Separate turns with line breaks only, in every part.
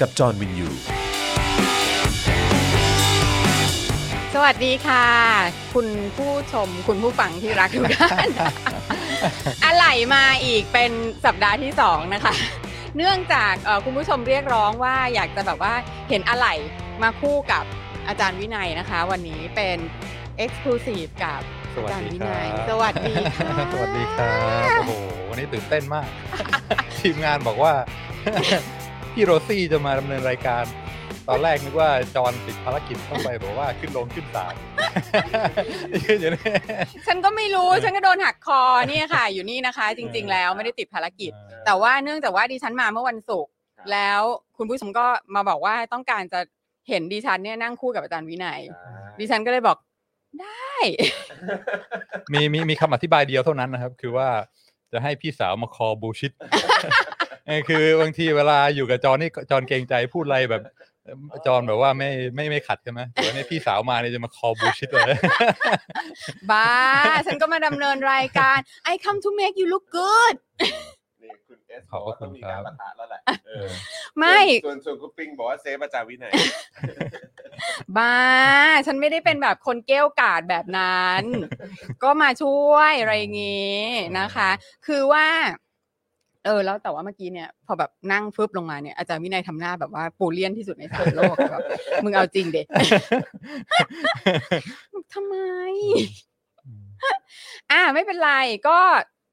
กับจอห์นวินยู
สวัสดีค่ะ คุณผู้ชมคุณผู้ฟังที่รักทุกท่าน อะไรมาอีกเป็นสัปดาห์ที่สองนะคะ เนื่องจากเอ่อคุณผู้ชมเรียกร้องว่าอยากจะแบบว่าเห็นอะไรมาคู่กับอาจารย์วินัยนะคะ วันนี้เป็น Exclusive กับ
สวั
อา
ส
จารย์
ดี
วิ
ครั
นัย
บ
สวัสดีค่ะ
สวัสดีครับ โอ้โห วันนี้ตื่นเต้น มาก ทีมงานบอกว่า พี่โรซี่จะมาดำเนินรายการ ตอนแรกนึกว่าจอห์นติดภารกิจต้องไปบอกว่าขึ้นลงขึ้นศาล ยืนอยู่เนี่ย
ฉันก็ไม่รู้
เออ
ฉันก็โดนหักคอเนี่ยค่ะ อยู่นี่นะคะ จริง ๆ แล้วไม่ได้ติดภารกิจ แต่ว่าเนื่องจากว่าดิฉันมาเมื่อวันศุกร์แล้วคุณผู้ชมก็มาบอกว่าต้องการจะเห็นดิฉันเนี่ยนั่งคู่กับอาจารย์วินัย ดิฉันก็เลยบอกได้
มีมีมีคำอธิบายเดียวเท่านั้นนะครับ คือว่าจะให้พี่สาวมาคอบู ชิต เออคือบางทีเวลาอยู่กับจอนนี่จอนเกรงใจพูดอะไรแบบจอนแบบว่าไม่ไม่ไม่ขัดใช่ไหมแต่ว่าเนี่ยพี่สาวมาเนี่ยจะมาคอบูชิตเลย
บ้า ฉันก็มาดำเนินรายการ I come to make you look good
นี่คุณเอส
ขอบพระคุณ
มี
ครั
การ
บ
ปะทะแล้วแหละเออ
ไม่
ส่วนส่วนคุณปิงบอกว่าเซฟอาจารย์วินัย
บ้า ฉันไม่ได้เป็นแบบคนเกรี้ยวกราดแบบนั้น ก็มาช่วยอะไรอย่างงี้นะคะ คือว่า เออ แล้วแต่ว่าเมื่อกี้เนี่ย พอแบบนั่งฟึบลงมาเนี่ยอาจารย์วินัยทำหน้าแบบว่าปูเลียนที่สุดในสามโลกแบบมึงเอาจริง เด็ ทำไม อ่าไม่เป็นไรก็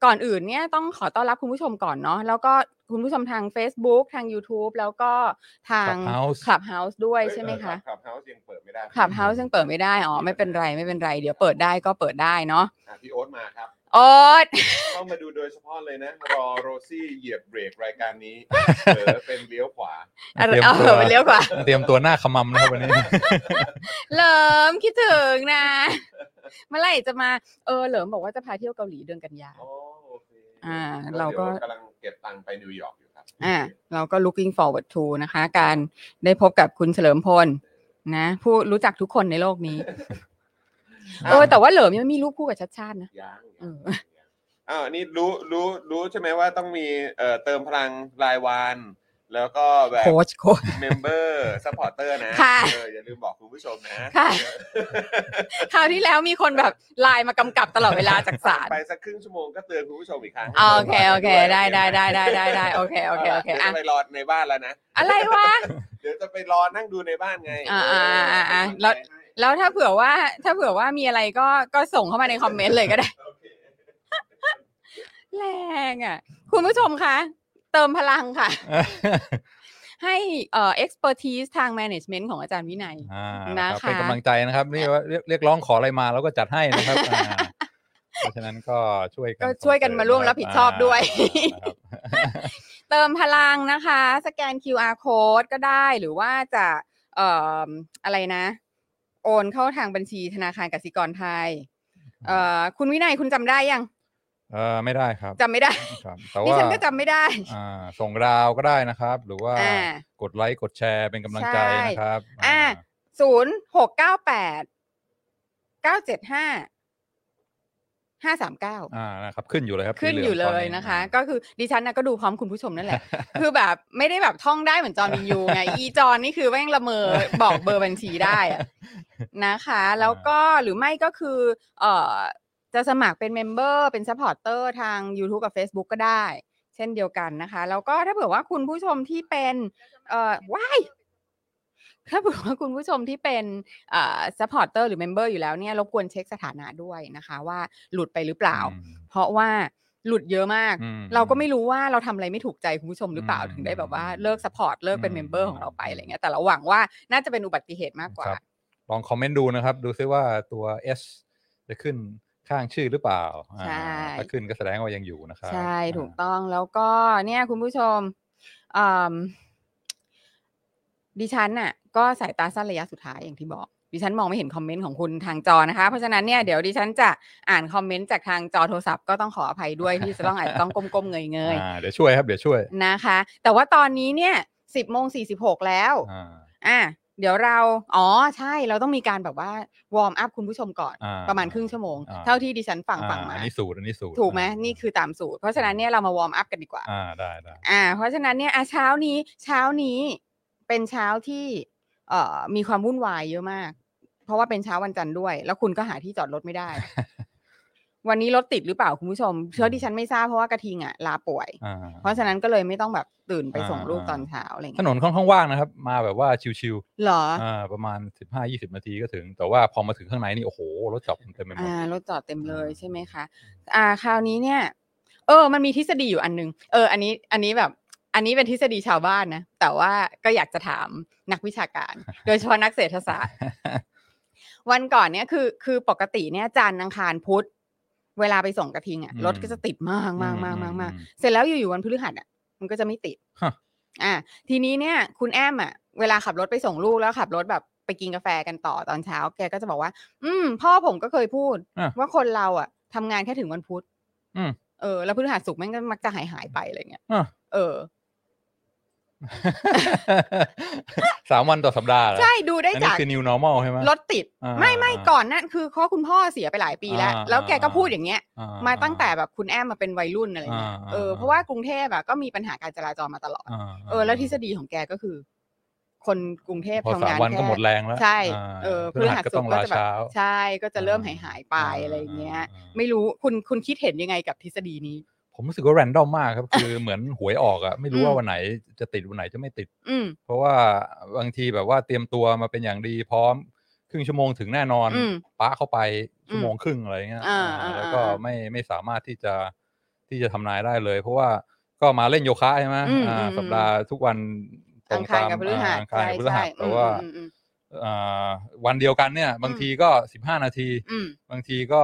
ก่อนอื่นเนี่ยต้องขอต้อนรับคุณผู้ชมก่อนเนาะแล้วก็คุณผู้ชมทาง Facebook ทาง YouTube แล้วก็ทาง
Clubhouse
Clubhouse ด้วยใช่ไหมคะ
ขับเฮาส์ยังเปิดไม่ได้
คลับเฮาส์ยังเปิดไม่ได้อ๋อไม่เป็นไรไม่เป็นไรเดี๋ยวเปิดได้ก็เปิดได้เนาะ
อ่ะพี่โอ๊ตมาครับ
โอ๊ต
ต้องมาดูโดยเฉพาะเลยนะ รอโรซี่เหยียบเบรกรายการ นี้เออเป็นเลี้ยวขวา
อะไร
เตรียม
เอา
ตัว
เร็วกว่า
เตรียมตัวหน้าขมำนะครับวันนี้
เหลิมคิดถึงนะ เมื่อไหร่จะมาเออเหลิมบอกว่าจะพาเที่ยวเกาหลีเดือนกันยา
อ๋อโอเค
อ่าเราก็
ดี๋ยวกำลังเก็บตังค์ไปนิวยอร์กอยู่ครับ
อ่าเราก็ looking forward to นะคะ การได้พบกับคุณเฉลิมพลนะผู้รู้จักทุกคนในโลกนี้ เออแต่ว่าเหลิมยังไม่มีรูปคู่กับชัดชาตินะ
ยัง
เออ
อ้าวอันนี่รู้รู้รู้ใช่ไหมว่าต้องมีเอ่อเติมพลังรายวัน แล้วก็แบบ
โค้ชโค้ช
เมมเบอร์สปอร์เตอร์นะ
ค่ะ
เอออย่าลืมบอกคุณผู้ชมนะ
ค่ะ คราวที่แล้วมีคนแบบไลน์มากำกับตลอดเวลาจากศาล
ไปสักครึ่งชั่วโมงก็เตือนคุณผู้ชมอีกครั้ง
อ๋อโอเคโอเคได้ได้ได้ได้ได้ได้โอเคโอเคโอเค
ดี๋ยว
อ่ะ
จะไปรอในบ้านแล้วนะ
อะไรวะ
เดี๋ยวจะไปรอนั่งดูในบ้านไง
อ่าอ่าอ่าอ่าแล้ว
เอ
แล้วถ้าเผื่อว่าถ้าเผื่อว่ามีอะไรก็ก็ส่งเข้ามาในคอมเมนต์เลยก็ได้
โอเค
แรงอ่ะ คุณผู้ชมคะเติมพลังค่ะ ให้เอ่อ expertise ทาง management ของอาจารย์วินัย
อ่า
นะ
นะครับเป็น
คะ
กำลังใจนะครับนี่ว่าเรียกเรียกร้องขออะไรมาเราก็จัดให้นะครับอ่าเพราะฉะนั้นก็ช่วยกัน
ก็ช่วยกันมาร่วมรับผิดชอบด้วย
นะครับ
เติมพลังนะคะ สแกน QR code ก็ได้หรือว่าจะเอ่ออะไรนะ โอนเข้าทางบัญชีธนาคารกสิกรไทยเอ่อคุณวินัยคุณจำได้ยัง
เออไม่ได้ครับ
จำไม่ได้
ครับแต่
ดิ
ว่า
ฉันก็จำไม่ได้
อ่าส่งดาวก็ได้นะครับ หรือว่า
อ่า
กดไลค์กดแชร์เป็นกำลังใจนะครับ
ใช่อ่า ศูนย์หกเก้าแปดเก้าเจ็ดห้าห้าสามเก้า
อ่านะครับขึ้นอยู่เลยครับ
ขึ้น
สีห
อยู่เล
ต
ยนะคะ
ก็
ก็คือดิฉันนะก็ดูพร้อมคุณผู้ชมนั่น แหละ คือแบบไม่ได้แบบท่องได้เหมือนจอมินยูไง อีจอนนี่คือแม่งละเมอบอกเบอร์บัญชีได้อะนะคะ แล้วก็หรือไม่ก็คือเอ่อจะสมัครเป็นเมมเบอร์เป็นซัพพอร์เตอร์ทาง YouTube กับ Facebook ก็ได้ เช่นเดียวกันนะคะ แล้วก็ถ้าเผื่อว่าคุณผู้ชมที่เป็น เอ่อว้าย ถ้าเผื่อว่าคุณผู้ชมที่เป็นเอ่อ supporter หรือ member อยู่แล้วเนี่ยรบกวนเช็คสถานะด้วยนะคะ ว่าหลุดไปหรือเปล่า
อืม
เพราะว่าหลุดเยอะมาก
อืม
เราก็ไม่รู้ว่าเราทำอะไรไม่ถูกใจคุณผู้ชมหรือเปล่า
อืม
ถึงได้แบบว่าเลิกสปอร์ตเลิกเป็น
อืม
เมมเบอร์ของเราไปอะไรเงี้ยแต่เราหวังว่าน่าจะเป็นอุบัติเหตุมากกว่า
ครับ ลองคอมเมนต์ดูนะครับ ดูซิว่าตัว S จะขึ้นข้างชื่อหรือเปล่าอ่า
ใช่
ถ้าขึ้นก็แสดงว่ายังอยู่นะครับ
ใช่
อ่า
ถูกต้องแล้วก็เนี่ยคุณผู้ชมอืมดิฉันน่ะ ก็สายตาสั้นระยะสุดท้ายอย่างที่บอก ดิฉันมองไม่เห็นคอมเมนต์ของคุณทางจอนะคะ เพราะฉะนั้นเนี่ยเดี๋ยวดิฉันจะอ่านคอมเมนต์จากทางจอโทรศัพท์ก็ต้องขออภัย ด้วยที่จะต้องอาจจะต้องก้มๆเงย
อ่าเดี๋ยวช่วยครับ เดี๋ยวช่วย
ๆนะคะ แต่ว่าตอนนี้เนี่ยสิบโมงสี่สิบหกแล้ว
อ่า
อ่ะเดี๋ยวเราอ๋อใช่เราต้องมีการแบบว่าวอร์มอัพคุณผู้ชมก่อน
อ่
ประมาณครึ่งชั่วโมง
อ่
เท่าที่ดิฉันฟังฟังมา
อันนี้สูตรอันนี้สูตร
ถูกไหม
อ่า
นี่คือตามสูตร เพราะฉะนั้นเนี่ยเรามาวอร์มอัพกันดีกว่า
อ่าได้ได้
อ่า เพราะฉะนั้นเนี่ยอ่ะเช้านี้เช้านี้เป็นเช้าที่เอ่อมีความวุ่นวายเยอะมาก เพราะว่าเป็นเช้าวันจันทร์ด้วย แล้วคุณก็หาที่จอดรถไม่ ได้ วันนี้รถติดหรือเปล่าคุณผู้ชมเชื่อดิฉันไม่ทราบเพราะว่ากระทิงอ่ะลาป่วย
อ่า
เพราะฉะนั้นก็เลยไม่ต้องแบบตื่นไปส่งลูก
อ่า
ตอนเช้าอะไรอย่าง
ถ
เงี้ย
นนค่อนข้างว่างนะครับ มาแบบว่าชิว
เหรอ
ๆอ่าประมาณ 15 20 นาทีก็ถึง แต่ว่าพอมาถึงข้างในนี่ โอ้โห รถจอดเต็มไปหมด
อ่ารถจอดเต็มเลย
อ่า
ใช่ไหมคะอ่าคราวนี้เนี่ย เออ มันมีทฤษฎีอยู่อันหนึง เออ อันนี้อันนี้แบบ อันนี้เป็นทฤษฎีชาวบ้านนะ แต่ว่าก็อยากจะถามนักวิชาการ โดยเฉพาะนักเศรษฐศาสตร์ วันก่อนเนี่ยคือ คือปกติเนี่ยจานทร์อังคารพุธเวลาไปส่งกระทิงอะ
อืม
รถก็จะติดมากมากมากมากมาก
อืมอืม
เสร็จแล้วอยู่ๆวันพฤหัสอะมันก็จะไม่ติด
ฮะ
อ่า ทีนี้เนี่ย คุณแอมอะเวลาขับรถไปส่งลูกแล้วขับรถแบบไปกินกาแฟกันต่อตอนเช้า แกก็จะบอกว่า อืมพ่อผมก็เคยพูด
อ่ะ
ว่าคนเราอ่ะทำงานแค่ถึงวันพุธ
อืม
เออ แล้วพฤหัสศุกร์แม่งก็มักจะหายหายๆไปอะไรเงี้ย
อ่ะ
เออ
สามวันต่อสัปดาห์เหรอ
ใช่ดูได้
อัน
จา
นี้
ก
คือ new normal ใช่ไหม
รถติด
อ่า
ไม่ไม่
อ่า
ก่อนนั้นคือเพราะคุณพ่อเสียไปหลายปีแล้ว
อ่า
แล้วแกก็
อ่า
พูดอย่างเงี้ย
อ่
มาตั้งแต่แบบคุณแอมมาเป็นวัยรุ่นอะไรเงี้ย
อ่าอ่า
เออ
อ่า
เพราะว่ากรุงเทพอะก็มีปัญหาการจราจรมาตลอด
อ่า
เออ แล้วทฤษฎีของแกก็คือ คนกรุงเทพ
พอ
ทำ
สาม
งาน
วัน
แค่
ก็หมดแรงแล้ว
ใช่
า
เออ
พฤหัสก็ต้อง
ศุ
ลา
ร์จะแบบ
เช้า
ใช่ก็จะเริ่มหาย
อ่า
หายๆไปอะไรเงี้ย
อ่าอ่า
ไม่รู้คุณคุณคิดเห็นยังไงกับทฤษฎีนี้
ผมรู้สึกว่าแรนดอมมากครับ คือเหมือนหวยอ อกอะไม่รู้
อืม
ว่าวันไหนจะติดวันไหนจะไม่ติด
อืม
เพราะว่าบางทีแบบว่าเตรียมตัวมาเป็นอย่างดีพร้อม ครึ่งชั่วโมงถึงแน่นอน
อืม
ป้าเข้าไปชั่วโมงครึ่งอะไรเงี้ย
อ่า
อ่า
อ่า
แล้วก็
อ่า
ไม่ไม่สามารถที่จะที่จะทำนายได้เลย เพราะว่าก็มาเล่นโยคะใช่ไหม
อืม
อ่า
อืม
สัปดาห์ทุกวันตร
อั
ง
งคาร
ตาม
กับพฤหัส
อ่าอังคารกับพฤ
ใช่
หัส
ใช่
แต่ว่า
อืมอืม
อ่าวันเดียวกันเนี่ย บางทีก็สิบห้านาที
อืม
บางทีก็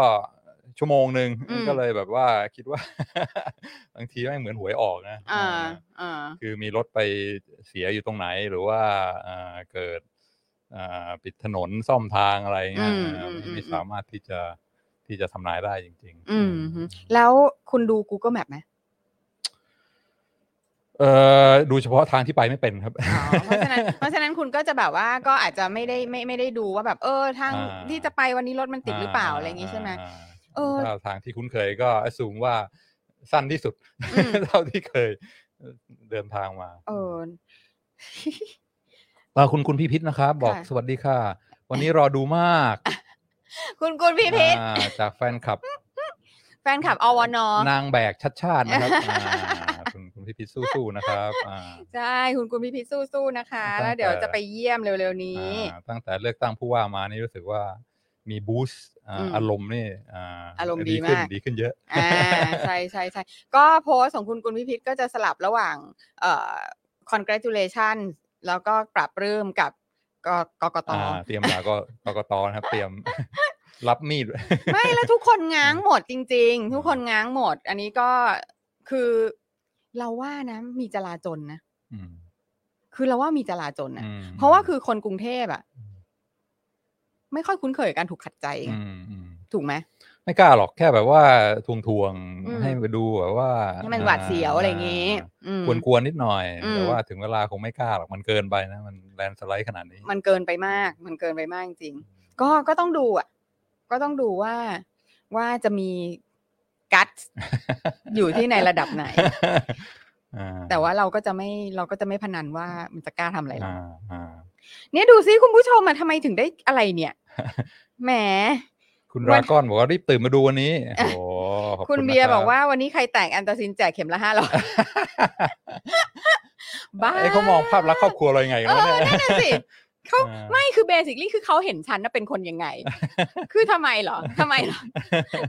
ชั่วโมงหนึ่ง
อืม
ก็เลยแบบว่าคิดว่า บางทีแม่งเหมือนหวยออกนะ
อ่า
อ่า
อ่า
คือมีรถไปเสียอยู่ตรงไหนหรือว่าเอ่อเกิดเอ่อปิดถนนซ่อมทางอะไรเงี้ย
อืม
เอ่อ
อืม
ไม่
อืม
ไม่สามารถที่จะที่จะทำนายได้จริงๆ
อืมฮึแล้วคุณดู Google Map ไหม
เออดูเฉพาะทางที่ไปไม่เป็นครับ
อ๋อเพราะฉะนั้น เพราะฉะนั้นคุณก็จะแบบว่าก็อาจจะไม่ได้ไม่ไม่ได้ดูว่าแบบเออทาง
อ่า
ที่จะไปวันนี้รถมันติดหรือเปล่าอะไรอย่างงี้ใช่ไหม
อ่า
เออ
ถ้าทางที่คุ้นเคยก็สูงว่าสั้นที่สุด
อืม
เท่าที่เคยเดินทางมา
เออ
เอ่อคุณคุณพิพิธนะครับ บอก
ค่ะ
สวัสดีค่ะ วันนี้รอดูมาก
คุณคุณพี่พิษ
อ่าจากแฟนคลับ
แฟนคลับอวนอ
นางแบกชัดชาติ นะครับ อ่าคุณคุณพิพิธสู้ๆนะครับอ่า
ใช่ คุณคุณพี่พิษสู้ๆนะคะแล้
ตั้งแต่
วเดี๋ยวจะไปเยี่ยมเร็วๆนี้
อ่าตั้งแต่เลือกตั้งผู้ว่ามานี่รู้สึกว่ามีบูสต์อ่า
อืม
อารมณ์นี่อ่า
อารมณ์ดี
ขึ้น
มาก
ดีขึ้นเยอะ
อ่าใช่ใช่ใช่ก็โพสต์ของคุณกุลพิพิธก็จะสลับระหว่างเอ่อ congratulation แล้วก็ปรับรื้มกับกกกต
อ่า เตรียมด่าก็กกตนะครับ เตรียม รับมีด
ไม่แล้วทุกคนง้างหมดจริง ๆ ทุกคนง้างหมด อันนี้ก็คือเราว่านะมีจลาจลนะ
อืม
คือเราว่ามีจลาจลนะ
อืม
เพราะว่าคือคนกรุงเทพอะไม่ค่อยคุ้นเคยกับการถูกขัดใจไง
อืมอืม
ถูกไหม
ไม่กล้าหรอกแค่แบบว่าทวงทวงๆ
อืม
ให้ไปดูแบบว่า
ให้มันหวาดเสียวอะไรอย่างงี้อืม
กวนกวนๆนิดหน่อย
อืม
แต่ว่าถึงเวลาคงไม่กล้าหรอกมันเกินไปนะ มันแลนด์สไลด์ขนาดนี้
มันเกินไปมาก มันเกินไปมากจริงๆก็ก็ต้องดูอ่ะ ก็ต้องดูว่าว่าจะมีกัต อยู่ที่ในระดับ ไหน
อ่
แต่ว่าเราก็จะไม่เราก็จะไม่พนันว่ามันจะกล้าทำอะไรหรอก
อ่าอ่า
เนี่ยดูซิคุณผู้ชมมาทำไมถึงได้อะไรเนี่ย แหม
คุณ
วั
ราน ก้อนบอกว่ารีบตื่นมาดูวันนี้ โอ้โห ขอบ
คุณ
นะ
เบียร์
ค
บอกว่าวันนี้ใครแต่งแอนตาซินแจกเข็มละห้าร้ อยบ้า
ไอ้ยเขามองภาพลักษณ์ครอบครัวเรายังไงกัน
เอ
วะ
อ
เนี่ย
นั่นน่ะสิ เขา
อ่า
ไม่คือเบสิคลี่คือเขาเห็นฉันน่ะเป็นคน ยังไง คือทำไมเหรอทำไมเหรอ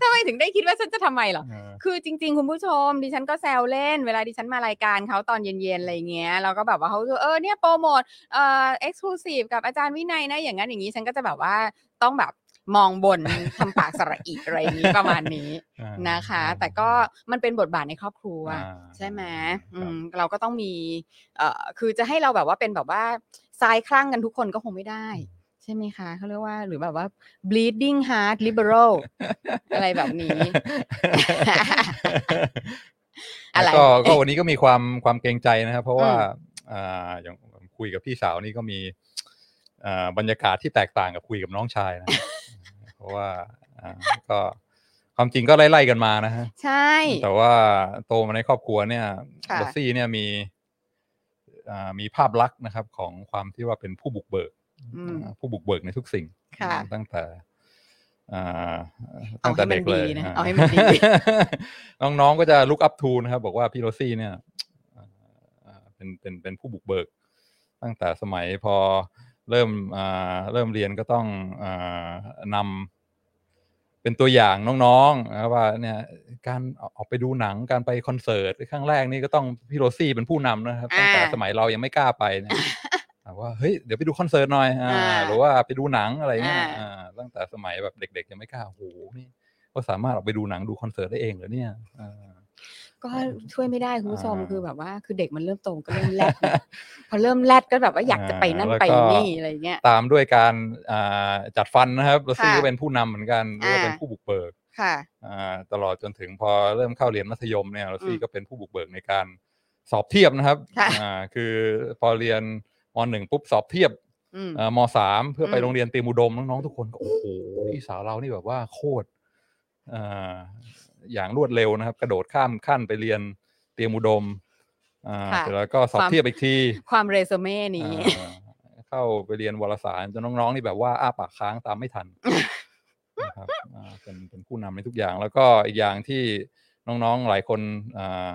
ทำไมถึงได้คิดว่าฉันจะทำไมเหรอ
เออ
คือจริง ๆ คุณผู้ชมดิฉันก็แซวเล่นเวลาดิฉันมารายการเขาตอนเย็นๆอะไรเงี้ยเราก็แบบว่าเขาเออเนี่ยโปรโมทเอ่อเอ็กซ์คลูซีฟกับอาจารย์วินัยนะอย่างนั้นอย่างนี้ฉันก็จะแบบว่าต้องแบบมองบน ทำปากสระอีอะไรอย่างนี้ประมาณนี้
อ่า
นะคะ แต่ก็มันเป็นบทบาทในครอบครัว
อ่า
ใช่ไหมอื
ครับ
มเราก็ต้องมีเอ่อคือจะให้เราแบบว่าเป็นแบบว่าทรายคลั่งกันทุกคนก็คงไม่ได้ ใช่ไหมคะเขาเรียกว่าหรือแบบว่า bleeding heart liberal อะไรแบบนี้ อะไร
แล้วก็ก็วันนี้ก็มีความความเกรงใจนะครับ เพราะว่าอ่าอย่างคุยกับพี่สาวนี่ก็มีอ่าบรรยากาศที่แตกต่างกับคุยกับน้องชายนะ เพราะว่าอ่าก็ความจริงก็ไล่ๆกันมานะฮะ
ใช่
แต่ว่าโตมาในครอบครัวเนี่ย
ค่ะ
ลอสซี่เนี่ยมีอ่ามีภาพลักษณ์นะครับของความที่ว่าเป็นผู้บุกเบิก
อืม
อ่าผู้บุกเบิกในทุกสิ่ง
ค่ะ
ตั้งแต่อ่า
เอา
ตั้งแต่เด็กเลย
ให้มันดีนะ
อ่า
เอาให้มันดี
น้องๆก็จะลุกอัพทูนะครับ บอกว่าพี่โรซี่เนี่ยอ่าเป็นเป็นเป็นผู้บุกเบิก ตั้งแต่สมัยพอเริ่มอ่าเริ่มเรียนก็ต้องอ่านำเป็นตัวอย่างน้องๆนะครับว่าเนี่ยการออกไปดูหนังการไปคอนเสิร์ตครั้งแรกนี่ก็ต้องพี่โรซี่เป็นผู้นำนะครับตั้งแต่
อ่า
สมัยเรายังไม่กล้าไปเนย อ่าว่าเฮ้ยเดี๋ยวไปดูคอนเสิร์ตหน่อยอ่า
อ่า
หรือว่าไปดูหนังอะไรเงี้ย
อ่า
อ่าตั้งแต่สมัยแบบเด็กๆยังไม่กล้าโอ้โหนี่ก็สามารถออกไปดูหนังดูคอนเสิร์ตได้เองเหรอเนี่ยอ่า
ก็ช่วยไม่ได้คุณผู้ชม
อ่า
คือแบบว่าคือเด็กมันเริ่มโตก็เริ่มแรดนะพอเริ่มแรดก็แบบว่าอยากจะไปนั่น
อ่าแล้วก็
ไปนี่อะไรเงี้ย
ตามด้วยการอ่าจัดฟันนะครับโรซี่
ค่ะ
ก็เป็นผู้นำเหมือนกันหรือว่า
อ่า
เป็นผู้บุกเบิก
ค่ะ
อ่าตลอดจนถึงพอเริ่มเข้าเรียนมัธยมเนี่ยเรา
อื
ซี่
ม
ก็เป็นผู้บุกเบิกในการสอบเทียบนะครับ
ค่ะ
อ่าคือพอเรียนมหนึ่งปุ๊บสอบเทียบ
อืม
เอ่อมสามเพื่อไป
อืม
โรงเรียนเตรียมอุดมน้องๆทุกคนก็โอ้โหพี่สาวเรานี่แบบว่าโคตรอ่าอย่างรวดเร็วนะครับ กระโดดข้ามขั้นไปเรียนเตรียมอุดมอ่าเสร็จแล้วก็สอบเทียบอีกที
ความเรซูเม่นี้
อ่าเข้าไปเรียนวารสารจนน้องๆนี่แบบว่าอ้าปากค้างตามไม่ ทันนะครับอ่าเป็นเป็นผู้นำในทุกอย่าง แล้วก็อีกอย่างที่น้องๆหลายคนอ่า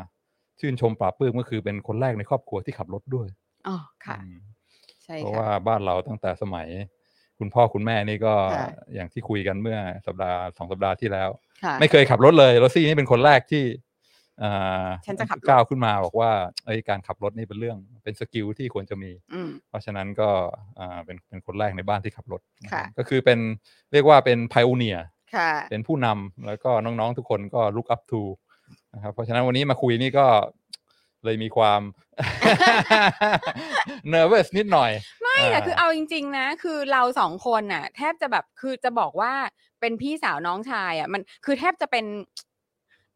ชื่นชมปราบปลื้มก็คือเป็นคนแรกในครอบครัวที่ขับรถด้วย
อ๋อค่ะ
อืม
ใช่
เพราะ
ค่ะ
ว่าบ้านเราตั้งแต่สมัย คุณพ่อคุณแม่นี่ก็
ค่ะ
อย่างที่คุยกันเมื่อสัปดาห์สองสัปดาห์ที่แล้ว
ค่ะ
ไม่เคยขับรถเลยโรซี่นี่เป็นคนแรกที่อ่า
ฉันจะขับรถ
ก้าวขึ้นมาบอกว่าเอ้ยการขับรถนี่เป็นเรื่อง เป็นสกิลที่ควรจะมี
อืม
เพราะฉะนั้นก็อ่าเป็นเป็นคนแรกในบ้านที่ขับรถ
ค่ะ
นะครับก็คือเป็นเรียกว่าเป็นพ i o เนีย
ค่ะ
เป็นผู้นำแล้วก็น้องๆทุกคนก็ look up to นะครับเพราะฉะนั้นวันนี้มาคุยนี่ก็เลยมีความ nervous นิดหน่อย
ไม่แต่คือเอาจริง ๆ นะ คือเราสองคนน่ะ แทบจะแบบคือจะบอกว่าเป็นพี่สาวน้องชายอ่ะ มันคือแทบจะเป็น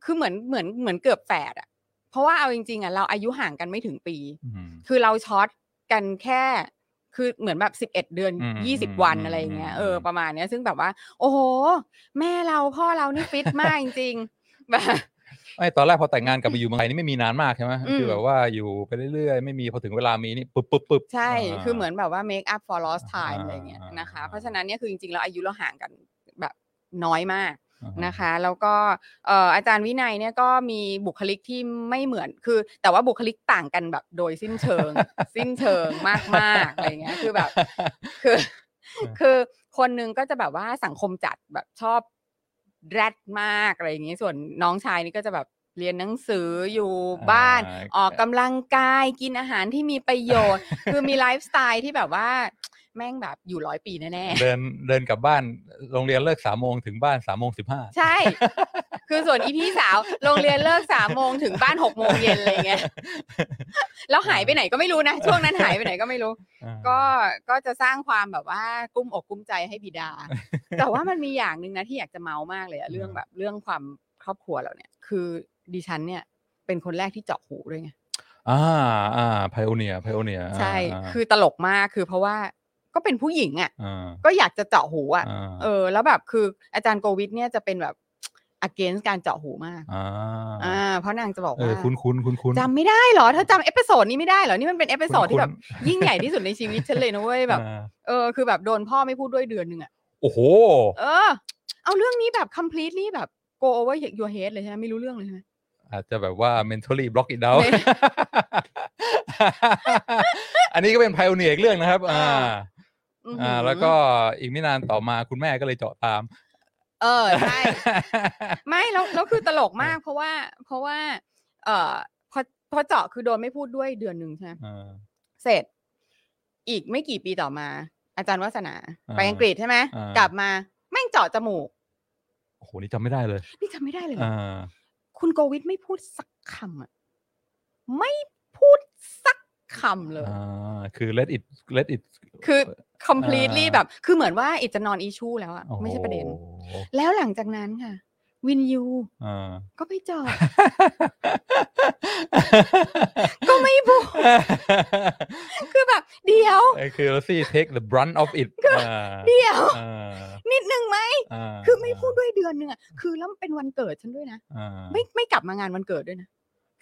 คือเหมือนเหมือนเหมือนเกือบแฝดอ่ะ เพราะว่าเอาจริงๆอ่ะเราอายุห่างกันไม่ถึงปี
อืม
คือเราช็อตกันแค่ คือเหมือนแบบสิบเอ็ดเดือน
อืมอืม
ยี่สิบ
อืม
วัน
อืม
อะไรอย่างเงี้ย
อืม
เออ
อืม
ประมาณเนี้ย ซึ่งแบบว่า โอ้โห แม่เราพ่อเรานี่ฟิตมาก จริง ๆแบบ
ไอ้ตอนแรกพอแต่งงานกลับไป อยู่เมืองไทยนี่ไม่มีนานมากใช่ไหม
อืม
คือแบบว่าอยู่ไปเรื่อยๆ ไม่มีพอถึงเวลามีนี่ปุ๊บปุ๊บปุ๊บ
ใช่
า
คือเหมือนแบบว่า make up for lost time อะไรเงี้ย
อ่า
นะคะ
อ่า
เพราะฉะนั้นเนี่ยคือจริงๆ แล้วอายุเราห่างกันแบบน้อยมาก
อ่า
นะคะ แล้วก็เอ่ออาจารย์วินัยเนี่ยก็มีบุคลิกที่ไม่เหมือน คือ แต่ว่าบุคลิกต่างกันแบบโดยสิ้นเชิง สิ้นเชิงมากๆอะไรเงี้ย คือแบบ คือ คือคนหนึงก็จะแบบว่าสังคมจัดแบบชอบแรดมากอะไรอย่างเงี้ยส่วนน้องชายนี่ก็จะแบบเรียนหนังสืออยู่บ้าน
อ่า
ออกกำลังกายกินอาหารที่มีประโยชน์ คือมีไลฟ์สไตล์ที่แบบว่า แม่งแบบอยู่ร้อยปีแน่
เดินเดินกลับบ้านโรงเรียนเลิกสามโมงถึงบ้านสามโมงสิบห้า
ๆ ใช่ คือส่วนอีพี่สาวโรงเรียนเลิกสามโมงถึงบ้านหกโมงเย็นอะไรเงี้ยแล้วหายไปไหนก็ไม่รู้ นะ ช่วงนั้นหายไปไหนก็ไม่รู้
อ่า
ก็ก็จะสร้างความแบบว่ากลุ้มอกกลุ้มใจให้บิด า แต่ว่ามันมีอย่างหนึ่งนะที่อยากจะเมามากเลยอะเรื่อง
อ่า
แบบเรื่องความครอบครัวเราเนี่ย คือดิฉันเนี่ย เป็นคนแรกที่เจาะหูด้วยไง
อ่าอ่าไพโอเนียไพโอเนีย
ใช่ คือตลกมากคือเพราะว่าก็เป็นผู้หญิงอ่ะ
อ่า
ก็อยากจะเจาะหูอ่ะ
อ่า
เออ แล้วแบบคืออาจารย์โกวิทเนี่ยจะเป็นแบบ against การเจาะหูมาก
อ่า
อ่าเพราะนางจะบอก
เอ
ว่า
อคุ้นคุ้นคุ้นคุ้น
จำไม่ได้เหรอเธอจำเอพิโซดนี้ไม่ได้เหรอนี่มันเป็นเอพิโซดที่แบบ
คุ้น
ยิ่งใหญ่ที่สุดในชีวิตฉันเลยนะเว้ย แบบ
อ่า
เออคือแบบโดนพ่อไม่พูดด้วยเดือนหนึ่งอะ
โอ้โห
เออ เอาเรื่องนี้แบบ completely แบบ go over your head เลยใช่ไหมไม่รู้เรื่องเลยใช่ไหม
อาจจะแบบว่า mentally block it out
ไม่
อันนี้ก็เป็นไพโอเนียอีกเรื่องนะครับ อ่า
หื
อ่าแล้วก็อีกไม่นานต่อมาคุณแม่ก็เลยเจาะตาม
เออใช่ ไม่แล้วแล้วคือตลกมาก เพราะว่า เพราะว่า เอ่อพอพอเจาะคือโดนไม่พูดด้วยเดือนหนึ่งใช่ไหม
อ่า
เสร็จ อีกไม่กี่ปีต่อมา อาจารย์วัฒนา ไป
อ่า
อังกฤษใช่ไหม
อ่าก ก
ลับมาแม่งเจาะจมูก
โอ้โหนี่จำไม่ได้เลย
นี่จำไม่ได้เลยเหรอ
อ่า
คุณโกวิทไม่พูดสักคำอ่ะไม่พูดสักคำเลย
อ่าคือ let it let it
คือ completely
อ่า
แบบ คือเหมือนว่าอิจนอนอีชูแล้วอ่ะ
โอ้โห
ไม่ใช่ประเด็น แล้วหลังจากนั้นค่ะ วินยู
อ่า
ก็ไป เจาะ ก็ไม่พูด คือแบบ เดี๋ยว
เออคือเราซี่ take the brunt of it อ่า
เดี๋ยว
อ่า
นิดนึงไหม
า
คือไม่พูดด้วยเดือนหนึงอ่ะ คือแล้วมันเป็นวันเกิดฉันด้วยนะ
อ่า
ไม่ไม่กลับมางานวันเกิดด้วยนะ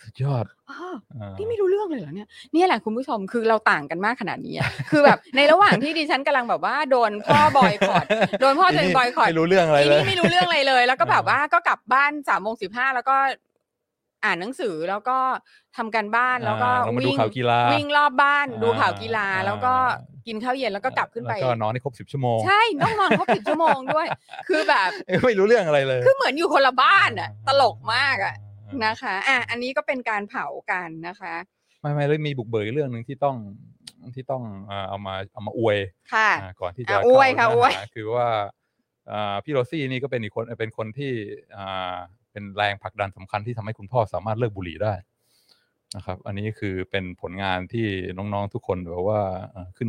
สุดยอด
อ้าว
อ่า
นี่ไม่รู้เรื่องเลยเหรอเนี่ย เนี่ยแหละคุณผู้ชม คือเราต่างกันมากขนาดนี้อะ คือแบบในระหว่างที่ดิฉันกำลังแบบว่าโดนพ่อบอยคอ ต โดนพ่อตัวเอง
นี่
boycott
ไม่รู้เรื่องอะไร
ที
เลย
นี้ไม่รู้เรื่องอะไรเลย แล้วก็แบบ
อ่า
ว่าก็กลับบ้านสามโมงสิบห้าแล้วก็อ่านหนังสือแล้วก็ทำการบ้านแล้วก็
อ่าเรามาดู
วิ่ง
ข่าวกีฬา
วิ่งรอบบ้านดูข่าวกีฬา
อ่า
แล้วก็กินข้าวเย็นแล้วก็กลับขึ้นไป
แล้วก็นอนให้ครบสิบชั่วโมง
ใช่ต้องนอนครบสิบชั่วโมงด้วย คือแบบ
เอ้ยไม่รู้เรื่องอะไรเลย
คือเหมือนอยู่คนละบ้านอ่ะ ตลกมากอ่ะ
า
นะคะ อ่ะอันนี้ก็เป็นการเผากันนะคะ
ไม่ไม่เลยมีบุกเบิกอีกเรื่องหนึ่งที่ต้องที่ต้องอ่าเอามาเอามาอวย
ค่ะ
อ่าก่อนที่จะ
อ่ะ
เข้า
อวยค่ะ
เนื้
อวย
หาคือว่าอ่าพี่โรซี่นี่ก็เป็นอีกคนเป็นคนที่อ่าเป็นแรงผลักดันสำคัญที่ทำให้คุณพ่อสามารถเลิกบุหรี่ได้นะครับ อันนี้คือเป็นผลงานที่น้องๆทุกคนแบบว่าอ่าขึ้น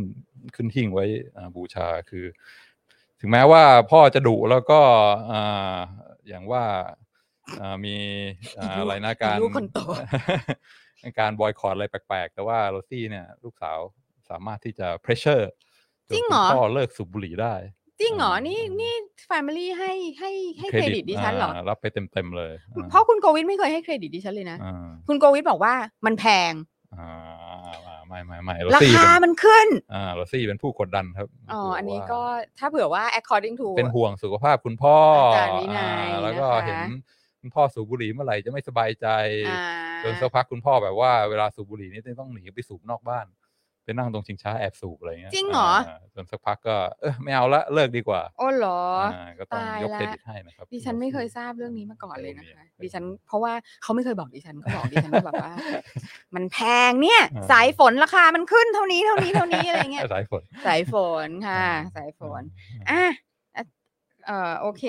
ขึ้นหิ้งไว้อ่าบูชาคือ ถึงแม้ว่าพ่อจะดุแล้วก็อ่าอย่างว่าอ่ามีอ่าอะไรนะการ
ลูกคนโต
การบอยคอรอะไรแปลกๆ แต่ว่าโรซี่เนี่ย ลูกสาวสามารถที่จะเพรสเชอร์
จริงเหรอ
พ่อเลิกสูบบุหรี่ได้
จริงเหรอ
อ่านี่
นี่นี่ Family ให้ให้ให้เครดิตดิฉันเหรอ
ารับไปเต็มๆเลย
เพราะคุณโกวิทไม่เคยให้เครดิตดิฉันเลยนะ
อ่า
คุณโกวิทบอกว่ามันแพง
อ่าอ่าไม่ไม่ไม่โร
รา
ซี่
คา
เป็น
มันขึ้น
อ่าโรซี่เป็นผู้กดดันครับ
อ๋อ
คื
อันนี้
ว่า
ก็ถ้าเผื่อว่า according to
เป็นห่วงสุขภาพคุณพ่ออา
จารย์วินัย
อ่าแล้วก็
นะคะ
เห็นคุณพ่อสูบบุหรี่เมื่อไหร่จะไม่สบายใจ
อ่า
จนสักพักคุณพ่อแบบว่าเวลาสูบบุหรี่นี่ต้องหนีไปสูบนอกบ้าน ไปนั่งตรงชิงช้าแอบสูบอะไรเงี้ย
จริงเหรอ
าจนสักพักก็เออไม่เอาละเลิกดีกว่า
โอ้เหรอ
าก็ต้อง
ตาย
ยก
ละ
เครดิตให้นะครับ
ดิฉันไม่เคยทราบเรื่องนี้มาก่อนเลย นะคะ
ไม่มี
ดิฉัน เพราะว่าเขาไม่เคยบอกดิฉันก็บอกดิฉันว่า แบบว่า มันแพงเนี่ย
อ่า
สายฝนราคามันขึ้นเท่านี้เท่านี้เท่านี้อะไรเงี้ย
สายฝน
สายฝนค่ะ สายฝน อ่ะอ่ะเอ่อโอเค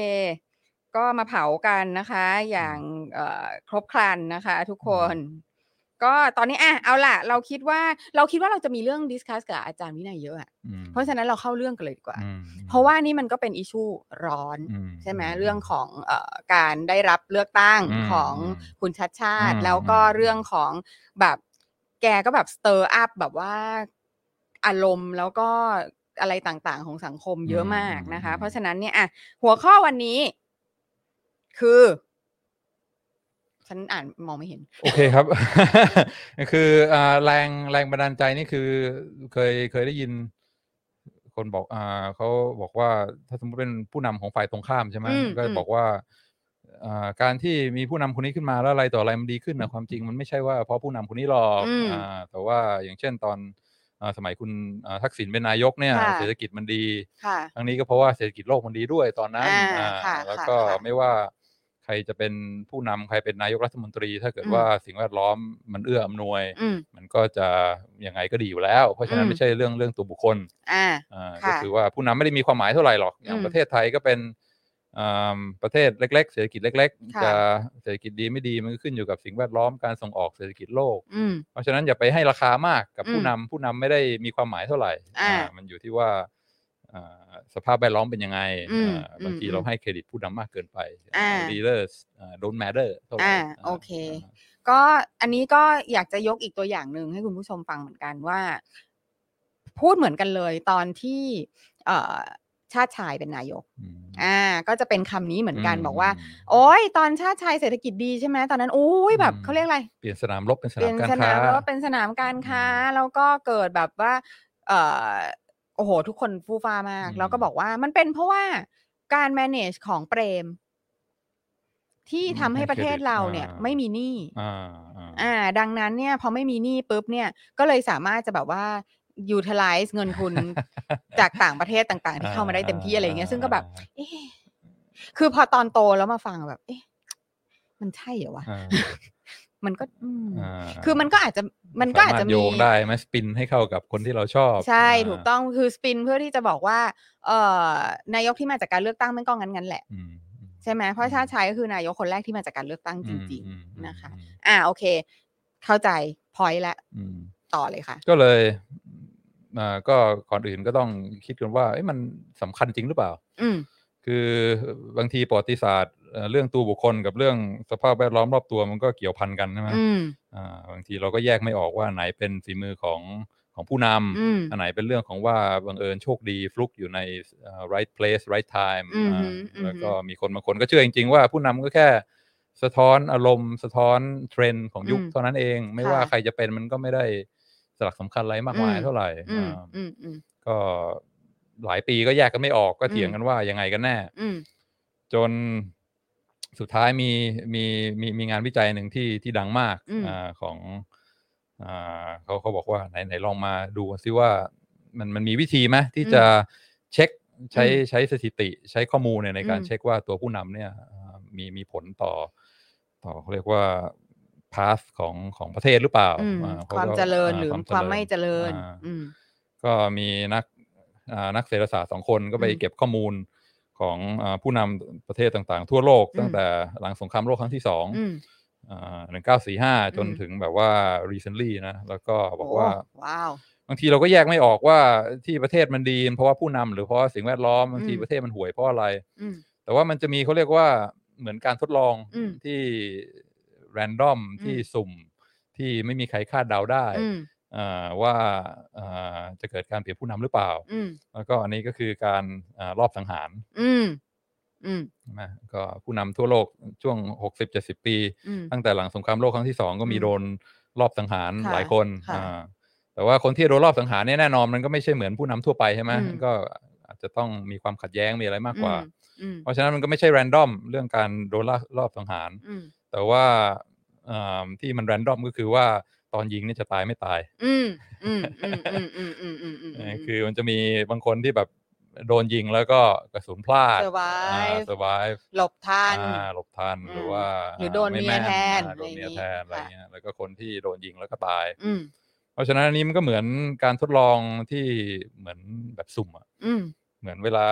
ก็มาเผากันนะคะ อย่างเอ่อครบครันนะคะ ทุกคน ก็ตอนนี้อ่ะเอาล่ะ เราคิดว่าเราคิดว่าเราจะมีเรื่องดิสคัสกับอาจารย์วินัยเยอะอะ
อืม
เพราะฉะนั้นเราเข้าเรื่องกันเลยดีกว่า
อืม
เพราะว่านี่มันก็เป็นอิชูร้อน
อื
ใช่ไหมเรื่องของเออการได้รับเลือกตั้ง
อืม
ของคุณชัดชาติ
อืม
แล้วก็
อืม
เรื่องของแบบแกก็แบบสเตอร์อัพแบบว่าอารมณ์แล้วก็อะไรต่างๆของสังคมเยอะมากนะคะ เพราะฉะนั้นเนี่ยอ่ะหัวข้อวันนี้ คือ ฉันอ่านมองไม่เห็น
โอเคครับ คืออ่าแรงแรงบันดาลใจนี่คือเคยเคยได้ยิน คนบอกอ่าเขาบอกว่าถ้าสมมติเป็นผู้นำของฝ่ายตรงข้ามใช่ไหม
อืม
ก็
อืม
บอกว่าอ่าการที่มีผู้นำคนนี้ขึ้นมาแล้วอะไรต่ออะไรมันดีขึ้นนะความจริงมันไม่ใช่ว่าเพราะผู้นำคนนี้หรอก
อืม
อ่าแต่ว่าอย่างเช่นตอนอ่าสมัยคุณอ่าทักษิณเป็นนายกเนี่ย
ค่ะ
เศรษฐกิจมันดี
ค่ะ
ทั้งนี้ก็เพราะว่าเศรษฐกิจโลกมันดีด้วยตอนนั้น
อ่า
อ่า
ค่ะ
แล้ว
ค่ะ
ก็
ค่ะ
ไม่ว่าใครจะเป็นผู้นำใครเป็นนายกรัฐมนตรี ถ้าเกิด
อืม
ว่าสิ่งแวดล้อมมันเอื้ออำนวย
อืม
มันก็จะยังไงก็ดีอยู่แล้ว เพราะฉะนั้
อื
น
ม
ไม่ใช่เรื่องเรื่องตัวบุคคล
อ่า
อ่า
ค่ะ
ก็คือว่าผู้นำไม่ได้มีความหมายเท่าไหร่หรอก อย่า
อื
ง
ม
ประเทศไทยก็เป็นอ่าประเทศเล็ก ๆ เศรษฐกิจเล็ก
ค่ะ
ๆ จะเศรษฐกิจดีไม่ดีมันก็ขึ้นอยู่กับสิ่งแวดล้อมการส่งออกเศรษฐกิจโลก
อืม
เพราะฉะนั้นอย่าไปให้ราคามากกับผู้
อืม
นำผู้นำไม่ได้มีความหมายเท่าไหร่
อ่า
อ่ามันอยู่ที่ว่าอ่าสภาพแวดล้อมเป็นยังไง
อืม
อ่าบางที
อืม
เราให้เครดิตผู้นำมากเกินไป
อ่า
leaders อ่า don't matter เท่าไห
อ่า
ร่า
โอเค
า
ก็อันนี้ก็อยากจะยกอีกตัวอย่างหนึ่งให้คุณผู้ชมฟังเหมือนกันว่า พูดเหมือนกันเลยตอนที่ เอ่อชาติชายเป็นนายก
อืม
อ่า ก็จะเป็นคำนี้เหมือนกัน
ม
บอกว่า โอ้ยตอนชาติชายเศรษฐกิจดีใช่ไหมตอนนั้นโอ้ยแบบเขาเรียกอะไร
เปลี่ยนสนามรบเป็นส
เป็น
าม
น
การ
ส
ค้า
นามแล้วก็เป็นสนามการค้า แล้วก็เกิดแบบว่า เอ่อโอ้โห ทุกคนฟูฟ้ามาก
อืม
แล้วก็บอกว่ามันเป็นเพราะว่าการ manage ของเปรม ที่ทำให้ประเทศเราเนี่ย ไม่มีหนี้
อ่าอ่า
อ่าดังนั้นเนี่ยพอไม่มีหนี้ปุ๊บเนี่ยก็เลยสามารถจะแบบว่า utilize เงิน ทุน จากต่างประเทศต่าง ๆ ที่เข้ามาได้เต็มที่อะไรอย่างเงี้ยซึ่งก็แบบ เอ๊ะคือพอตอนโตแล้วมาฟังอะแบบเอ๊ะมันใช่เหรอวะ
อ่า
มันก็อืม
อ่า
คือมันก็อาจจะมันก็อาจจะ
สรถ
มี
โยงได้ไหมสปินให้เข้ากับคนที่เราชอบ
ใช่
า
ถูกต้องคือสปินเพื่อที่จะบอกว่าเอ่อนายกที่มาจากการเลือกตั้งแม่งก็งั้นงั้นๆแหละ
อืม
ใช่ไหมเพราะชาติชายก็คือนายกคนแรกที่มาจากการเลือกตั้งจริง
อืม
ๆนะคะ ๆ อ่าโอเค เข้าใจพอยและ
อืม
ต่อเลยค่ะ
ก็เลยอ่าก็ก่อนอื่นก็ต้องคิดกันว่าเอ๊ะมันสำคัญจริงหรือเปล่า
อืม
คือบางทีประวัติศาสตร์เอ่อเรื่องตัวบุคคลกับเรื่องสภาพแวดล้อมรอบตัวมันก็เกี่ยวพันกันใช่ไหม
อืม
อ่าบางทีเราก็แยกไม่ออกว่าอันไหนเป็นฝีมือของของผู้น
อืม
ำอันไหนเป็นเรื่องของว่าบังเอิญโชคดีฟลุกอยู่ในเอ่อ right place right time
อืม
อ่า
อืม
แล้วก็มีคนบางคนก็เชื่อจริง ๆ ว่าผู้นำก็แค่สะท้อนอารมณ์สะท้อนเทรนด์ของยุค
อืม
เท่านั้นเอง ไม่
ค่ะ
ว่าใครจะเป็นมันก็ไม่ได้สลักสำคัญอะไรมากมาย
อืม
เท่าไหร่
อืม
อ่า
อืมอืม
ก็หลายปีก็แยกกันไม่ออกก็เถียง
อืม
กันว่ายังไงกันแน่
อืม
จนสุดท้ายมีมีมีมีงานวิจัยหนึ่งที่ที่ดังมาก
อืม
อาของอ่าเขาเขาบอกว่าไหนไหนลองมาดูกันซิว่ามันมันมีวิธีไหมที่จะเช็คใช้ใช้สถิติใช้ข้อมูลเนี่ยในการเช็คว่าตัวผู้นำเนี่ยอ่ามีมีผลต่อ ต่อเขาเรียกว่าพาสของของประเทศหรือเปล่า
อืม
อ่ข
ความ
ก็
เจริญ
า
หรือ
ความเจ
ความไม่เจริญ
อ่า
อืม
ก็มีนักอ่านักเศรษฐศาสตร์สองคนก็ไป
อืม
เก็บข้อมูลของอาผู้นำประเทศต่างๆ ทั่วโลก
อืม
ตั้งแต่หลังสงครามโลกครั้งที่สอง
อืม
หนึ่งเก้าสี่ห้า1945 จน
อืม
ถึงแบบว่า recently นะ แล้วก็บอกว่า
โว้าว
บางทีเราก็แยกไม่ออกว่าที่ประเทศมันดี เพราะว่าผู้นำหรือเพราะว่าสิ่งแวดล้อม บางที
อืม
ประเทศมันห่วยเพราะอะไร
อืม
แต่ว่ามันจะมีเขาเรียกว่าเหมือนการทดลอง
อืม
ที่ random ที่สุ่มที่ไม่มีใครคาดเดาได้
อืม
อ่าว่าอ่าจะเกิดการเปลี่ยนผู้นำหรือเปล่า
อืม
แล้วก็อันนี้ก็คือการอารอบสังหาร
อืมอืม
ใช่ไหมก็ผู้นำทั่วโลกช่วง 60 70 ปี
อืม
ตั้งแต่หลังสงครามโลกครั้งที่สองก็มี
อืม
โดนรอบสังหาร
ค่ะ
หลายคน
ค่ะ
อ่าแต่ว่าคนที่โดนรอบสังหารเนี่ยแน่นอนมันก็ไม่ใช่เหมือนผู้นำทั่วไปใช่ไหม
อืม
ก็อาจจะต้องมีความขัดแย้งมีอะไรมากกว่า
อืม
เพราะฉะนั้นมันก็ไม่ใช่แรนดอมเรื่องการโดนรอบสังหาร
อืม
แต่ว่าอ่าที่มันแรนดอมก็คือว่าตอนยิงเนี่ยจะตายไม่ตาย
อืมอืมอืมอืมอืมอืมอืมอืม
เออ
ม
คือมันจะมีบางคนที่แบบโดนยิงแล้วก็กระสุนพลาด
Survive
สวาย
หลบทัน
หลบทัน
อืม
หรือว่า
หรือโดน
ไ
เมียแทน
อ่าโดนเมียแทน
อะ
อะไร ไร
อย่างงี้
เงี้ยแล้วก็คนที่โดนยิงแล้วก็ตาย
อืม
เพราะฉะนั้นอันนี้มันก็เหมือนการทดลองที่เหมือนแบบสุ่มอะ
อืม
เหมือนเวลา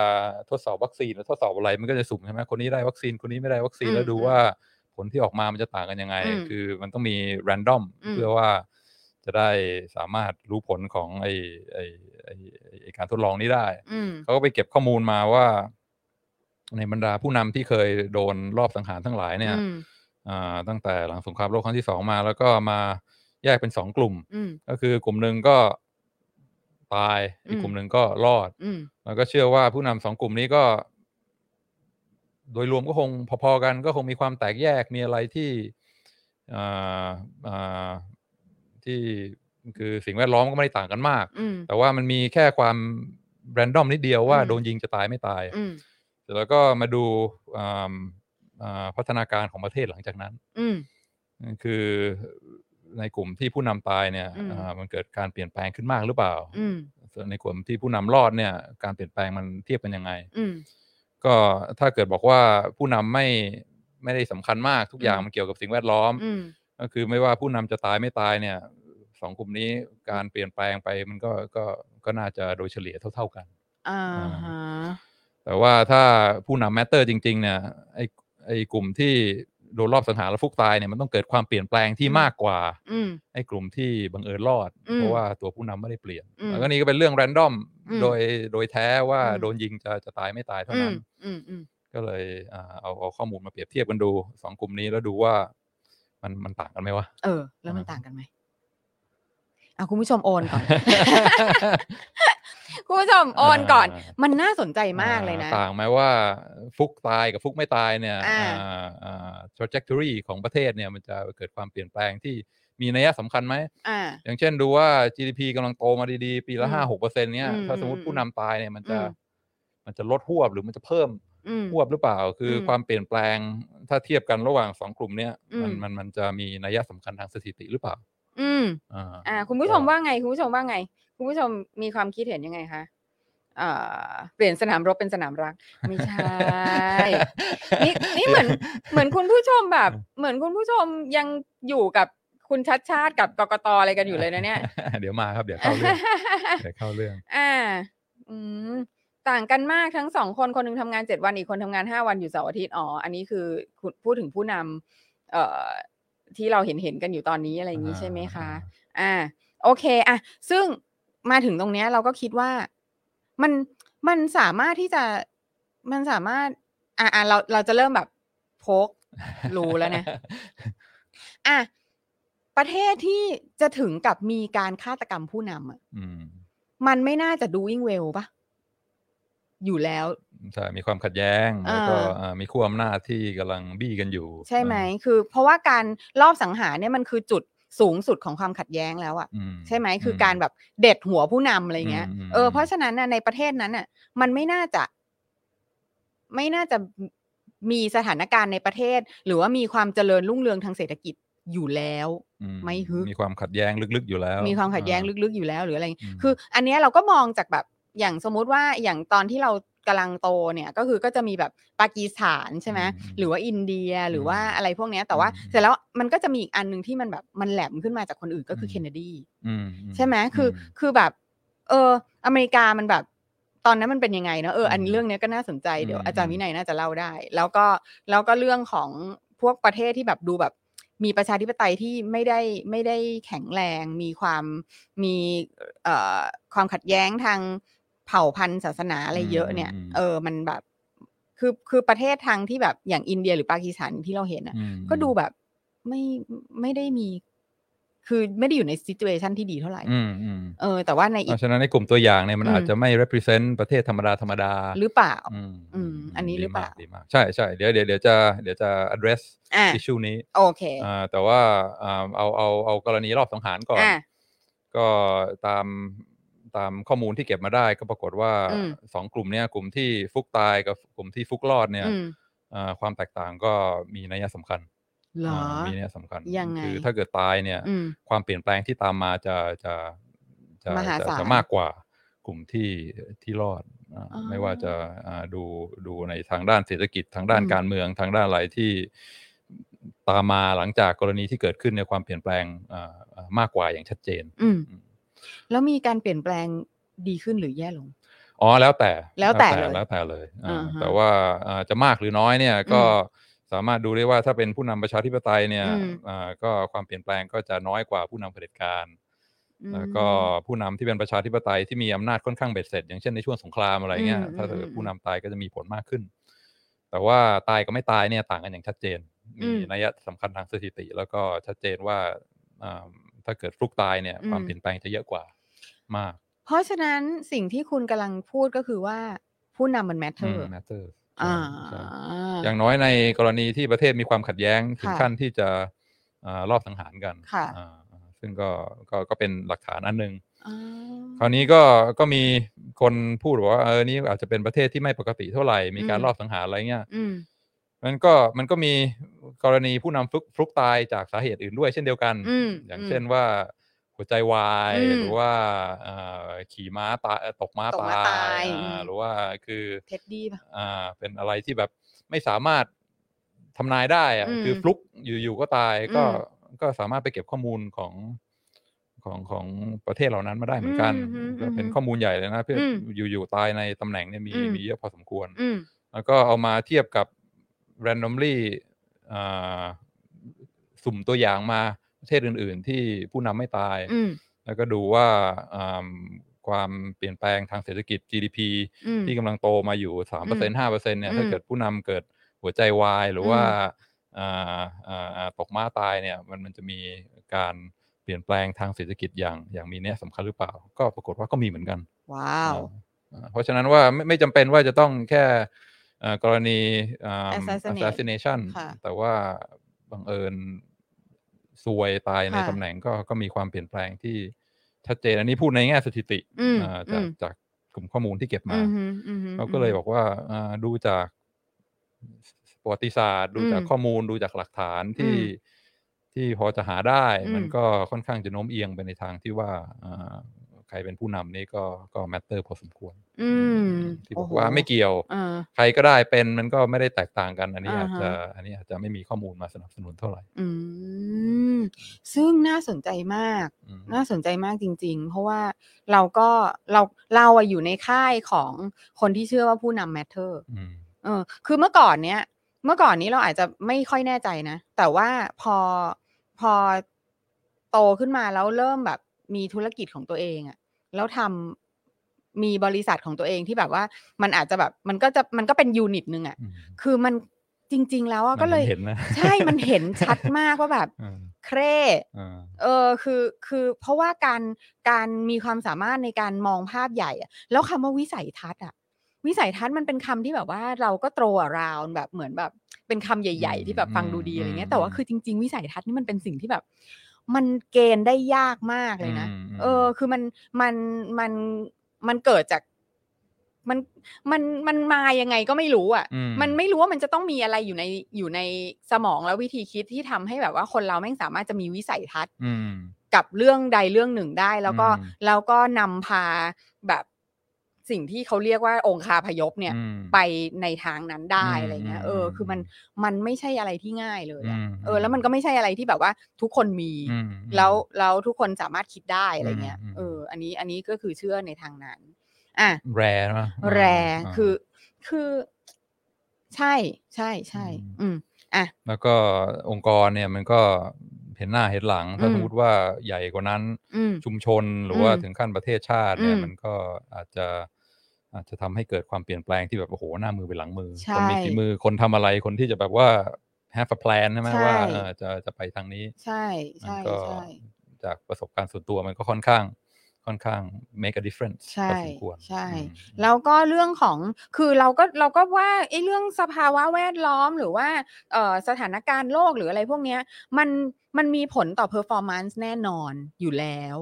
ทดสอบวัคซีนหรือทดสอบอะไรมันก็จะสุ่มใช่ไหมคนนี้ได้วัคซีนคนนี้ไม่ได้วัคซีน
อืม
แล้วดูว่าผลที่ออกมามันจะต่างกันยังไง
อืม
คือมันต้องมีแรนดอม
อืม
เพื่อว่าจะได้สามารถรู้ผลของไอ้ไอ้ไอ้ไอ้ไอ้การทดลองนี้ได้
อืม
เขาก็ไปเก็บข้อมูลมาว่า ในบรรดาผู้นำที่เคยโดนรอบสังหารทั้งหลายเนี่ย
อืม
อ่าตั้งแต่หลังสงครามโลกครั้งที่สองมา แล้วก็มาแยกเป็นสองกลุ่ม
อืม
ก็คือกลุ่มหนึ่งก็ตาย อีก
อืม
กลุ่มหนึ่งก็รอด
อืม
แล้วก็เชื่อว่าผู้นำสองกลุ่มนี้ก็ โดยรวมก็คงพอๆกัน ก็คงมีความแตกแยกมีอะไรที่อ่าอ่าที่คือสิ่งแวดล้อมก็ไม่ได้ต่างกันมาก
อืม
แต่ว่ามันมีแค่ความแรนดอมนิดเดียวว่า
อืม
โดนยิงจะตายไม่ตาย
อืม
เสร็จแล้วก็มาดูอ่าอ่าพัฒนาการของประเทศหลังจากนั้น
อืม
คือในกลุ่มที่ผู้นำตายเนี่ย
อืม
อ่ามันเกิดการเปลี่ยนแปลงขึ้นมากหรือเปล่า
อืม
ส่วนในกลุ่มที่ผู้นำรอดเนี่ย การเปลี่ยนแปลงมันเทียบกันยังไง
อืม
ก็ถ้าเกิดบอกว่าผู้นำไม่ไม่ได้สำคัญมากทุกอย่าง
อืม
มันเกี่ยวกับสิ่งแวดล้อม
อืม
ก็คือไม่ว่าผู้นำจะตายไม่ตายเนี่ยสองกลุ่มนี้การเปลี่ยนแปลงไปมันก็ก็ก็น่าจะโดยเฉลี่ยเท่า ๆกัน
อ่าฮะ
แต่ว่าถ้าผู้นำแมตเตอร์จริง ๆ เนี่ยไอไอกลุ่มที่โดนรอบสังหารและฟุกตายเนี่ยมันต้องเกิดความเปลี่ยนแปลงที่
อืม
มากกว่า
อืม
ไอกลุ่มที่บังเอิญรอด
อืม
เพราะว่าตัวผู้นำไม่ได้เปลี่ยน
อืม
แล้วก็นี่ก็เป็นเรื่องแรนดอม
อืม
โดยโดยแท้ว่า
อืม
โดนยิงจะจะตายไม่ตายเท่า
อื
นั้
ม
น
อืมอืม
ก็เลยอ่าเอาเอาข้อมูลมาเปรียบเทียบกันดูสองกลุ่มนี้แล้วดูว่ามันมันต่างกันไหมวะ
เออ แล้วมัน
อ่า
ต่างกันไหมอ่ะคุณผู้ชมโอนก่อน คุณผู้ชมโอนก่อน มันน่าสนใจมากเลยนะ
อ่ต่างไหมว่าฟุกตายกับฟุกไม่ตายเนี่ย
อ่า
อ่าอ่า trajectory ของประเทศเนี่ยมันจะเกิดความเปลี่ยนแปลงที่มีนัยสำคัญไหม
อ่า
อย่างเช่นดูว่า GDP กำลังโตมาดีๆ ปีละ
อืม
ห้าหกเปอร์เซ็นเนี่ย
อืม
ถ้าสมมติผู้นำตายเนี่ยมันจะ
อืม
มันจะลดหวบหรือมันจะเพิ่ม
อืม
หวบหรือเปล่า คืออ
ม
ความเปลี่ยนแปลงถ้าเทียบกันระหว่างสองกลุ่มเนี่ย
อืม
มันมันมันจะมีนัยสำคัญทางสถิติหรือเปล่า
อืม
อ่า
อ่า คุณผู้ชมว่าไง คุณผู้ชมว่าไง คุณผู้ชมมีความคิดเห็นยังไงคะเอ่อเปลี่ยนสนามรบเป็นสนามรัก ไม่ใช่ นี่นี่เหมือนเหมือนคุณผู้ชมแบบ เหมือนคุณผู้ชมยังอยู่กับคุณชัดชาติกับกกตอะไรกันอยู่เลยนะเนี่ย
เดี๋ยวมาครับเดี๋ยวเข้าเรื่องเดี๋ยวเข้าเรื่อง
อ่า อืม ต่างกันมากทั้งสองคนคนหนึงทำงานเจ็ดวันอีกคนทำงานห้าวันอยู่เสาร์อาทิตย์อ๋ออันนี้คือคุณพูดถึงผู้นำเอ่อที่เราเห็นเห็นๆกันอยู่ตอนนี้อะไรอย่างนี้ใช่ไหมคะ อ่า โอเคอ่ะซึ่งมาถึงตรงเนี้ยเราก็คิดว่ามันมันสามารถที่จะมันสามารถ อ่ะอ่ะเราเราจะเริ่มแบบโพก รู้แล้วเนี่ย อ่ะประเทศที่จะถึงกับมีการฆาตกรรมผู้นำอะ
อืม
มันไม่น่าจะ doing well ปะอยู่แล้ว
ใช่มีความขัดแย้งแล้วก็
อ่า
อ่ามีขั้วอำนาจที่กำลังบี้กันอยู่
ใช่ไหม
อ่า
คือเพราะว่าการรอบสังหารเนี่ยมันคือจุดสูงสุดของความขัดแย้งแล้วอะ
อื
ใช่ไหมคือ
ม
การแบบเด็ดหัวผู้นำอะไรเงี้ย
อืม
เออ
ม
เพราะฉะนั้นน่ะในประเทศนั้นน่ะ มันไม่น่าจะ ไม่น่าจะมีสถานการณ์ในประเทศ หรือว่ามีความเจริญรุ่งเรืองทางเศรษฐกิจอยู่แล้ว
อื
ไม่ฮึก
มีความขัดแย้งลึกๆอยู่แล้ว
มีความขัดแย้ง
อ่
ลึกๆอยู่แล้วหรืออะไรอย่างเงี้ย
อืม
คือ อันเนี้ยเราก็มองจากแบบอย่างสมมุติว่าอย่างตอนที่เรากำลังโตเนี่ยก็คือก็จะมีแบบปากีสถานใช่ไหม
อืม
หรือว่าอินเดียหรือว่า
อืม
อะไรพวกเนี้ยแต่ว่า
อืม
เสร็จแล้วมันก็จะมีอีกอันหนึ่งที่มันแบบมันแหลมขึ้นมาจากคนอื่นก็คืออ
ม
เคนเนดี
อืม
ใช่ไหมคืออคือแบบ เอออเมริกามันแบบตอนนั้นมันเป็นยังไงเนอะเอออัน
อืม
เรื่องเนี้ยก็น่าสนใจเดี๋ยว
อืม
อาจารย์
อืม
วินัยน่าจะเล่าได้ แล้วก็แล้วก็เรื่องของพวกประเทศที่แบบดูแบบ มีประชาธิปไตยที่ไม่ได้ไม่ได้แข็งแรง มีความมีเอ่อความขัดแย้งทางเผ่าพันธุ์ศาสนาอะไรเยอะเนี่ย
อืมอืม
เออมันแบบคือคือประเทศทางที่แบบอย่างอินเดียหรือปากีสถานที่เราเห็นอ่ะ
อืม
ก็ดูแบบไม่ไม่ได้มี คือไม่ได้อยู่ในซิ t u a t ชันที่ดีเท่าไหร่
อืมอืม
เออแต่ว่าใน
เพ
อีก
ราะฉะนั้นในกลุ่มตัวอย่างเนี่ยมัน
อืม
อาจจะไม่ represent ประเทศธรรมดาธรรมดา
หรือเปล่า
อืม
อืมอันนี้หรือเปล่า
ดีมกดีมกใช่ใช่เดี๋ยวเดี๋ยวเดี๋ยวจะเดี๋ยวจะ address
อ่ะ
issue นี้
โอเค
อ่าแต่ว่าอ่าเอาเอาเอากรณีรอบสังหารก่อน
อ่ะ
ก็ตามตามข้อมูลที่เก็บมาได้ก็ปรากฏว่า
อืม
สองกลุ่มเนี่ยกลุ่มที่ฟุกตายกับกลุ่มที่ฟุกรอดเนี่ย
อืม
อ่าความแตกต่างก็มีนัยสำคัญ
เหรอ
ามีนัยสำคัญ
ยังไง
คือถ้าเกิดตายเนี่ย
อืม
ความเปลี่ยนแปลงที่ตามมาจะจะจะ
มหา
จะ
ศาล
จะมากกว่ากลุ่มที่ที่รอดอ่า
อ๋อ
ไม่ว่าจะอ่าดูดูในทางด้านเศรษฐกิจทางด้าน
อืม
การเมืองทางด้านอะไรที่ตามมาหลังจากกรณีที่เกิดขึ้นในยความเปลี่ยนแปลงอ่าอ่ามากกว่าอย่างชัดเจน
อืม แล้วมีการเปลี่ยนแปลงดีขึ้นหรือแย่ลง
อ๋อแล้วแต่
แล้วแต่เลย
แล้วแต่เลยอ่า
อ่าฮะ
แต่ว่าอ่าจะมากหรือน้อยเนี่ยก็สามารถดูได้ว่าถ้าเป็นผู้นำประชาธิปไตยเนี่ย
อืม
อ่าก็ความเปลี่ยนแปลงก็จะน้อยกว่าผู้นำเผด็จการ
อืม
แล้วก็ผู้นำที่เป็นประชาธิปไตยที่มีอำนาจค่อนข้างเบ็ดเสร็จ อย่างเช่นในช่วงสงครามอะไรเงี้ย
อืม
ถ้าเกิ
อื
ด
ม
ผู้นำตายก็จะมีผลมากขึ้น แต่ว่าตายกับไม่ตายเนี่ยต่างกันอย่างชัดเจน มี
อืม
นัยสำคัญทางสถิติ แล้วก็ชัดเจนว่าอ่าถ้าเกิดฟลุกตายเนี่ยความ
อืม
เปลี่ยนแปลงจะเยอะกว่ามาก
เพราะฉะนั้นสิ่งที่คุณกำลังพูดก็คือว่าผู้นำมัน matter
แมทเตอร์
อ่า
อย่างน้อยในกรณีที่ประเทศมีความขัดแย้งถึง
ค่ะ
ขั้นที่จะอ่ารอบสังหารกัน
ค่ะ
อ่าซึ่งก็ก็ก็เป็นหลักฐานอันหนึ่ง
อ่า
คราวนี้ก็ก็มีคนพูดว่าเออนี่อาจจะเป็นประเทศที่ไม่ปกติเท่าไหร่มีการรอบสังหารอะไรเงี้ย
อืม
มันก็มันก็มีกรณีผู้นำฟลุกฟลุกตายจากสาเหตุอื่นด้วยเช่นเดียวกัน
อืม
อย่าง
อืม
เช่นว่าหัวใจวาย
อืม
หรือว่าอ่าขี่ม้าตายตกม้า
ตก
ตา
ม้าตาย ย
อ่า
อืม
หรือว่าคือ
เท็ดดี้ป่ะ
อ่าเป็นอะไรที่แบบไม่สามารถทำนายได้อะ
อืม
คือฟลุกอยู่ๆก็ตาย
อืม
ก็ก็สามารถไปเก็บข้อมูลของของของประเทศเหล่านั้นมาได้เหมือนกัน
อืมอืม
ก็เป็น
อืม
ข้อมูลใหญ่เลยนะเพื่ออ
ม
อยู่ๆตายในตำแหน่งเนี่ยมี
อืม
มีเยอะพอสมควร
อืม
แล้วก็เอามาเทียบกับ randomly อ่าสุ่มตัวอย่างมาประเทศอื่น ๆ ที่ผู้นำไม่ตาย
อืม
แล้วก็ดูว่าอ่าความเปลี่ยนแปลงทางเศรษฐกิจ GDP
อืม
ที่กำลังโตมาอยู่สามเปอร์เซ็นห้าเปอร์เซ็นเนี่ย
อืม
ถ้าเกิดผู้นำเกิดหัวใจวาย หรืออ
ม
ว่าอ่าอ่าอ่าตกม้าตายเนี่ยมันมันจะมีการเปลี่ยนแปลงทางเศรษฐกิจอย่างอย่างมีเนี่ยสำคัญหรือเปล่า ก็ปรากฏว่าก็มีเหมือนกัน
ว้าว
อ่าเพราะฉะนั้นว่าไม่ไม่จำเป็นว่าจะต้องแค่เอ่อกรณีอ่า
Assassinate
assassination
ค่ะ
แต่ว่าบังเอิญซวยตายใน
ค่ะ
ตำแหน่งก็ก็มีความเปลี่ยนแปลงที่ชัดเจนอันนี้พูดในแง่สถิติ
อืม
อ่าจาก
อืม
จากกลุ่มข้อมูลที่เก็บมา
อืมฮึอืมฮึ
เขาก็เลยบอกว่าอ่าดูจากประวัติศาสตร์ ดูจาก
อืม
ข้อมูลดูจากหลักฐานที่
อืม
ที่พอจะหาได้
อืม
มันก็ค่อนข้างจะโน้มเอียงไปในทางที่ว่าอ่าใครเป็นผู้นำนี่ก็ก็แมตเตอร์พอสมควร
อืม
ที่บอกว่าไม่เกี่ยว
เออ
ใครก็ได้เป็นมันก็ไม่ได้แตกต่างกัน อันนี้
อ่าฮะ
อาจจะอันนี้อาจจะไม่มีข้อมูลมาสนับสนุนเท่าไหร่
อืมซึ่งน่าสนใจมาก
อืม
น่าสนใจมากจริง ๆ เพราะว่าเราก็เราเราอะอยู่ในค่ายของคนที่เชื่อว่าผู้นำแมทเทอร์
อืม
เออคือเมื่อก่อนเนี้ย เมื่อก่อนนี้เราอาจจะไม่ค่อยแน่ใจนะ แต่ว่าพอพอโตขึ้นมาแล้วเริ่มแบบมีธุรกิจของตัวเองอะแล้วทำมีบริษัทของตัวเองที่แบบว่ามันอาจจะแบบมันก็จะมันก็เป็นยูนิตหนึ่งอะ
อืม
คือมันจริง ๆ แล้วอะ
มัน
ก็เลย
เห็นนะ
ใช่มันเห็นชัดมากว่าแบบ
อืม
เคร
อ่า
เออคือคือเพราะว่าการการมีความสามารถในการมองภาพใหญ่อะแล้วคำว่าวิสัยทัศน์อะวิสัยทัศน์มันเป็นคำที่แบบว่าเราก็ throw around แบบเหมือนแบบเป็นคำใหญ่
อื
ๆ
ม
ที่แบบฟังดูดี
อืม
อะไรเงี้ย
อืม
แต่ว่าคือจริง ๆ วิสัยทัศน์นี่มันเป็นสิ่งที่แบบ มันเกณฑ์ได้ยากมากเลยนะ
มม
เออ คือมันมันมันมันเกิดจากมันมันมันมายังไงก็ไม่รู้อ่ะ
อืม
มันไม่รู้ว่ามันจะต้องมีอะไรอยู่ในอยู่ในสมองและวิธีคิดที่ทำให้แบบว่าคนเราแม่งสามารถจะมีวิสัยทัศน์
อืม
กับเรื่องใดเรื่องหนึ่งได้ แล้วก็
อืม
แล้วก็นำพาแบบสิ่งที่เขาเรียกว่าองคาพยพเนี่ย
อืม
ไปในทางนั้นได้
อืม
อะไรเงี้ย
อืม
เอออ
ม
คือมันมันไม่ใช่อะไรที่ง่ายเลยอะ
อืม
เออ แล้วมันก็ไม่ใช่อะไรที่แบบว่าทุกคนมี
อืม
แล้วแล้วทุกคนสามารถคิดได้อะไรเงี้ย
อืมอืม
เออ อันนี้อันนี้ก็คือเชื่อในทางนั้น อ่ะ
แรนะ
แรร์คือคือใช่ใช่ใช่
อืม
อืม
แล้วก็องค์กรเนี่ยมันก็เห็นหน้าเห็นหลัง ถ้า
อืม
สมมติว่าใหญ่กว่านั้น
อืม
ชุมชนหรือว่า
อืม
ถึงขั้นประเทศชาติเนี่ย
อืม
มันก็อาจจะอาจจะทำให้เกิดความเปลี่ยนแปลงที่แบบโอ้โหหน้ามือไปหลังมือ
ใช่
คนมีฝีมือคนทำอะไรคนที่จะแบบว่า have a plan ใช่ไหม
ใช่
ว่าเออจะจะไปทางนี้
ใช่
มัน
ใช่
ก็
ใช่
จากประสบการณ์ส่วนตัวมันก็ค่อนข้างค่อนข้าง make a difference
ใช่
พอสมควร
ใช่
อืม
แล้วก็เรื่องของคือเราก็เราก็ว่าไอ้เรื่องสภาวะแวดล้อมหรือว่าเอ่อสถานการณ์โลกหรืออะไรพวกเนี้ยมันมันมีผลต่อ performance แน่นอนอยู่แล้ว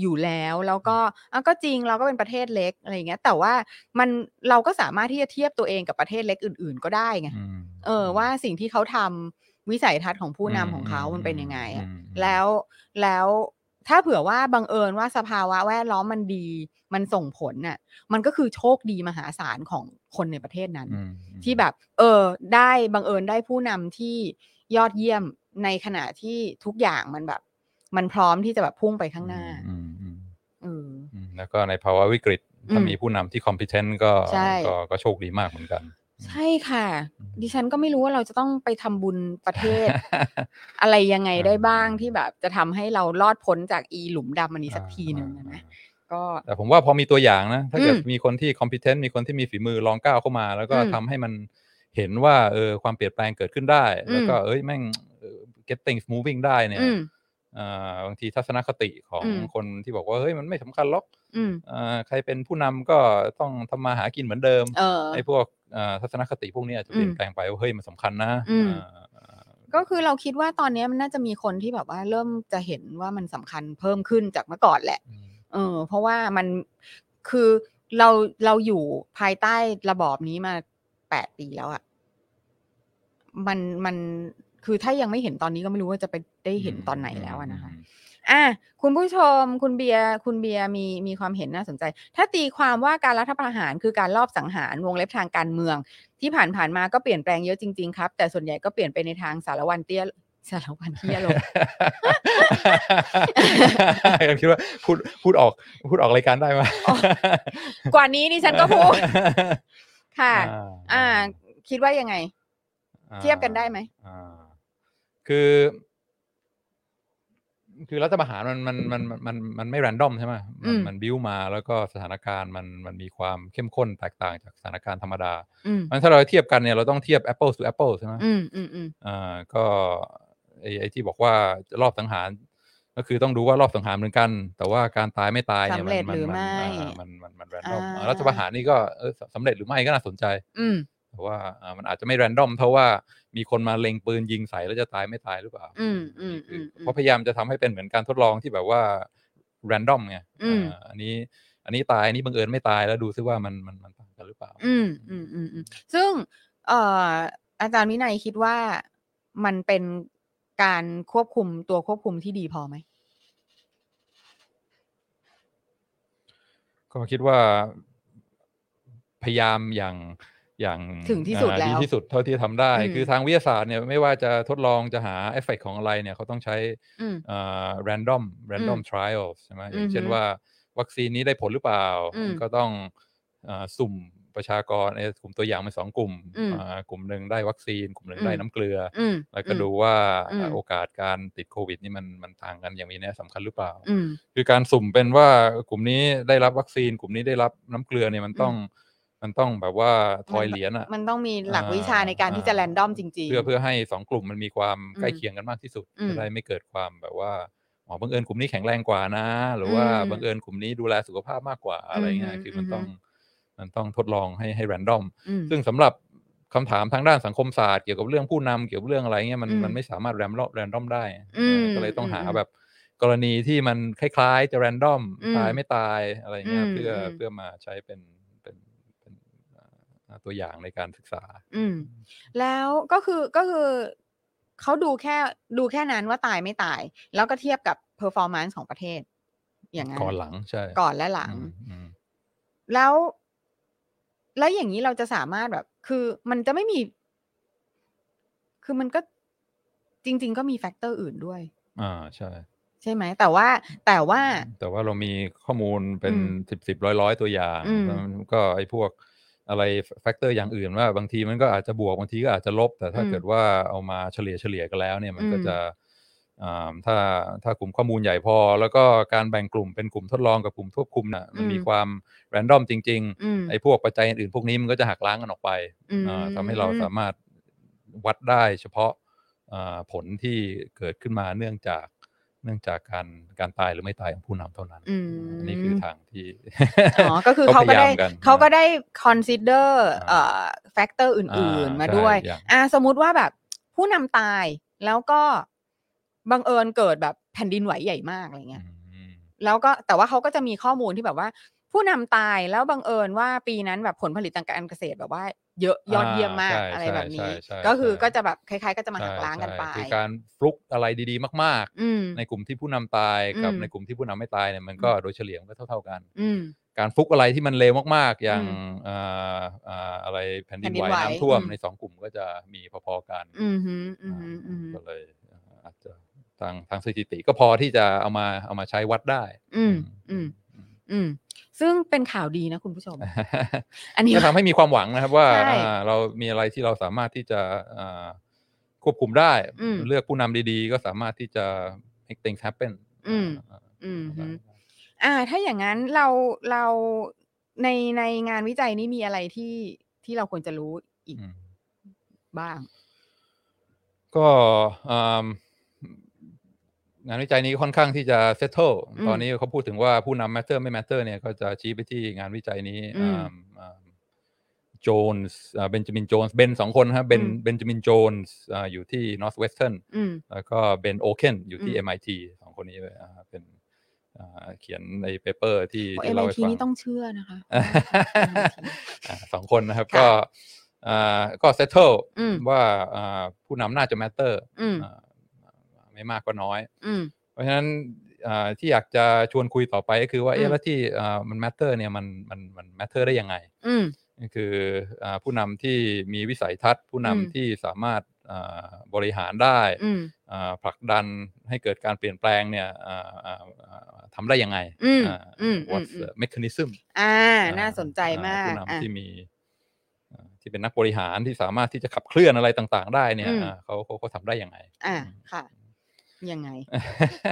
อยู่แล้วแล้วก็อ่ะก็จริงเราก็เป็นประเทศเล็กอะไรอย่างเงี้ย แต่ว่ามันเราก็สามารถที่จะเทียบตัวเองกับประเทศเล็กอื่น ๆ ก็ได้ไง
อืม
เออว่าสิ่งที่เขาทำวิสัยทัศน์ของผู้นำของเขา
ม
มันเป็นยังไงอะ
มอืม
แล้วแล้วถ้าเผื่อว่าบังเอิญว่าสภาวะแวดล้อมมันดี มันส่งผลน่ะมันก็คือโชคดีมหาศาลของคนในประเทศนั้น
อืม
ที่แบบ เออ ได้บังเอิญได้ผู้นำที่ยอดเยี่ยมในขณะที่ทุกอย่างมันแบบ มันพร้อมที่จะแบบพุ่งไปข้างหน้า
อืมอืม
เออ
อืมแล้วก็ในภาวะวิกฤต ถ้า
อืม
มีผู้นำที่ competent ก็
ใช่
ก็ก็โชคดีมากเหมือนกัน
ใช่ค่ะ
อืม
ดิฉันก็ไม่รู้ว่าเราจะต้องไปทำบุญประเทศ อะไรยังไงได้บ้างที่แบบจะทำให้เรารอดพ้นจากอีหลุมดำอันนี้สักทีหนึ่งอะนะก็
แต่ผมว่าพอมีตัวอย่างนะ ถ้าเกิด
อืม
มีคนที่ competent มีคนที่มีฝีมือลองก้าวเข้ามา แล้วก็
อืม
ทำให้มันเห็นว่าเออความเปลี่ยนแปลงเกิดขึ้นได้
อืม
แล้วก็เอ้ยแม่งเออ get things moving ได้เนี่ย
อืม
อ่าบางทีทัศนคติของ
อืม
คนที่บอกว่าเฮ้ยมันไม่สำคัญหรอก
อืม
อ่าใครเป็นผู้นำก็ต้องทำมาหากินเหมือนเดิม
เออ
ไอ้พวกเอ่อทัศนคติพวกนี้อาจจะเปลี่ยนแปลงไปว่าเฮ้ยมันสำคัญนะ
อืม
เอ่อ
ก็คือเราคิดว่าตอนเนี้ยมันน่าจะมีคนที่แบบว่าเริ่มจะเห็นว่ามันสำคัญเพิ่มขึ้นจากเมื่อก่อนแหละ
อืม
เออ เพราะว่ามันคือเราเราอยู่ภายใต้ระบอบนี้มาแปดปีแล้วอะ่ะมันมันคือถ้ายังไม่เห็นตอนนี้ก็ไม่รู้ว่าจะไปได้เห็นตอนไหนแล้วอะนะคะ อ่ะคุณผู้ชมคุณเบียร์คุณเบียร์มีมีความเห็นน่าสนใจ ถ้าตีความว่าการรัฐประหารคือการลอบสังหารวงเล็บทางการเมือง ที่ผ่านผ่านๆมาก็เปลี่ยนแปลงเยอะจริงๆครับ แต่ส่วนใหญ่ก็เปลี่ยนไปในทางสารวันเตี้ยสารวันเตี้ย ลง
ผมคิดว่า พูดพูดออกพูดออกรายการได้ไหม
อ๋อ กว่านี้ดิฉันก็พูดค่ะ อ่า คิดว่ายังไง
อ่า
เทียบกันได้ไหม
อ่าคือ คือรัฐประหารมันมันมันมันมันไม่แรนดอมใช่ไหมมันมันบิ้วมาแล้วก็สถานการณ์มันมันมีความเข้มข้นแตกต่างจากสถานการณ์ธรรมดา
อืม
มันถ้าเราเทียบกันเนี่ยเราต้องเทียบ Apple to Apple ใช่ไหม
อืมอืมอืม
อ่าก็ไอ้ไอ้ที่บอกว่ารอบสังหาร ก็คือต้องดูว่ารอบสังหารเหมือนกัน แต่ว่าการตายไม่ตายเนี่ย
สำ
มั
เร็จหรือไม่
อ่ามันมันมันแรนดอม
อ่า
รัฐประหารนี่ก็เออสำเร็จหรือไม่ก็น่าสนใจ
อืม
แต่ว่าอ่ามันอาจจะไม่แรนดอมเท่าว่ามีคนมาเล็งปืนยิงใส่แล้วจะตายไม่ตายหรือเปล่า
อืมอืมอืม
เพราะพยายามจะทำให้เป็นเหมือนการทดลองที่แบบว่าแรนดอมไง
อืม
อ่าอันนี้อันนี้ตายอันนี้บังเอิญไม่ตายแล้วดูซิว่ามันมันมันต่างกันหรือเปล่า
อืมอืมอืมอืมซึ่งเอ่ออาจารย์วินัยคิดว่ามันเป็น การควบคุมตัวควบคุมที่ดีพอไหม
ก็คิดว่าพยายามอย่างอย่าง
ถึงที่สุด
อ่า
แล้ว
ที่สุดเท่าที่ทำได้
อืม
คือทางวิทยาศาสตร์เนี่ยไม่ว่าจะทดลองจะหาเอฟเฟกของอะไรเนี่ยเขาต้องใช้
อืม
เอ่อ random random trials ใช่ไหมอย่างเช่น
อือฮึ
ว่าวัคซีนนี้ได้ผลหรือเปล่า
อืม
ก็ต้องเอ่อสุ่มประชากรเอ่อกลุ่มตัวอย่างเป็นสองกลุ่ม
อืม
อ่ากลุ่มหนึ่งได้วัคซีน กลุ่มหนึ่งได้
อืม
น้ำเกลืออ
อืม
แล้วก็ดูว่า
อืม
โอกาสการติดโควิดนี่มันมันต่างกันอย่างมีนัยสำคัญหรือเปล่า
อืม
คือการสุ่มเป็นว่ากลุ่มนี้ได้รับวัคซีน กลุ่มนี้ได้รับน้ำเกลือเนี่ยมันต้องมันต้องแบบว่าทอย
มัน
เหรียญอะ
มันต้องมีหลัก
อ่า
วิชาในการที่จะ
อ่า
แรนดอมจริง
เพื่อเพื่อให้สองกลุ่มมันมีความ
อืม
ใกล้เคียงกันมากที่สุด
อืม
จะได้ไม่เกิดความแบบว่าอ๋อบังเอิญกลุ่มนี้แข็งแรงกว่านะ หรือว่า
อืม
บังเอิญกลุ่มนี้ดูแลสุขภาพมากกว่าอะไรเงี้ย
อืม
คือมัน
อืม
ต้องมันต้องทดลองให้ให้แรนดอม
อืม
ซึ่งสำหรับคำถามทางด้านสังคมศาสตร์เกี่ยวกับเรื่องผู้นำเกี่ยวกับเรื่องอะไรเงี้ยมัน
อืม
มันไม่สามารถแรนดอมแรนดอมได้
อืม
เออก็เลยต้องหา
อืม
แบบกรณีที่มันคล้าย ๆ จะแรนดอม
อืม
ตายไม่ตายอะไรเงี้ย
อืม
เพื่ออ
ม
เพื่อมาใช้เป็นเป็นเป็นอ่าตัวอย่างในการศึกษา
อืม แล้วก็คือก็คือเขาดูแค่ดูแค่นั้นว่าตายไม่ตาย แล้วก็เทียบกับ performance ของประเทศ อย่างนั้น
ก่อนหลังใช่
ก่อนและหลัง
อืมอืม
แล้ว แล้วอย่างนี้เราจะสามารถแบบ คือมันจะไม่มี คือมันก็จริง ๆ ก็มีแฟกเตอร์อื่นด้วย
อ่าใช่
ใช่ไหม แต่ว่าแต่ว่า
แต่ว่าเรามีข้อมูลเป็น
อืม
สิบสิบร้อยร้อยตัวอย่าง
อืม
แล้วมันก็ไอ้พวกอะไรแฟกเตอร์อย่างอื่นว่าบางทีมันก็อาจจะบวกบางทีก็อาจจะลบ แต่ถ้า
อืม
เกิดว่าเอามาเฉลี่ยเฉลี่ยกันแล้วเนี่ยมันก็
อืม
จะอ่าถ้าถ้ากลุ่มข้อมูลใหญ่พอ แล้วก็การแบ่งกลุ่มเป็นกลุ่มทดลองกับกลุ่มควบคุมน่ะมันมี
อืม
ความแรนดอมจริง
อืม
ๆ ไอ้พวกปัจจัยอื่นๆพวกนี้มันก็จะหักล้างกันออกไป อ่าทำให้เราสามารถวัดได้เฉพาะอ่าผลที่เกิดขึ้นมาเนื่องจากเนื่องจากการการตายหรือไม่ตายของผู้นำเท่านั้น
อืม
อันนี่คือทางที่
อ๋ อ ก็คือเขาก็ได้
พยยมน
เขาก็ได้ consider เอ่
อ่า
อ factor อื่น
อ่า
ๆ มาด้วย
ใช่อย่าง
อ่า สมมุติว่าแบบผู้นำตายแล้วก็บังเอิญเกิดแบบแผ่นดินไหวใหญ่มากอะไรเงี้ย
อืม
แล้วก็แต่ว่าเขาก็จะมีข้อมูลที่แบบว่า ผู้นำตายแล้วบังเอิญว่าปีนั้นแบบผลผลิตทางการเกษตรแบบว่า เยอะยอดเยี่ยมมาก
อ่าใช่
อะไรแบบนี้
ใช่ใช่ใช่
ก็คือก็จะแบบคล้ายๆ ก็จะมาหัก
ใช่
ล้างกันไป
ใช่คือการฟลุกอะไรดีๆ มาก
อืม
ๆ ในกลุ่มที่ผู้นำตายกับ
อืม
ในกลุ่มที่ผู้นำไม่ตายเนี่ยมันก็โดยเฉลี่ยมันก็เท่าๆกัน
อืม
การฟลุกอะไรที่มันเลวมากๆ อย่าง
อืม
อ่าอ่าอะไรแผ่นดิน
แผ่นดิ
ไหวน
ไหว
น้ำท่วม
อืม
ในสองกลุ่มก็จะมีพอๆกัน
อืมฮึอืมฮึอืมฮึ
ก็เลยอาจจะทางทางสถิติก็พอที่จะเอามาเอามาใช้วัดได้
อืมอืมอืม ซึ่งเป็นข่าวดีนะคุณผู้ชม อันนี้
ก็ทำให้มี ความหวังนะครับว่า
ใช่
อ่าเรามีอะไรที่เราสามารถที่จะอ่าควบคุมได้
อืม
เลือกผู้นำดีๆ ก็สามารถที่จะ make things happen
อืม
อ่า
อืมฮึ
ได้
อ่า ถ้าอย่างนั้นเราเราในในงานวิจัยนี้มีอะไรที่ที่เราควรจะรู้อีก
อืม
บ้าง
ก็อืมงานวิจัยนี้ค่อนข้างที่จะ settle
อืม
ตอนนี้เขาพูดถึงว่าผู้นำ matter ไม่ matter เนี่ยก็จะชี้ไปที่งานวิจัยนี้
อืม
โจนส์เบนจามินโจนส์เบนสองคนนะครับเบน
อืม
เบนจามินโจนส์อยู่ที่ Northwestern
อืม
แล้วก็เบนโอเคนอยู่ที่ MIT สองคนนี้เลยอ่าเป็นอ่าเขียนในเปเปอร์ที่
เอ
ที่
ไอ
เราไป
ที
ฟัง
นี้ต้องเชื่อนะคะ
อ่าสองคนนะครับ
ค่ะ
ก็อ่าก็ settle
อื ม
ว่าอ่าผู้นำน่าจะ matter
อืม
อ่าไม่มากก็น้อย
อืม
เพราะฉะนั้นอ่าที่อยากจะชวนคุยต่อไปก็คือว่าเอ๊ะ
อืม
แล้วที่อ่ามัน matter เนี่ยมันมันมัน matter ได้ยังไง
อืม
ก็คืออ่าผู้นำที่มีวิสัยทัศน์ ผู้
อืม
นำที่สามารถอ่าบริหารได้
อืม
อ่าผลักดันให้เกิดการเปลี่ยนแปลงเนี่ยอ่าอ่าอ่าทำได้ยังไง
อืม
อ่า
อืมอืม
what's the
อืม
mechanism
อ่า
อ่
น่าสนใจมาก
ผู้
อ่ะ
นำที่มีอ่าที่เป็นนักบริหารที่สามารถที่จะขับเคลื่อนอะไรต่าง ๆ ได้เนี่ย
อืม
อ่าเขาเขาเขาทำได้ยังไง
อ่าค่ะ ยัง ไง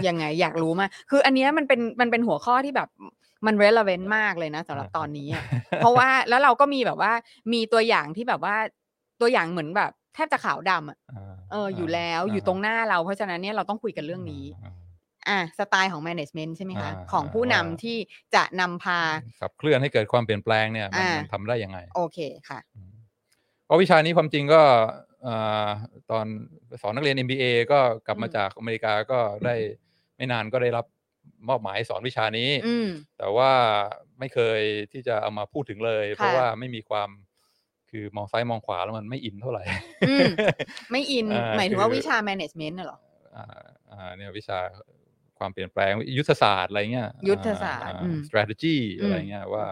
ยังไงอยากรู้มาก คืออันเนี้ยมันเป็นมันเป็นหัวข้อที่แบบมัน relevant มากเลยนะสำหรับตอนนี้ อะ เพราะว่าแล้วเราก็มีแบบว่ามีตัวอย่างที่แบบว่าตัวอย่างเหมือนแบบแทบจะขาวดำอ่ะ
า
เอออยู่แล้วอยู่ตรงหน้าเรา เพราะฉะนั้นเนี่ยเราต้องคุยกันเรื่องนี้
อ่า
อ่ะสไตล์ของ management ใช่ไหมคะ
อ่า
ของผู้นำ
ว่า
ที่จะนำพา
ขับเคลื่อนให้เกิดความเปลี่ยนแปลงเนี่ยมัน
อ่ามั
มันทำได้ยังไง
โอเคค่ะ
เพราะวิชานี้ความจริงก็เอ่อตอนสอนนักเรียน MBA ก็กลับมา
อืม
จากอเมริกาก็ได้ไม่นานก็ได้รับมอบหมายสอนวิชานี้
อืม
แต่ว่าไม่เคยที่จะเอามาพูดถึงเลย เพราะ
ค่ะ
ว่าไม่มีความคือมองซ้ายมองขวาแล้วมันไม่อินเท่าไหร่
อืม ไม่อิน
อ่า
หมายถึงว่า
คือ
วิชา management น่ะเหรอ
เ อ่าอ่าเนี่ยวิชาความเปลี่ยนแปลงยุทธศาสตร์อะไรเงี้ย
ยุทธศาสตร์
อ่
อืม
strategy
อืม
อะไรเงี้ยว่า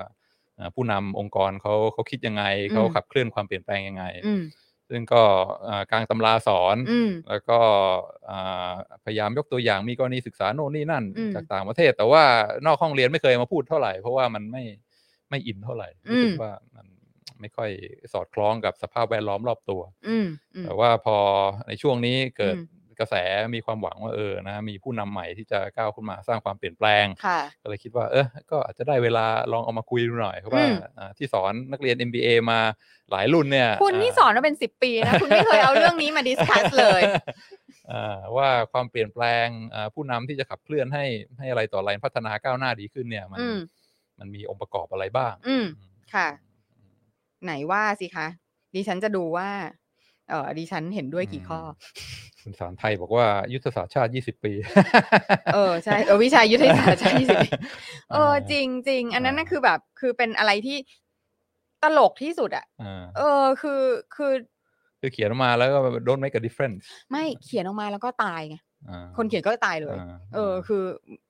อ่าผู้นำองค์กรเขาเขาคิดยังไง
อืม
เขาขับเคลื่อนความเปลี่ยนแปลงยังไง
อืม
ซึ่งก็อ่ากลางตำราสอน
อืม
แล้วก็อ่าพยายามยกตัวอย่างมีกรณีศึกษาโน่นนี่นั่น
อืม
จากต่างประเทศ แต่ว่านอกห้องเรียนไม่เคยมาพูดเท่าไหร่ เพราะว่ามันไม่ไม่อินเท่าไหร่รู้สึ
อื
ก
ม
ว่ามันไม่ค่อยสอดคล้องกับสภาพแวดล้อมรอบตัว
อืมอืม
แต่ว่าพอในช่วงนี้เกิด
อืม
กระแสมีความหวังว่าเออนะมีผู้นำใหม่ที่จะก้าวขึ้นมาสร้างความเปลี่ยนแปลง
ค่ะ
ก็เลยคิดว่าเออก็อาจจะได้เวลาลองเอามาคุยดูหน่อยเพราะว่า
อืม
อ่าที่สอนนักเรียน MBA มาหลายรุ่นเนี่ย
คุณนี่
า
สอนมาเป็นสิบปีนะ คุณไม่เคยเอาเรื่องนี้มาดิสคัสเลย
อ่าว่าความเปลี่ยนแปลงอ่าผู้นำที่จะขับเคลื่อนให้ให้อะไรต่ออะไรพัฒนาก้าวหน้าดีขึ้นเนี่ย มัน
อืม
มันมีองค์ประกอบอะไรบ้าง
อืมค่ะ ไหนว่าสิคะ ดิฉันจะดูว่า เออดิฉันเห็นด้วยกี่ข้อ
มคุณสารไทยบอกว่ายุทธศาสตร์ชาติ 20 ปี
เออใช่เออวิชายุทธศาสตร์ใช่สิ เออจริงจริงอันนั้นน่ะคือแบบคือเป็นอะไรที่ตลกที่สุดอะ
อ่า
เออคือคือ
คือเขียนออกมาแล้วก็ don't make a difference
ไม่เขียนออกมาแล้วก็ตายไง
อ่า
คนเขียนก็ตายเลย
า
เออ คือ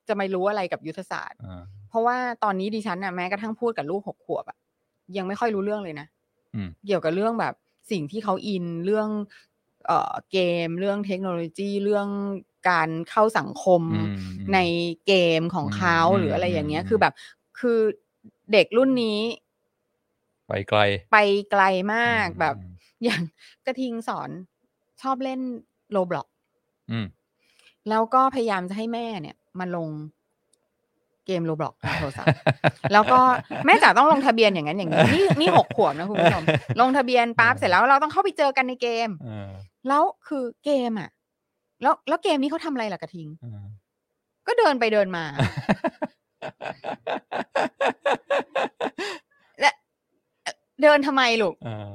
จะไม่รู้อะไรกับยุทธศาสตร์
า
เพราะว่าตอนนี้ดิฉันน่ะแม้กระทั่งพูดกับลูกหกขวบอะยังไม่ค่อยรู้เรื่องเลยนะ
อืม
เกี่ยวกับเรื่องแบบสิ่งที่เขาอินเรื่องเอ่อเกม เรื่องเทคโนโลยี เรื่องการเข้าสังคม
อืมอืม
ในเกมของเขา
อืม
หรืออะไร
อืม
อย่างเงี้ย
อืม
คือแบบคือเด็กรุ่นนี้
ไปไกล
ไปไกลมากแบบ
อืม
อย่างกระทิงสอนชอบเล่นโลบล็อก
อื ม
แล้วก็พยายามจะให้แม่เนี่ยมาลงเกมโลบล็อกในโทรศัพท์ แล้วก็แม่จ๋าต้องลงทะเบียนอย่างนั้นอย่างนี้นี่นี่หกขวบนะคุณผู้ชม ลงทะเบียนปั๊บเสร็จแล้วเราต้องเข้าไปเจอกันในเกม
อ่า
แล้วคือเกมอ่ะ แล้วแล้วเกมนี้เขาทำอะไรล่ะกระทิง
อ่า
ก็เดินไปเดินมา และเอ่อเดินทำไมลูก
อ่า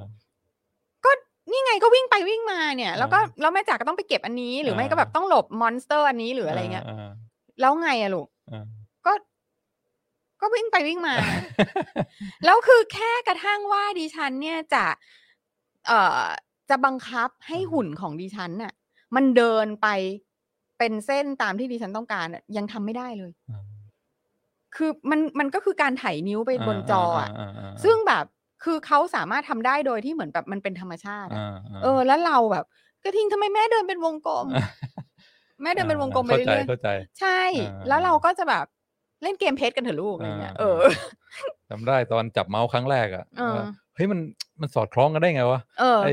นี่ไงก็วิ่งไปวิ่งมาเนี่ย แล้วก็แล้วแม่จ๋าก็ต้องไปเก็บอันนี้หรือไม่ก็
อ่า
แบบต้องหลบมอนสเตอร์อันนี้ หรืออะไรเงี้ย
า
แล้วไงอะลูก
อ่า
ก็ ก็วิ่งไปวิ่งมา แล้วคือแค่กระทั่งว่าดิฉันเนี่ยจะ เอ่อ จะบังคับให้หุ่นของดิฉันน่ะ มันเดินไปเป็นเส้นตามที่ดิฉันต้องการน่ะยังทำไม่ได้เลย
อ่า
คือมันมันก็คือการไถนิ้วไปบนจออ่ะ
าาา
ซึ่งแบบคือเขาสามารถทำได้โดยที่เหมือนแบบมันเป็นธรรมชาติอะ
าา
เออ แล้วเราแบบกระทิงทำไมแม่เดินเป็นวงกลม
อ่า
แม่เดินเป็นวงกลมไป
เข้าใจ
เรื่อย
เข้าใจ
ๆใช่
อ่า
แล้วเราก็จะแบบเล่นเกมเพชรกันเถอะลูกอะไรเงี้ย
อ่า
เออ
จำได้ตอนจับเมาส์ครั้งแรกอ่ะ
เออ
ว่าเฮ้ยมันมันสอดคล้องกันได้ไงวะ
เออ
ไอ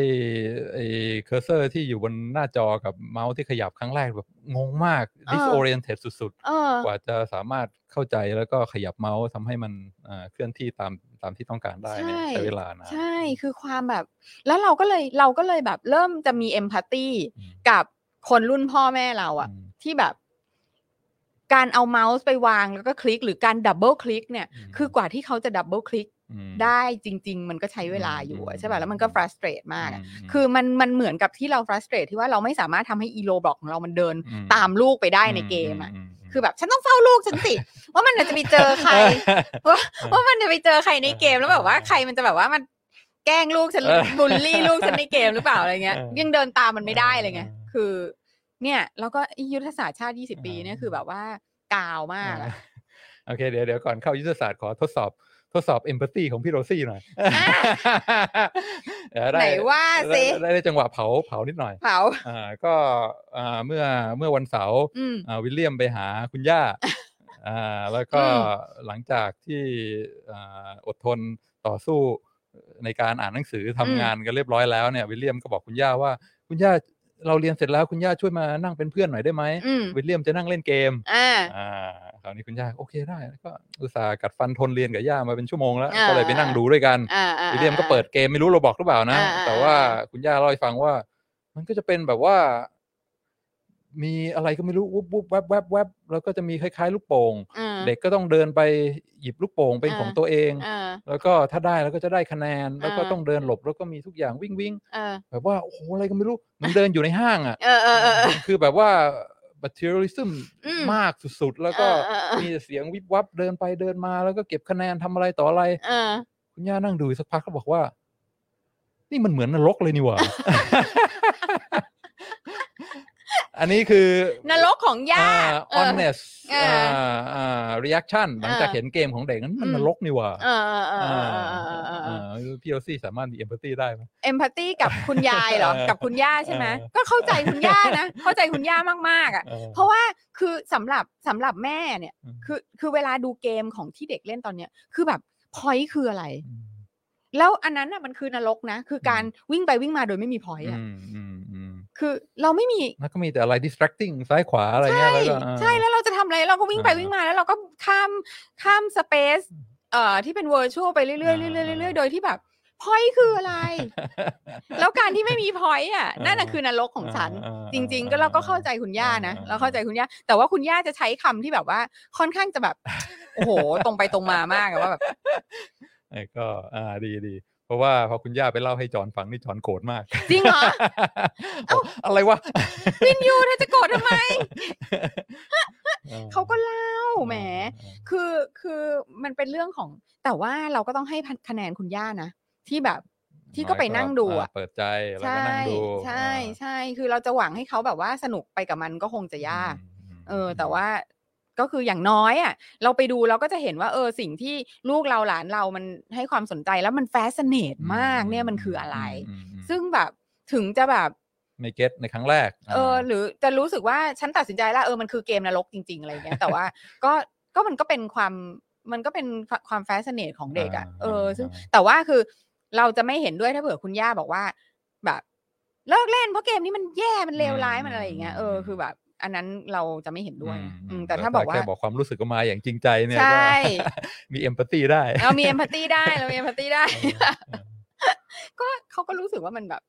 ไอเคอร์เซอร์ที่อยู่บนหน้าจอกับเมาส์ที่ขยับครั้งแรกแบบงงมาก
ออ
disoriented สุด
เออ
ๆ กว่าจะสามารถเข้าใจแล้วก็ขยับเมาส์ทำให้มันเอ่อเคลื่อนที่ตามตามที่ต้องการได้เนี่ย
ใช่
ใช้เวลานาน
ใช่ คือความแบบ แล้วเราก็เลยเราก็เลยแบบ เริ่มจะมีเอมพัตตี
อืม
กับคนรุ่นพ่อแม่เราอะ
อืม
ที่แบบ การเอาเมาส์ไปวางแล้วก็คลิกหรือการดับเบิลคลิกเนี่ย
อืม
คือกว่าที่เขาจะดับเบิลคลิก
อืม
ได้จริง ๆ มันก็ใช้เวลาอยู่อะ
อืม
ใช่ป่ะ
อืม
แล้วมันก็
อืม
frustrate มากอะ
ม
คือมันมันเหมือนกับที่เรา frustrate ที่ว่าเราไม่สามารถทำให้อีโลบล็อกของเรามันเดิน
อื
ตามลูกไปได้ในเกมอ่ะ คือแบบ ฉันต้องเฝ้าลูกฉันสิ ว่ามันจะไปเจอใคร ว่าว่ามันจะไปเจอใครในเกมแล้วแบบว่าใครมันจะแบบว่ามันแกล้งลูกฉัน
เออ
บูลลี่ลูกฉันในเกมหรือเปล่าอะไรเงี้ย
เออ
ยังเดินตามมันไม่ได้เลยไง
เออ
คือ เนี่ย แล้วก็ไอ้ยุทธศาสตร์ชาติ 20 ปีเนี่ย
เออ
คือแบบว่ากาวมากอะ
โอเคเดี๋ยวเดี๋ยวก่อนเข้ายุทธศาสตร์ขอทดสอบทดสอบเอมพัตตีของพี่โรซี่ หน่อยเดี๋ยวด้
ไหนว่าสิ
ได้ได้จังหวะเผาเผานิดหน่อย
เผา
อ่าก็อ่าเมื่อเมื่อวันเสาร์
อืม
อ่าวิลเลียมไปหาคุณย่าอ่าแล้วก็
อืม
หลังจากที่อ่าอดทนต่อสู้ในการอ่านหนังสือทำ
อืม
งานกันเรียบร้อยแล้วเนี่ยวิลเลียมก็บอกคุณย่าว่า คุณย่าเราเรียนเสร็จแล้วคุณย่าช่วยมานั่งเป็นเพื่อนหน่อยได้ไหม
อืม
วิลเลียมจะนั่งเล่นเกม
อ่า
อ่าคราวนี้คุณย่าโอเคได้แล้วก็อุตส่าห์กัดฟันทนเรียนกับย่ามาเป็นชั่วโมงแล้ว
อ่า
ก็เลยไปนั่งดูด้วยกัน
อ่าอ่า
วิลเลียมก็เปิดเกมไม่รู้เราบอกหรือเปล่านะ
อ่าอ่า
แต่ว่า
อ่
คุณย่าเล่าให้ฟังว่า มันก็จะเป็นแบบว่า มีอะไรก็ไม่รู้วุบวุบแวบแวบแวบแล้วก็จะมีคล้ายๆ ลูกโป่งเด็กก็ต้องเดินไปหยิบลูกโป่งเป็น
อ่า
ของตัวเอง
เออ
แล้วก็ถ้าได้แล้วก็จะได้คะแนน แล้วก็
อ่า
ต้องเดินหลบแล้วก็มีทุกอย่างวิ่งวิ่ง
เออ
แบบว่าโอ้โหอะไรก็ไม่รู้เหมันเดินอยู่ในห้างอ่ะ
เออเออเออ
คือแบบว่า materialism
อืม
มากสุดๆ แล้วก็
เออเออเออ
มีแต่เสียงวิบวับเดินไปเดินมาแล้วก็เก็บคะแนนทำอะไรต่ออะไร
เออ
คุณย่านั่งดูอยู่สักพักก็บอกว่า นี่มันเหมือนนรกเลยนี่หว่า อันนี้คือน
รกของย่า
อ่า
เออ
honest
เอ
อ่า
อ
อ่า reaction หลังจากเห็นเกมของเด็กนั้นมัน
อืม
นรกนี่หว่า
เออเออเออเออเออเออเออ
พี่โอซี่สามารถมีเอมพัตตีได้ไหม
เอมพัตตีกับคุณยายเหรอ
เออ
กับคุณย่าใช่ไหม
เออ
ก็เข้าใจคุณย่านะ เข้าใจคุณย่ามากๆอ่ะ
เออ
เพราะว่าคือสำหรับสำหรับแม่เนี่ย
อืม
คือคือเวลาดูเกมของที่เด็กเล่นตอนเนี้ย คือแบบพอยคืออะไร
อืม
แล้วอันนั้นน่ะมันคือนรกนะ คือการวิ่งไปวิ่งมาโดยไม่มีพอยอ่ะ
อืมอืมอืม
คือเราไม่มี
แล้วก็มีแต่อะไร distracting ซ้ายขวาอะไร
ใช่
เงี้ยแล้วก็อ่า
ใช่แล้วเราจะทำอะไรเราก็วิ่งไป
อ่า
วิ่งมาแล้วเราก็ข้ามข้ามสเปซเอ่อที่เป็นเวอร์ชวลไปเรื่อยๆเรื่อยๆ
อ่า
เรื่อยๆเรื่อยๆโดยที่แบบพอยคืออะไร แล้วการที่ไม่มีพอยอ่ะนั่นน่ะคือนรกของฉัน
อ่าอ่า
จริง ๆ ก็เราก็เข้าใจคุณย่านะ
อ่
เราเข้าใจคุณย่าแต่ว่าคุณย่าจะใช้คำที่แบบว่าค่อนข้างจะแบบ โอ้โห ตรงไปตรงมามากอะว่าแบบ
เออก็อ่าดีดีเพราะว่าพอคุณย่าไปเล่าให้จอนฟังนี่จอนโกรธมาก
จริงเหรอ
โอ้อะไรวะ
วินยูเธอจะโกรธทำไม
ออ
เขาก็เล่าแหม
เออ
คือคือมันเป็นเรื่องของ แต่ว่าเราก็ต้องให้พันคะแนนคุณย่านะ ที่แบบที่ก็ไปนั่งดู
น้ยก็
อ่ะ
เปิดใจแล้วก็
ใช่
นั่งดู
ใช่
อ่า
ใช่คือเราจะหวังให้เขาแบบว่าสนุกไปกับมันก็คงจะยาก
มม
เออ แต่ว่าก็คืออย่างน้อยอ่ะ เราไปดูเราก็จะเห็นว่า เออสิ่งที่ลูกเราหลานเรามันให้ความสนใจแล้วมันแฟสเนตมากเนี่ยมันคืออะไร
มมอืม
ซึ่งแบบถึงจะแบบ
ไม่เก็ตในครั้งแรก
เออ
า
หรือจะรู้สึกว่าฉันตัดสินใจแล้วเออมันคือเกมนรกจริง ๆ อะไรเงี้ยแต่ว่า ก็ก็มันก็เป็นความมันก็เป็นความแฟสเนตของเด็กอะ่ะ
า
เออซึ่ง
า
แต่ว่าคือเราจะไม่เห็นด้วยถ้าเผื่อคุณย่าบอกว่า แบบเลิกเล่นเพราะเกมนี้มันแย่มันเลวร้ายมันอะไรอย่างเงี้ยเออคือแบบ อันนั้นเราจะไม่เห็นด้วยนะอืมแต่ถ้าบอกว่า
แค่บอกความรู้สึกออกมาอย่างจริงใจเนี่ย
ใช่
ก็ มีเอมพัตตีได้
เรามีเอมพัตตีได้เรามีเอมพัตตีได้
เออ
ก็เขาก็รู้สึกว่ามันแบบ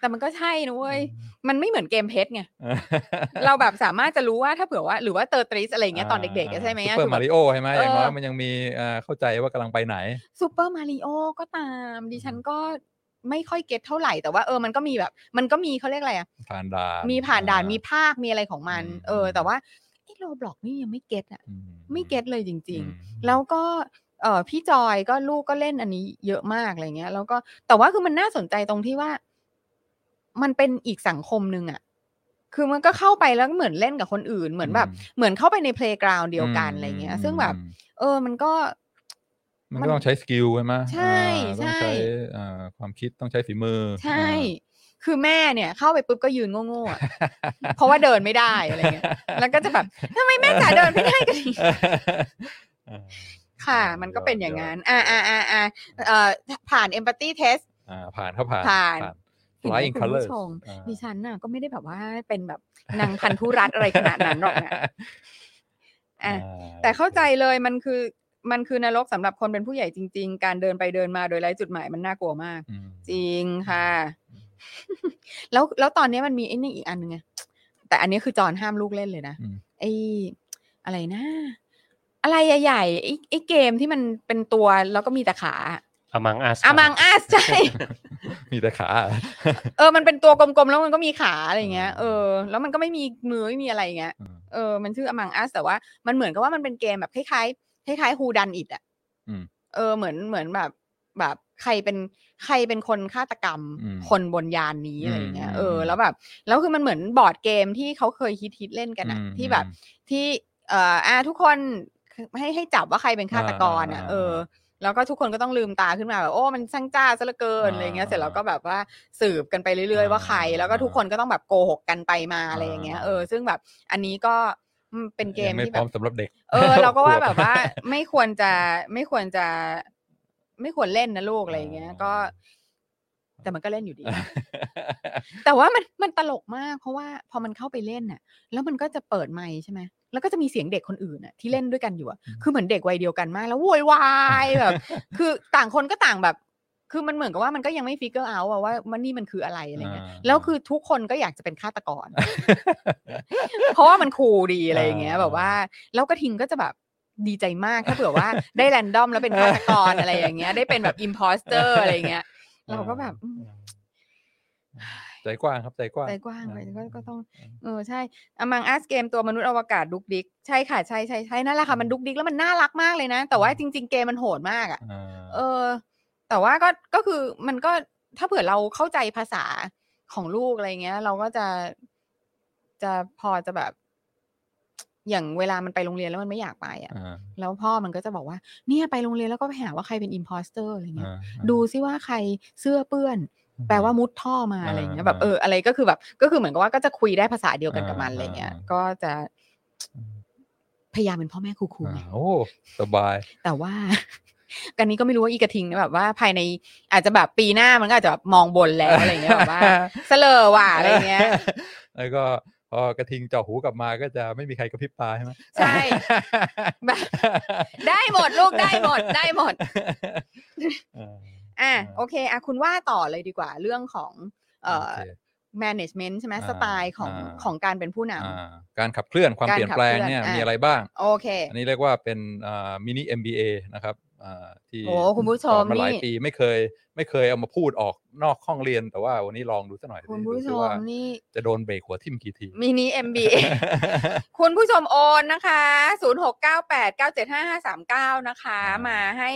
แต่มันก็ใช่นะเว้ยมันไม่เหมือนเกมเพชรไง เราแบบสามารถจะรู้ว่าถ้าเผื่อว่า หรือว่าเตอร์ตริสอะไรอย่างเงี้ยตอนเด็กๆอะใช่ไหมะ
ซูเปอ
คื
ร์
แบ
มา
บ
ริโอใช่ไหมอย่างน้อย
เออ
มันยังมีเอ่อเข้าใจว่ากำลังไปไหน
ซูเปอร์มาริโอก็ตาม ดิฉันก็ไม่ค่อยเก็ตเท่าไหร่ แต่ว่าเออมันก็มีแบบ มันก็มีเขาเรียกอะไรอะ
ผ่านด่าน
มีผ่านด่านมีภาคมีอะไรของมัน
อืม
เออ แต่ว่าไอ้โรบล็อกนี่ยังไม่เก็ตอะ
อื
ไม่เก็ตเลยจริง
อืม
ๆ แล้วก็เออพี่จอยก็ลูกก็เล่นอันนี้เยอะมากอะไรเงี้ย แล้วก็แต่ว่าคือมันน่าสนใจตรงที่ว่า มันเป็นอีกสังคมหนึ่งอะคือมันก็เข้าไปแล้วก็เหมือนเล่นกับคนอื่นเหมือนแบบ เหมือนเข้าไปในเพลย์กราวด์เดียวกันอะไรเงี้ย ซึ่งแบบ
อืม
เออ มันก็
มัน
มัน
ก็ต้องใช้สกิลใช่ไหม
ใช่
อ่าต้อง
ใช่
ใช้อ่าความคิดต้องใช้ฝีมือ
ใช่ คือแม่เนี่ย เข้าไปปุ๊บก็ยืนโง่ๆอะเพราะว่าเดินไม่ได้อะไรเงี้ย แล้วก็จะแบบทำไมแม่จ๋าเดินไม่ได้ กันอีก
อ่า
ค่ะ มันก็เป็นอย่างนั้น อ่าอ่าอ่าอ่าเอ่อผ่านเอมพัตตี้เทส
อ่าผ่านเขาผ่าน
ผ่านเห็นไหม
ฟ l าย n ง
คุณ
c ัลเลอร์
ผู้ชม ดิฉันน่ะก็ไม่ได้แบบว่าเป็นแบบนางพันธุรัตน์อะไรขนาดนั้นหรอก นะ อ่ะ แต่เข้าใจเลยมันคือมันคือนรกสำหรับคนเป็นผู้ใหญ่จริง ๆ การเดินไปเดินมาโดยไร้จุดหมายมันน่ากลัวมาก จริงค่ะ แล้วแล้วตอนนี้มันมีไอ้นี่อีกอันหนึงไง แต่อันนี้คือจอนห้ามลูกเล่นเลยนะ ไอ้อะไรนะ อะไรใหญ่ๆไอ้ไอ้เกมที่มันเป็นตัวแล้วก็มีแต่ขา
อมังอัส
อามังอาใช่
มีแต่ขา
เออมันเป็นตัวกลมๆแล้วมันก็มีขาอะไรอย่างเงี้ย เออ แล้วมันก็ไม่มีมือไม่มีอะไรอย่างเงี้ย
อืม
เออ มันชื่อ Among Us แต่ว่ามันเหมือนกับว่ามันเป็นเกมแบบคล้ายๆคล้ายๆ Who Done It อ่ะ
อืม
เออเหมือนเหมือนแบบแบบใครเป็นใครเป็นคนฆาตกรรม
อืม
คนบนยานนี้อะไรอย่างเงี้ย
อืม
เอออ
ม
แล้วแบบแล้วคือมันเหมือนบอร์ดเกมที่เขาเคยฮิตฮิตๆเล่นกันอ่ะ
อืม
ที่แบบ
อืม
ที่เอ่ออ่าทุกคนให้ให้จับว่าใครเป็นฆาตกรอ่ะ
อ่าอ่า
เออ แล้วก็ทุกคนก็ต้องลืมตาขึ้นมาแบบโอ้มันช่างจ้าซะเหลือเกินอะไรอย่างเงี้ย
อ่า
เสร็จแล้วก็แบบว่าสืบกันไปเรื่อยๆว่าใคร แล้วก็ทุกคนก็ต้องแบบโกหกกันไปมาอะไรอย่างเงี้ย
อ่า
เออซึ่งแบบอันนี้ก็อืมเป็นเกม
ยังไม่
ที่
พ
แบ
ร้อบ มสำหรับเด็ก
เออ เราก็ว่า
ขวบ
แบบว่าไม่ควรจะไม่ควรจะ ไม่ควรเล่นนะลูกอะไรอย่างเงี้ย ก็ แต่มันก็เล่นอยู่ดี แต่ว่ามันมันตลกมาก เพราะว่าพอมันเข้าไปเล่นน่ะ แล้วมันก็จะเปิดไมค์ใช่ไหมแล้วก็จะมีเสียงเด็กคนอื่นน่ะที่เล่นด้วยกันอยู่อะคือเหมือนเด็กวัยเดียวกันมาก แล้วโวยวาย แบบ คือต่างคนก็ต่างแบบ คือมันเหมือนกับว่ามันก็ยังไม่ฟิกเกอร์เอาว่ามันนี่มันคืออะไรอะไรเงี้ย
อ่า
แล้วคือทุกคนก็อยากจะเป็นฆาตกร เพราะว่ามันคูลดีอะไรอย่างเงี้ย
อ่า
แบบว่าแล้วกระทิงก็จะแบบดีใจมากถ้าเผื่อว่า ได้แรนดอมแล้วเป็นฆาตกรอะไรอย่างเงี้ย ได้เป็นแบบอิมพอสเตอร์อะไรอย่างเงี้ย เราก็แบบอืม
ใจกว้างครับใจกว้าง
ใจกว้างไปก็ก็ต้อง
อืม
เออใช่อมังอัสเกมตัวมนุษย์อวกาศดุกดิก ใช่ค่ะ ใช่ใช่ใช่นั่นแหละค่ะ มันดุกดิกแล้วมันน่ารักมากเลยนะ แต่ว่าจริง ๆ เกมมันโหดมากอ่ะ
อ่า
เออ แต่ว่าก็ก็คือมันก็ถ้าเผื่อเราเข้าใจภาษาของลูกอะไรเงี้ย เราก็จะ จะพอจะแบบ อย่างเวลามันไปโรงเรียนแล้วมันไม่อยากไปอ่ะ
อ่า
แล้วพ่อมันก็จะบอกว่า เนี่ยไปโรงเรียนแล้วก็ไปหาว่าใครเป็นอิมพอสเตอร์อะไรเงี้ย
อ่า
ดูซิว่าใครเสื้อเปื้อน แปลว่ามุดท่อมา
อ่า
อะไรเงี้ยแบบ
อ่า
เอออะไรก็คือแบบ ก็คือเหมือนกับว่าก็จะคุยได้ภาษาเดียวกันกับมัน
อ่า
อะไรเงี้ย
อ่า
ก็จะพยายามเป็นพ่อแม่ครูๆ
อ่า
ไง
โอ้สบาย
แต่ว่า กันนี้ก็ไม่รู้ว่าอีกระทิงนะแบบว่าภายในอาจจะแบบปีหน้ามันก็อาจจะแบบมองบนแล้วอะไรเงี้ยแบบว่า เสลอว่ะอะไรเงี้ย
แล้วก็พอกระทิงเจาะหูกลับมาก็จะไม่มีใครกระพริบตาใช่ไหม
ใช่ แบบ ได้หมดลูกได้หมดได้หมด
อ่า
อ่ะ
อ่า
โอเคอ่ะคุณว่าต่อเลยดีกว่า เรื่องของ เอ่อ
โค
management ใช่ไหม
อ่า
สไตล์ของ
อ่า
ของการเป็นผู้น
อ่าการขับเคลื่อนความ
การ
เปลี่ยนแปลงเนี่ย
ขับเคลื่อน
มี
อ่ะ
อะไรบ้าง
ำโอเค
อันนี้เรียกว่าเป็นมินิ MBA นะครับอ่าที่
โอ้คุณผู้ชม
สอนมาหลาย
นี่
ปีไม่เคย ไม่เคยเอามาพูดออกนอกห้องเรียนแต่ว่าวันนี้ลองดูสักหน่อย
คุณ
สิ
ผู้
ดู
ช
สิ
ม
ว่า
นี่
จะโดนเบรกหัวทิ่มกี่ที
มินิ MBA คุณผู้ชมโอนนะคะ 0698975539 นะคะ
อ่าม
มาให้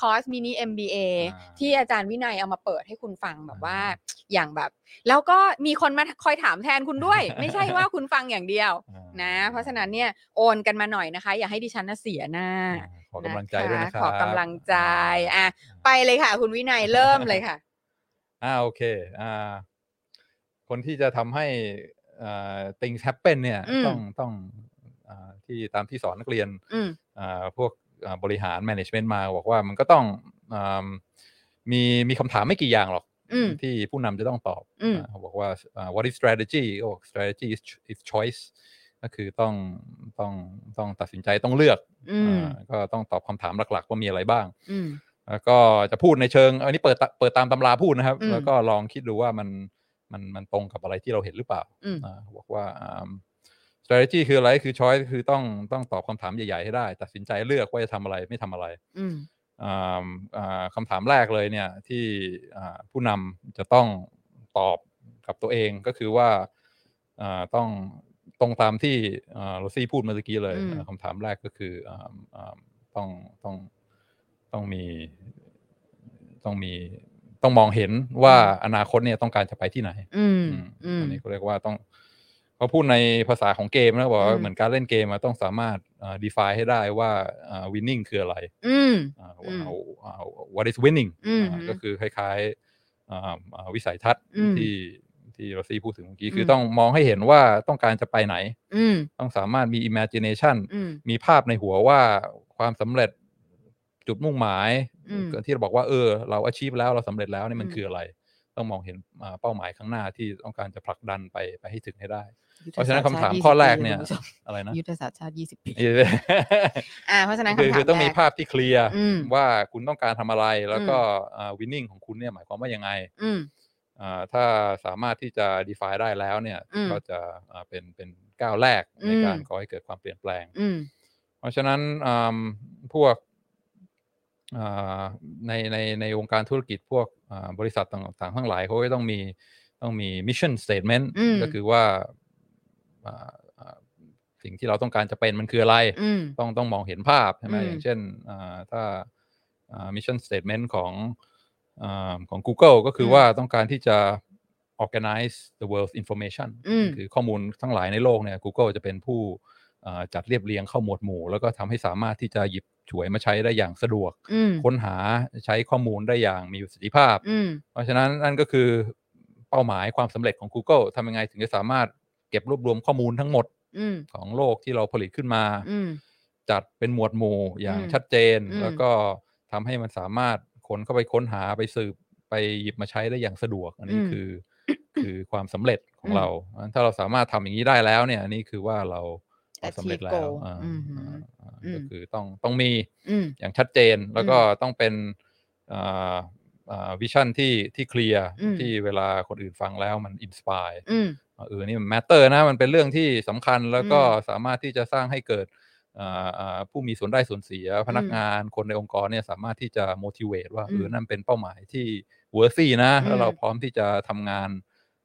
คอร์สมินิ MBA
อ่า
ที่อาจารย์วินัยเอามาเปิดให้คุณฟังแบบว่า
อ่
อย่างแบบ แล้วก็มีคนมาคอยถามแทนคุณด้วย ไม่ใช่ว่าคุณฟังอย่างเดียว
อ่า
นะ เพราะฉะนั้นเนี่ยโอนกันมาหน่อยนะคะ อย่าให้ดิฉันน่ะเสียหน้า
อ่าขอกำลังใจด้วยนะครับ
ขอกำลังใจ อ่ะ ไปเลยค่ะ คุณวินัยเริ่มเลยค่ะ
อ่าโอเคอ่าคนที่จะทำให้อ่า things happen เนี่ย
อืม
ต้องต้องอ่าที่ตามที่สอนนักเรียน
อืม
อ่าพวกอ่าบริหาร management มาบอกว่ามันก็ต้องอ่ามีมีคำถามไม่กี่อย่างหรอก
อืม
ที่ผู้นำจะต้องตอบ
อืม
อ่าเขาบอกว่าอ่า what is strategy ก็บอก strategy is cho- is choice ก็คือต้องต้องต้องตัดสินใจต้องเลือก
อืม
อ่าก็ต้องตอบคำถามหลัก ๆ ว่ามีอะไรบ้าง
อืม
แล้วก็จะพูดในเชิง อันนี้เปิดตะเปิดตามตำราพูดนะครับ
อืม
แล้วก็ลองคิดดูว่ามันมันมันตรงกับอะไรที่เราเห็นหรือเปล่า
อืม
อ่าบอกว่าอ่า strategy คืออะไรคือ choice คือต้องต้องตอบคำถามใหญ่ ๆ ให้ได้ ตัดสินใจเลือกว่าจะทำอะไรไม่ทำอะไร
อืม
อ่าอ่าคำถามแรกเลยเนี่ยที่อ่าผู้นำจะต้องตอบกับตัวเองก็คือว่าอ่าต้องตรงตามที่อ่าโรซี่พูดเมื่อกี้เลย
อืม
อ่าคำถามแรกก็คืออ่าอ่าต้องต้องต้องมี ต้องมีต้องมองเห็นว่าอนาคตเนี่ยต้องการจะไปที่ไหน
อืม
อ
อื
ม
ม
อันนี้ก็เรียกว่าต้องเขาพูดในภาษาของเกมนะบอก
อื
ว่าม เหมือนการเล่นเกมอะต้องสามารถเอ่อ define ให้ได้ว่าอ่า winning คืออะไร
อืม
อ่า
อืม
เอาเอา what is winning
อืม
อ่าก็คือคล้ายๆอ่าอ่าวิสัยทัศน์
อืม
ที่ที่เราซีพูดถึงเมื่อกี้คืออ
ม
ต้องมองให้เห็นว่าต้องการจะไปไหน
อืม
ต้องสามารถมี imagination
อืม
มีภาพในหัวว่าความสำเร็จจุดมุ่งหมาย
อืม
ที่เราบอกว่าเออ เราอาชีพแล้วเราสำเร็จแล้วนี่มัน
อืม
คืออะไร ต้องมองเห็นอ่าเป้าหมายข้างหน้าที่ต้องการจะผลักดันไปไปให้ถึงให้ได้
ยุทธ
เพราะฉะนั้น
ศสต
คำถาม
20
ข้อแรกเนี่ย
ปีคุณผู้ชม
อะไรนะ
ยุทธศาสตร์ชาติยี่สิบปี อ่า
อ่า
เพราะฉะนั้น
คือ
คำถาม
คือต้องมี
แรก
ภาพที่เคลียร์
อืม
ว่าคุณต้องการทำอะไรแล้วก็วินนิ่งของคุณเนี่ยหมายความว่ายังไง
อืม
อ่าถ้าสามารถที่จะ define ได้แล้วเนี่ย
อืม
ก็จะอ่าเป็นเป็นก้าวแรกใน
อืม
การก่อให้เกิดความเปลี่ยนแปลง
อืม
เพราะฉะนั้นอืมพวกอ่าในในในวงการธุรกิจพวกอ่าบริษัทต่างๆทั้งหลายเขาก็ต้องมีต้องมีมิชชั่นสเต t เมนต์
อืม
ก็คือว่าอ่าอ่าสิ่งที่เราต้องการจะเป็นมันคืออะไร
อืม
ต้องต้องมองเห็นภาพใช่ไหม
อืม
อย่างเช่นอ่าถ้ามิชชั่นสเต t เมนต์ของอาของ Google ก็คืออ
ม
ว่าต้องการที่จะ organize the world's information
อืม
คือข้อมูลทั้งหลายในโลกเนี่ย Google จะเป็นผู้อ่าจัดเรียบเรียงเข้าหมวดหมู่ แล้วก็ทำให้สามารถที่จะหยิบฉวยมาใช้ได้อย่างสะดวก
อืม
ค้นหาใช้ข้อมูลได้อย่างมีประสิทธิภาพ
อืม
เพราะฉะนั้นนั่นก็คือเป้าหมายความสำเร็จของ Google ทำยังไงถึงจะสามารถเก็บรวบรวมข้อมูลทั้งหมด
อืม
ของโลกที่เราผลิตขึ้นมา
อืม
จัดเป็นหมวดหมู่อย่าง
อืม
ชัดเจน
อืม
แล้วก็ทำให้มันสามารถคนเข้าไปค้นหาไปสืบไปหยิบมาใช้ได้อย่างสะดวก อันนี้คือ อคือความสำเร็จของเราอันถ้าเราสามารถทำอย่างนี้ได้แล้วเนี่ยอันนี้คือว่าเราเราสำเร็จแล้ว
Achieve goal
อ่า
อืม
อ่าอ่า
อืม
ก็คือต้องต้องมี
อืม
อย่างชัดเจนแล้วก็ต้องเป็นวิชั่นที่ที่เคลียร์
อืม
ที่เวลาคนอื่นฟังแล้วมันอินสปาย
อืม
เออ นี่มัน matter นะ มันเป็นเรื่องที่สำคัญแล้วก็สามารถที่จะสร้างให้เกิดอ่าอ่าผู้มีส่วนได้ส่วนเสีย พนักงานคนในองค์กรเนี่ยสามารถที่จะ motivate ว่า เออ
ม
นั่นเป็นเป้าหมายที่ worthy นะ
อืม
แล้วเราพร้อมที่จะทำงาน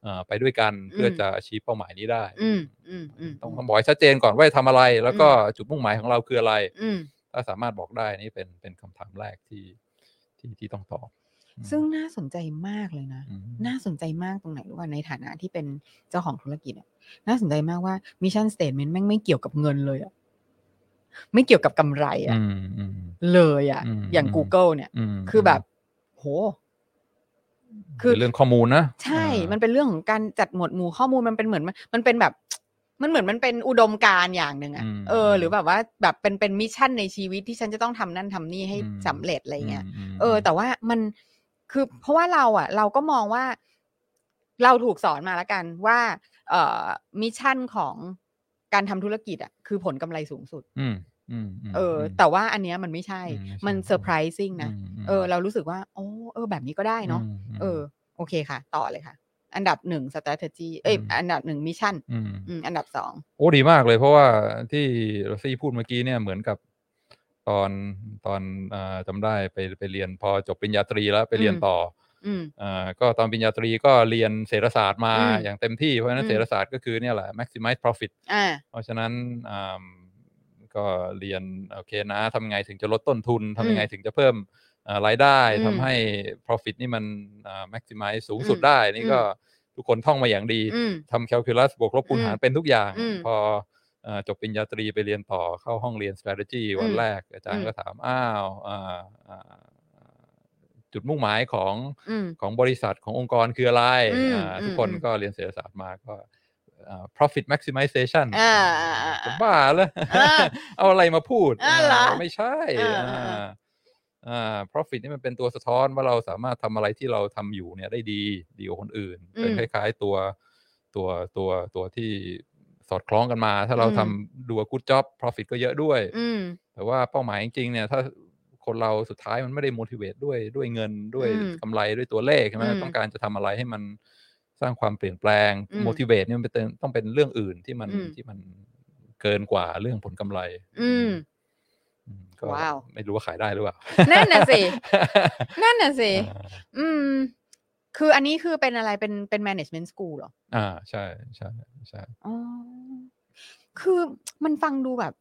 อ่าไปด้วยกันเพื่ออ
ม
จะ achieve เป้าหมายนี้ได้
อืมอืมอืม
ต้องต้องบอกให้ชัดเจนก่อนว่าจะทำอะไร แล้วก็จุดมุ่งหมายของเราคืออะไร
อืม
ถ้าสามารถบอกได้นี่เป็นเป็นคำถามแรกที่ที่ที่ต้องตอบ
ซึ่งน่าสนใจมากเลยนะ
อืม
น่าสนใจมากตรงไหนรู้ว่าในฐานะที่เป็นเจ้าของธุรกิจอะน่าสนใจมากว่ามิชชั่นสเต t เมนต์แม่งไม่เกี่ยวกับเงินเลยอะไม่เกี่ยวกับกำไรอะ
อืมอืม
เลยอะ
อืม
อย่าง
อืม
Google เนี่ย
ม
คือแบบ โห คื
คือ อเรื่องข้อมูลนะ
ใช่
อ่า
มันเป็นเรื่องของการจัดหมวดหมู่ข้อมูลมันเป็นเหมือนมันมันเป็นแบบ มันเหมือนมันเป็นอุดมการณ์อย่างหนึ่งอะ
อืม
เออ หรือแบบว่าแบบเป็นเป็นมิชชั่นในชีวิตที่ฉันจะต้องทำนั่นทำนี่ให้
อืม
สำเร็จอะไรเงี้ย
มม
เออ แต่ว่ามันคือเพราะว่าเราอ่ะ เราก็มองว่าเราถูกสอนมาแล้วกันว่า เอ่อมิชชั่นของการทำธุรกิจอ่ะคือผลกำไรสูงสุด
อืมอืมม
เออ
ม
แต่ว่าอันเนี้ยมันไม่ใช่
อืมไม่ใช่
มันเซอร์ไพรซิ่งนะ
มม
เออ เรารู้สึกว่าโอ้เออ แบบนี้ก็ได้เนาะ
มม
เออโอเคค่ะ ต่อเลยค่ะ อันดับหนึ่ง strategy เอ้ย
อืม
อันดับหนึ่ง mission
ม
อืมอันดับสอง
โอ้ดีมากเลยเพราะว่าที่รซี่พูดเมื่อกี้เนี่ยเหมือนกับตอนตอนเอ่อจำได้ไปไปเรียนพอจบปริญญาตรีแล้วไปเรียน
อืม
ต่อ
อืม
เอ่อก็ตอนปริญญาตรีก็เรียนเศรษฐศาสตร์มา
อืม
อย่างเต็มที่เพราะฉะนั้
อืม
นเศรษฐศาสตร์ก็คือเนี่ยแหละ maximize profit
อ่า
เพราะฉะนั้นอ่าก็เรียนโอเคนะทำยังไงถึงจะลดต้นทุนทำยังไงถึงจะเพิ่มเอ่อรายได้
อืม
ทำให้ profit นี่มันอ่า maximize สูงสุด
อืม
ได้นี่
อืม
ก็ทุกคนท่องมาอย่างดี
อืม
ทำ calculus บวกลบคูณหารเป็นทุกอย่าง
อืม
พอเอ่อจบปริญญาตรีไปเรียนต่อเข้าห้องเรียน strategy
อืม
วันแรก อาจาร
อื
ย์
ม
ก็ถาม อ้าวอ่าอ่าจุดมุ่งหมายของ
อืม
ของบริษัทขององค์กรคืออะไร
อืม
อ่า
อืม
ทุกคน
อืม
ก็เรียนเศรษฐศาสตร์มาก็อ่า profit maximization
อ่าอ่าอ่า
จะบ้าแล้ว
อ่า
เอาอะไรมาพูด
อ่าเหรอ
อ่าไม่ใช่
อ่าอ่า
อ่าอ่า profit นี่มันเป็นตัวสะท้อนว่าเราสามารถทำอะไรที่เราทำอยู่เนี่ยได้ดีดีกว่าคนอื่น
อืม
เป็นคล้ายๆตัวตัวตัวตัวที่สอดคล้องกันมา ถ้าเรา
อืม
ทำดูว่า good job profit ก็เยอะด้วย
อืม
แต่ว่าเป้าหมายจริงๆเนี่ยถ้าคนเราสุดท้ายมันไม่ได้ motivate ด้วยด้วยเงินด้วย
อืม
กำไรด้วยตัวเลขใช่ไหม
อืม
ต้องการจะทำอะไรให้มันสร้างความเปลี่ยนแปลง
อืม
motivate เนี่ยมันเป็นต้องเป็นเรื่องอื่นที่มัน
อืม
ที่มันเกินกว่าเรื่องผลกำไร
อืม
อืมก็
ว้าว
ไม่รู้ว่าขายได้หรือเปล่า
นั่นน่ะสิ นั่นน่ะสิ
อ่า
อืม คืออันนี้คือเป็นอะไรเป็นเป็น management school เหรอ
อ่าใช่ใช่ใช่
อ๋อคือมันฟังดูแบบ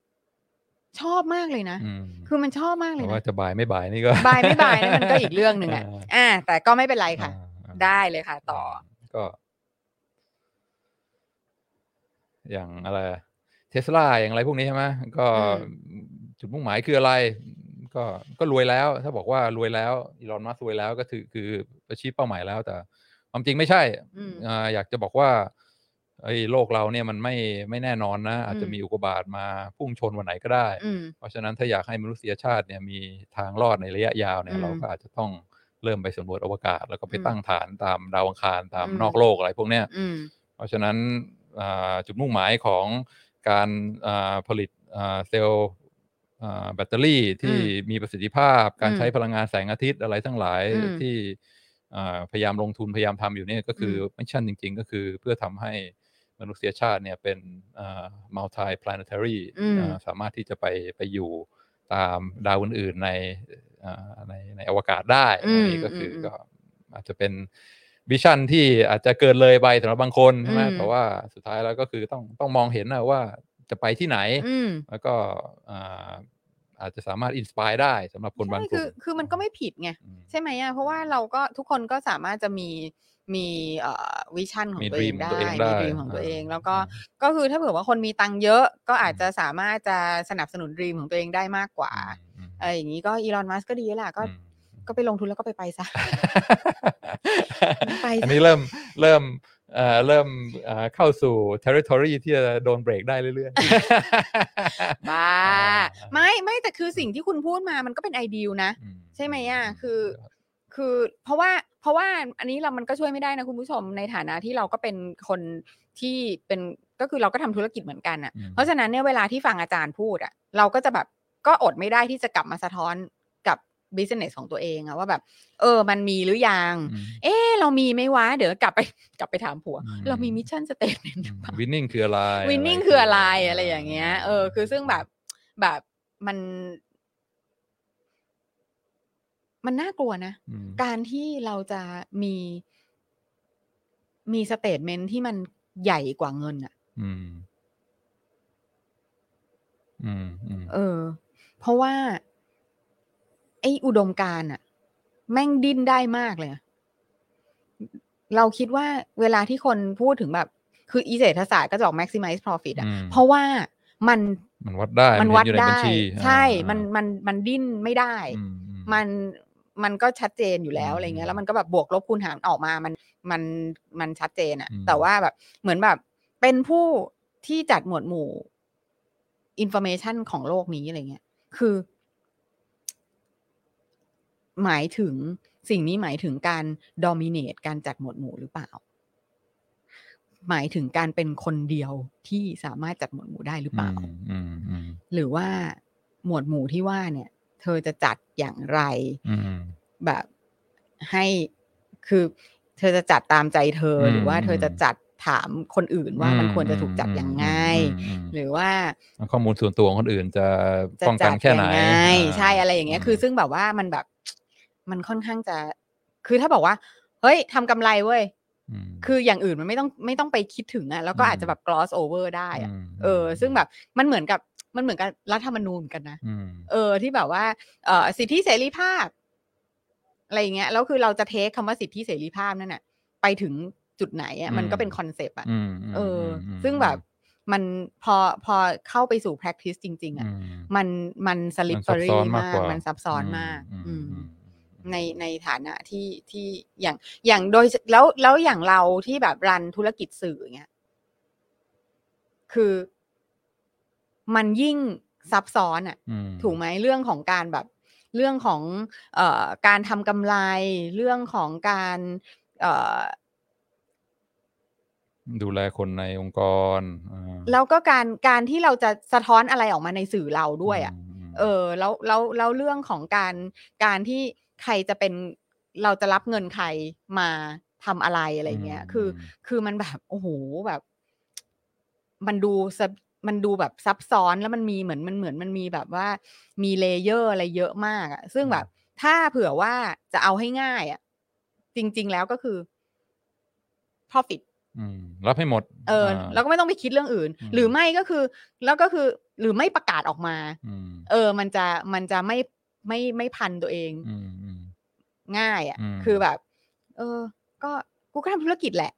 ชอบมากเลยนะ
อืม
คือมันชอบมากเลย
แต่
นะ
ว่าจะบายไม่บายนี่ก็
บายไม่บายนั่นมันก็อีกเรื่องหนึ่งอ่ะอ่า แต่ก็ไม่เป็นไรค่ะ
อ่าอ่า
ได้เลยค่ะ ต่อ
มก็ อย่างอะไรเทสลาอย่างไรพวกนี้ใช่ไหมก็
อื
จุดมุ่งหมายคืออะไร ก็ก็รวยแล้ว ถ้าบอกว่ารวยแล้วอีลอนมัสรวยแล้วก็คือคืออาชีพเป้าหมายแล้ว แต่ความจริงไม่ใช่
อืม
อ่าอยากจะบอกว่าไอ้โลกเราเนี่ยมันไม่ไม่แน่นอนนะ อาจจะ
อืม
มีอุกกาบาตมาพุ่งชนวันไหนก็ได้
อืม
เพราะฉะนั้นถ้าอยากให้มนุษยชาติเนี่ยมีทางรอดในระยะยาวเนี่
อื
ย
ม
เราก็อาจจะต้องเริ่มไปสำรวจอวกาศ แล้วก็ไป
อืม
ตั้งฐานตามดาวอังคารตาม
อืม
นอกโลกอะไรพวกเนี้ย
อืม
เพราะฉะนั้นอ่าจุดมุ่งหมายของการอ่าผลิตอ่าเซลล์อ่าแบตเตอรี่ที่
อื
มีประสิทธิภาพ การ
อืม
ใช้พลังงานแสงอาทิตย์อะไรทั้งหลาย
อืม
ที่อ่าพยายามลงทุนพยายามทำอยู่เนี่ยก็คืออมิชชั่นจริง ๆ ก็คือเพื่อทำให้มนุษยชาติเนี่ยเป็นอ่า multi planetary
อืม
อ่า สามารถที่จะไปไปอยู่ตามดาวอื่นๆในเอ่อในในอวกาศได้
อืม
อันนี้ก็คืออ
ม
ก็อาจจะเป็นวิชั่นที่อาจจะเกินเลยไปสำหรับบางคนใช่ไหม
อืม
แต่ว่าสุดท้ายแล้วก็คือต้องต้องมองเห็นนะว่าจะไปที่ไหน
อืม
แล้วก็อ่าอาจจะสามารถอินสปายได้สำหรับคนบางก
ใช่
ลุ่
คือ
ม
คือมันก็ไม่ผิดไง
อืม
ใช่ไหมอ่ะเพราะว่าเราก็ทุกคนก็สามารถจะมีมีเอ่อวิชั่นของ
มี
ตัวเอง
dream
ได้
ของตัวเอ
มี
งได้
ดีมของตัวเอง
อ่า
แล้วก็
อ่
ก็คือถ้าเผื่อว่าคนมีตังค์เยอะ ก็อาจจะสามารถจะสนับสนุนดีมของตัวเองได้มากกว่า
อืม
เอออย่างนี้ก็อีลอนมัสก็ดีแล้วล่ะก็
อืม
ก็ไปลงทุนแล้วก็ไปไป ซะ ไป
อันนี้เริ่มเริ่มเอ่อเริ่มเอ่อเข้าสู่ territory ที่จะโดนเบรกได้เรื่อยๆ
บ้า
อ่า
ไม่ไม่แต่คือสิ่งที่คุณพูดมามันก็เป็นไอเดียนะ
อืม
ใช่ไหมอะคือ คือเพราะว่าเพราะว่าอันนี้เรามันก็ช่วยไม่ได้นะคุณผู้ชมในฐานะที่เราก็เป็นคนที่เป็นก็คือเราก็ทำธุรกิจเหมือนกันอ่ะ
อืม
เพราะฉะนั้นเนี่ยเวลาที่ฟังอาจารย์พูดอ่ะเราก็จะแบบก็อดไม่ได้ที่จะกลับมาสะท้อนกับ business ของตัวเองอะว่าแบบ เออ มันมีหรือยัง
อืม
เออเรามีไหมวะ เดี๋ยวกลับไป กลับไปถามผัว
อืม
เรามีมิชชั่นสเตทเมนต์หรือเปล่า
winning คืออะไร
วินนิ่งคืออะไรอะไรอย่างเงี้ย เออ คือซึ่งแบบแบบมัน มันน่ากลัวนะ
อืม
การที่เราจะมีมีสเตทเมนที่มันใหญ่กว่าเงินอะ
อืมอืมอืม
เออ เพราะว่า ไออุดมการณ์อะ แม่งดิ้นได้มากเลยอะเราคิดว่าเวลาที่คนพูดถึงแบบ คืออีเศรษฐศาสตร์ก็จะออก maximize profit อะ
อืม
เพราะว่ามัน
มันวัดได้
มัน
เห็
วัด
อยู่ใน
ได้
บัญชี
ใช่
อ่า
มันมันมันดิ้นไม่ได้
อืมอืม
มันมันก็ชัดเจนอยู่แล้วอะไรเงี้ยแล้วมันก็แบบบวกลบคูณหารออกมา มันมันมันชัดเจนอะ
อืม
แต่ว่าแบบเหมือนแบบเป็นผู้ที่จัดหมวดหมู่อินโฟเมชันของโลกนี้อะไรเงี้ย คือ หมายถึงสิ่งนี้หมายถึงการดอมิเนตการจัดหมวดหมู่หรือเปล่า หมายถึงการเป็นคนเดียวที่สามารถจัดหมวดหมู่ได้หรือเปล่า
อืมอืมอืม
หรือว่าหมวดหมู่ที่ว่าเนี่ย เธอจะจัดอย่างไร
อืม
แบบให้คือ เธอจะจัดตามใจเธออ
ม
หรือว่าเธอจะจัดถามคนอื่นว่ามัน
อืม
ควรจะถูกจัด
อืม
ยังไง
อืมอืม
หรือว่า
ข้อมูลส่วนตัวของคนอื่นจะ
จะ
ป้องกั
จั
น
ด
แค่
ยั
ไหน
งไง
า
ใช่อะไรอย่างเงี้ย คือซึ่งแบบว่ามันแบบ มันค่อนข้างจะ คือถ้าบอกว่า เฮ้ยทำกำไรเว้ย
อืม
คืออย่างอื่นมันไม่ต้องไม่ต้องไปคิดถึงอะแล้วก็
อืม
อาจจะแบบ gloss over ได้อะ
ม
เออ ซึ่งแบบมันเหมือนกับมันเหมือนกับรัฐธรรมนูญเหมือนกันนะ
อืม
เออที่แบบว่าเออสิทธิเสรีภาพ อะไรอย่างเงี้ยแล้วคือเราจะเทคคำว่าสิทธิเสรีภาพนั่นน่ะ ไปถึงจุดไหนอ่ะมันก็เป็น
อืม
คอนเซปต์อ่ะ
อืมม
เอออ
ม
ซึ่งแบบมันพอพอเข้าไปสู่ practice จริง ๆ อ่ะ
อืม
มันมันสลิป
มั
เปอ
นซั
บ รี่
ซ้อนมาก
มาก
กว่า
มั
มัน
ซับซ้อนมาก อืม ในในฐานะที่ที่อย่างอย่างโดยแล้วแล้วอย่างเราที่แบบรันธุรกิจสื่ออย่างเงี้ยคือมันยิ่งซับซ้อนอ่ะ ถูกไหมเรื่องของการแบบเรื่องของเอ่อการทำกำไร เรื่องของการเอ่อ
ดูแลคนในองค์กรอ่า
แล้วก็การการที่เราจะสะท้อนอะไรออกมาในสื่อเราด้วยอ่ะ
ม
เออแล้วแล้วแล้วเรื่องของการการที่ใครจะเป็นเราจะรับเงินใครมาทำอะไรอะไรเงี้ย คือ คือมันแบบโอ้โหแบบ มันดูซับมันดูแบบซับซ้อนแล้วมันมีเหมือนมันเหมือนมันมีแบบว่า มีเลเยอร์อะไรเยอะมากอะซึ่งแบบ ถ้าเผื่อว่าจะเอาให้ง่ายอะจริง ๆ แล้วก็คือ profit
อืมรับให้หมด
เอออา แล้วก็ไม่ต้องไปคิดเรื่องอื่น
อืม
หรือไม่ก็คือ แล้วก็คือ หรือไม่ประกาศออกมา
อืม
เออ มันจะมันจะไม่ไม่ไม่พันตัวเอง
อืมอืม
ง่ายอะ่ะ
อืม
คือแบบ เออ ก็กูก็ทำธุรกิจแหละ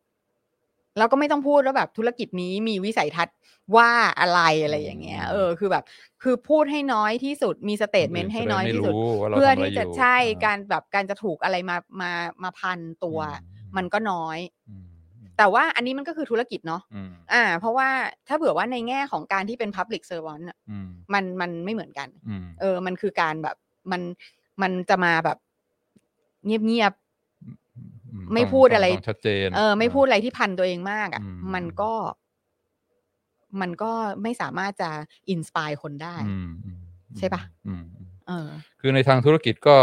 แล้วก็ไม่ต้องพูดว่าแบบธุรกิจนี้มีวิสัยทัศน์ว่าอะไรอะไรอย่างเงี้ย เออ คือแบบ คือพูดให้น้อยที่สุดมีสเตทเมนต์ให้น้อยที่สุด
จะไรู้ว่า
เพื่อ
ราำไร
ที่จะ
ยู่
ใช่
อ่
การแบบการจะถูกอะไรมามามาพันตัว
อื
มันก็น้อย
อืมอืม
แต่ว่าอันนี้มันก็คือธุรกิจเนาะ
อืม
อ่า เพราะว่าถ้าเผื่อว่าในแง่ของการที่เป็น Public Servant อะ
อืม
มันมันไม่เหมือนกัน
อืม
เออ มันคือการแบบมันมันจะมาแบบเงียบ
อื
ไม่
ต้อง
พูด
ต้ง
อะไร
ต้องชัดเจน
ๆ เออ ไม่พูดอะไรที่พันตัวเองมาก
อื
อะ่ะ
ม
มันก็ มันก็ไม่สามารถจะอินสปายคนได้
อืมอืม
ใช่ปะ
อืมอืม
เออ
คือในทางธุรกิจก็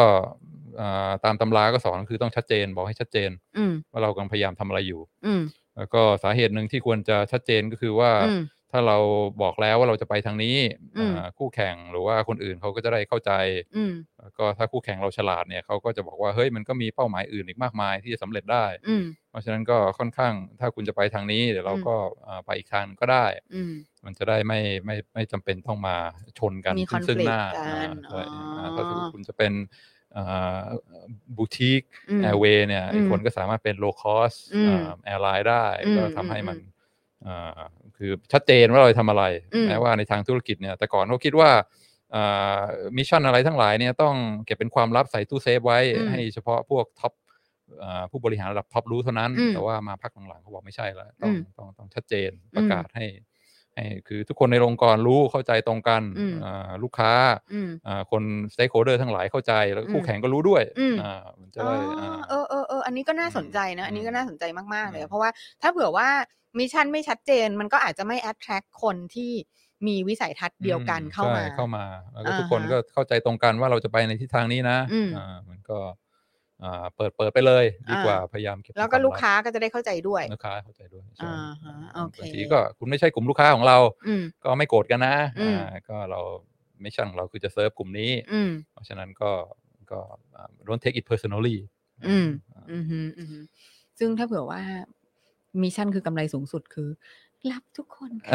อ่าตามตำราก็สอนคือต้องชัดเจน บอกให้ชัดเจน
อืม
ว่าเรากำลังพยายามทำอะไรอยู่
อืม
แล้วก็สาเหตุหนึ่งที่ควรจะชัดเจนก็คือว่า
อืม
ถ้าเราบอกแล้วว่าเราจะไปทางนี้
อืม
อ่าคู่แข่งหรือว่าคนอื่นเขาก็จะได้เข้าใจ
อืม
แล้วก็ถ้าคู่แข่งเราฉลาดเนี่ยเขาก็จะบอกว่าเฮ้ยมันก็มีเป้าหมายอื่นอีกมากมายที่จะสำเร็จได้
อืม
เพราะฉะนั้นก็ค่อนข้างถ้าคุณจะไปทางนี้เดี๋ยวเรา
อืม
ก็อ่าไปอีกทางก็ได้
อืม
มันจะได้ไม่ไม่ไม่จำเป็นต้องมาชนกัน
มี
ซึ่งซึ่ง
conflict
หน้า
กัน
อ่าใช่
อ๋ออ่
าถ้าสมมติคุณจะเป็นบูติก
อืม
แอร์เวย์เนี่ยไอ้
อืม
คนก็สามารถเป็นโลคอส
อืม
แอร์ไลน์ได้
อืม
ก็ทำให้มันอ่าคือชัดเจนว่าเราจะทำอะไร
อืม
แม้ว่าในทางธุรกิจเนี่ย แต่ก่อนเขาคิดว่ามิชชั่นอะไรทั้งหลายเนี่ยต้องเก็บเป็นความลับใส่ตู้เซฟไว้
อืม
ให้เฉพาะพวกท็อปผู้บริหารระดับท็อปรู้เท่านั้น
อืม
แต่ว่ามาพักหลังๆเขาบอกไม่ใช่แล้วต้อง
อืม
ต้องต้องชัดเจน
อืม
ประกาศให้ ให้คือทุกคนในองค์กรรู้เข้าใจตรงกัน
อืม
อ่าลูกค้า
อืม
อ่าคนสเต็กโฮเดอร์ทั้งหลายเข้าใจแล้ว
อืม
คู่แข่งก็รู้ด้วย
อืม
อ่ามันจะได้
อ๋ออา เออเออเอออันนี้ก็น่าสนใจนะ
อืม
อันนี้ก็น่าสนใจมาก ๆ เลย
อื
อะ
ม
เพราะว่าถ้าเผื่อว่ามิชชั่นไม่ชัดเจน มันก็อาจจะไม่ attract คนที่มีวิสัยทัศน์เดียวกัน
อื
เข้ามา
ใช่เข้ามาแล้วก็
อ่า
ทุกคน
ฮะ
ก็เข้าใจตรงกันว่าเราจะไปในทิศทางนี้นะ
อืม
อ่ามันก็อ่าเปิดเปิดไปเลยดีกว่า
อ่า
พยายามเก็บ
แล้วก็
วม
ลูกค้าก็จะได้เข้าใจด้วย
ลูกค้าเข้าใจด้วยใช่
อ่าฮะโอเค
บางทีก็คุณไม่ใช่กลุ่มลูกค้าของเรา
อืม
ก็ไม่โกรธกันนะ
อืม
อ่าก็เราไม่ช่างเราคือจะเซิร์ฟกลุ่มนี้
อืม
เพราะฉะนั้นก็ก็อ่า don't take it personally
อืม อือหืออือหือซึ่งถ้าเผื่อว่ามิชชั่นคือกำไรสูงสุดคือ รับทุกคนค่ะ
เ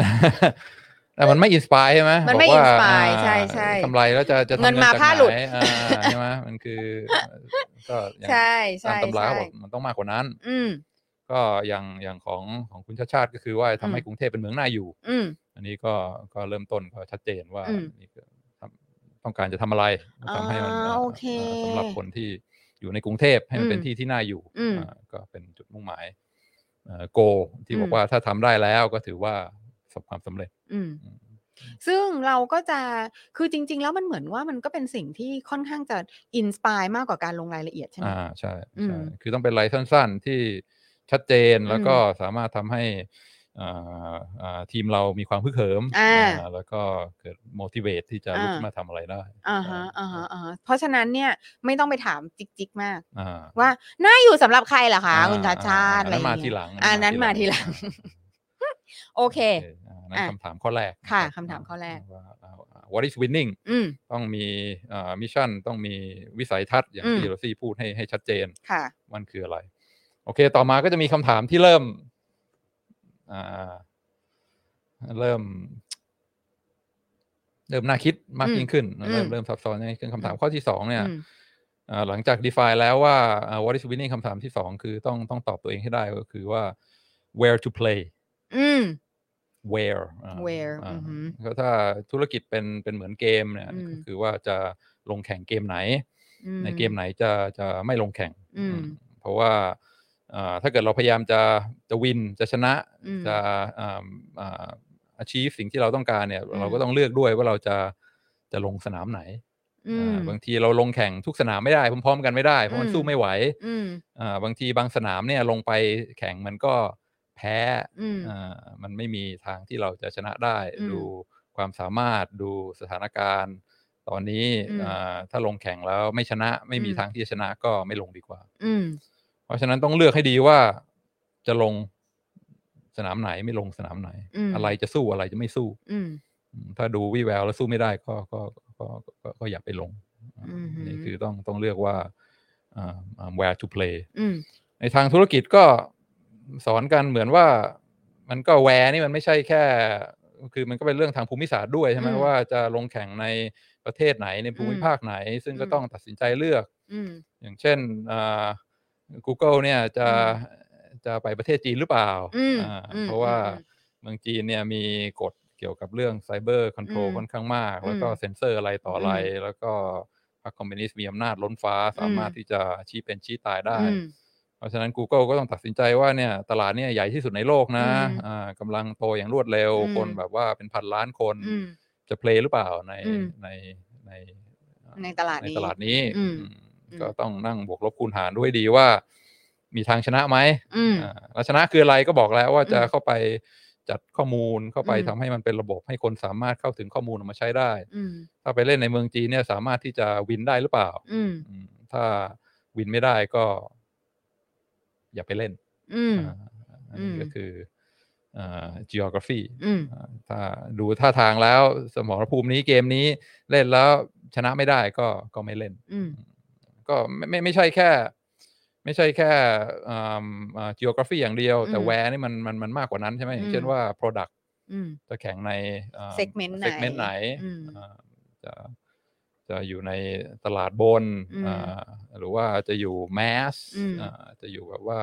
แต่ มันไม่อินสปายใช่ไหม
มันไม่
บกว่
inspire
อ่า
ใช่ใช่
ทำไรแล้วจะจะทำ
เงินมา
จก
ผ้าหลุด
ไนอ่าใช่ไหมมันคือก็อย่าง
ใช่
ตาม
ใช่
ตำรา
ใช่
เขาบอกมันต้องมากกว่านั้น
อืม
ก็อย่างอย่างของของคุณชาติชาติก็คือว่าทำให้
อืม
กรุงเทพเป็นเมืองน่าอยู่
อืม
อันนี้ก็ก็เริ่มต้นก็ชัดเจนว่า
อืม
นี่คือทำต้องการจะทำอะไรทำให้มัน
อ่า
เอ่อ
โอเค
สำหรับคนที่อยู่ในกรุงเทพให้มันเป็น
อืม
ที่ที่น่าอยู่
อืม
อ่าก็เป็นจุดมุ่งหมายโกที่บอ
อื
ก
ม
ว่าถ้าทำได้แล้วก็ถือว่าประสบความสำเร็จ
อืม
อืม
ซึ่งเราก็จะคือจริง ๆ แล้วมันเหมือนว่ามันก็เป็นสิ่งที่ค่อนข้างจะอินสปายมากกว่าการลงรายละเอียดใช่ไหม
อ่าใช่
อื
ใช่
ม
คือต้องเป็นอะไรสั้นๆที่ชัดเจนแล้วก็สามารถทำให้อ่าอ่าทีมเรามีความพึกเหิม
อ่า
อ่าแล้วก็เกิด motivate ที่จะลุก
อ่า
ขึ้นมาทำอะไรได้
อ่าฮะอ่าฮะอ่าฮะเพราะฉะนั้นเนี่ยไม่ต้องไปถามจิกจิกมาก
อ่า
ว่าน่าอยู่สำหรับใครเหรอคะ
อ่
คุณชาติชาติอะไร
อันนั้นมา
อย่
ที
ย
หลัง
อันนั้นมาทีหลัง โอเค
อ่านั่น
อ่ะ
คำถามข้อแรกน
ค่ะ
รับ
คำถามข้อแรก
ว่าอ่า what is winning
อืม
ต้องมีมิชชั่นต้องมีวิสัยทัศน์อย่าง
อื
ที่
ม
โรซี่พูดให้ให้ชัดเจน
ค่ะ
มันคืออะไร โอเค ต่อมาก็จะมีคำถามที่เริ่มอ่าเริ่ม เริ่มน่าคิดมาก
อืม
ยิ่งขึ้นนะเริ่ม
อืม
เริ่มซับซ้อนยิ่งขึ้นคำถาม
อืม
ข้อที่สองเนี่ย
อืม
อ่าหลังจาก define แล้วว่าอ่า what is winning คำถามที่สองคือต้องต้องตอบตัวเองให้ได้ก็คือว่า where to play
อืม
where อ่า
Where
อ่า
อือหือ
ก็ถ้าธุรกิจเป็นเป็นเหมือนเกมเนี่ย
อืม
ก็คือว่าจะลงแข่งเกมไหน
อื
ในเกมไหนจะจะไม่ลงแข่ง
อืม
อืมเพราะว่าอ่าถ้าเกิดเราพยายามจะจะวินจะชนะ
อืม
จะอ่าอ่า achieve สิ่งที่เราต้องการเนี่ย
อืม
เราก็ต้องเลือกด้วยว่าเราจะจะลงสนามไหน
อืม
อ่าบางทีเราลงแข่งทุกสนามไม่ได้พร้อมๆกันไม่ได้เพราะมัน
อืม
สู้ไม่ไหว
อืม
อ่าบางทีบางสนามเนี่ยลงไปแข่งมันก็แพ้
อืม
อ่ามันไม่มีทางที่เราจะชนะได้
อืม
ดูความสามารถดูสถานการณ์ ตอนนี้
อืม
อ่าถ้าลงแข่งแล้วไม่ชนะไม่มี
อืม
ทางที่จะชนะก็ไม่ลงดีกว่า
อืม
เพราะฉะนั้นต้องเลือกให้ดีว่าจะลงสนามไหนไม่ลงสนามไหน
อืม
อะไรจะสู้อะไรจะไม่สู้
อืม
อืมถ้าดูวี่แววแล้วสู้ไม่ได้ก็ก็ก็ก็ก็ก็อย่าไปลง
อืม
อันนี่คือต้องต้องเลือกว่าอ่าอ่า where to play
อืม
ในทางธุรกิจก็สอนกันเหมือนว่ามันก็แวร์นี่มันไม่ใช่แค่ คือมันก็เป็นเรื่องทางภูมิศาสตร์ด้วยใช่ไหม
อืม
ว่าจะลงแข่งในประเทศไหนในภูมิภาคไหน ซึ่งก็
อืม
ต้องตัดสินใจเลือก
อืม
อย่างเช่นอ่า Google เนี่ยจะ
อื
จะไปประเทศจีนหรือเปล่า
อืม
อ่า
อืม
เพราะว่า
อืมอืม
เมืองจีนเนี่ยมีกฎเกี่ยวกับเรื่องไซเบอร์คอนโทรล
อืม
ค่อนข้างมาก
อืม
แล้วก็เซ็นเซอร์อะไรต่ออะไร แล้วก็พรรคคอมมิวนิสต์มีอำนาจล้นฟ้าสามารถที่จะชี้เป็นชี้ตายได้
อืม
เพราะฉะนั้น Google ก็ต้องตัดสินใจว่าเนี่ยตลาดเนี่ยใหญ่ที่สุดในโลกนะ
อืม
อ่ากำลังโตอย่างรวดเร็ว
อืม
คนแบบว่าเป็นพันล้านคน
อืม
จะเพลย์หรือเปล่าใน
อืม
ในใน
ในตลาด
ใน
นี้
ตลาดนี้
อืม
อืม
อืม
ก็ต้องนั่งบวกลบคูณหารด้วยดีว่า มีทางชนะไหม
อืม
อ่าแล้วชนะคืออะไรก็บอกแล้วว่าจะ
อืม
เข้าไปจัดข้อมูลเข้าไป
อืม
ทำให้มันเป็นระบบให้คนสามารถเข้าถึงข้อมูลออกมาใช้ได้
อืม
ถ้าไปเล่นในเมืองจีนเนี่ยสามารถที่จะวินได้หรือเปล่า
อืม
อืมถ้าวินไม่ได้ก็ อย่าไปเล่น
อืม
อ่าอันนี้
อืม
ก็คืออ่า geography
อืม
อ่าถ้าดูท่าทางแล้วสมรภูมินี้เกมนี้เล่นแล้วชนะไม่ได้ก็ก็ไม่เล่น
อืม
ก็ไม่ไม่ไม่ใช่แค่ ไม่ใช่แค่อ่าอ่า geography อย่างเดียว แต่
อืม
แวร์นี่มันมันมันมากกว่านั้นใช่ไหมอย่า
อื
ง
ม
เช่นว่า product
อืม
จะแข่งใน
Segment ไหน
segment ไหน
อืม
อ่าจะจะอยู่ในตลาดบน
อืม
อ่าหรือว่าจะอยู่ mass
อืม
อ่าจะอยู่แบบว่า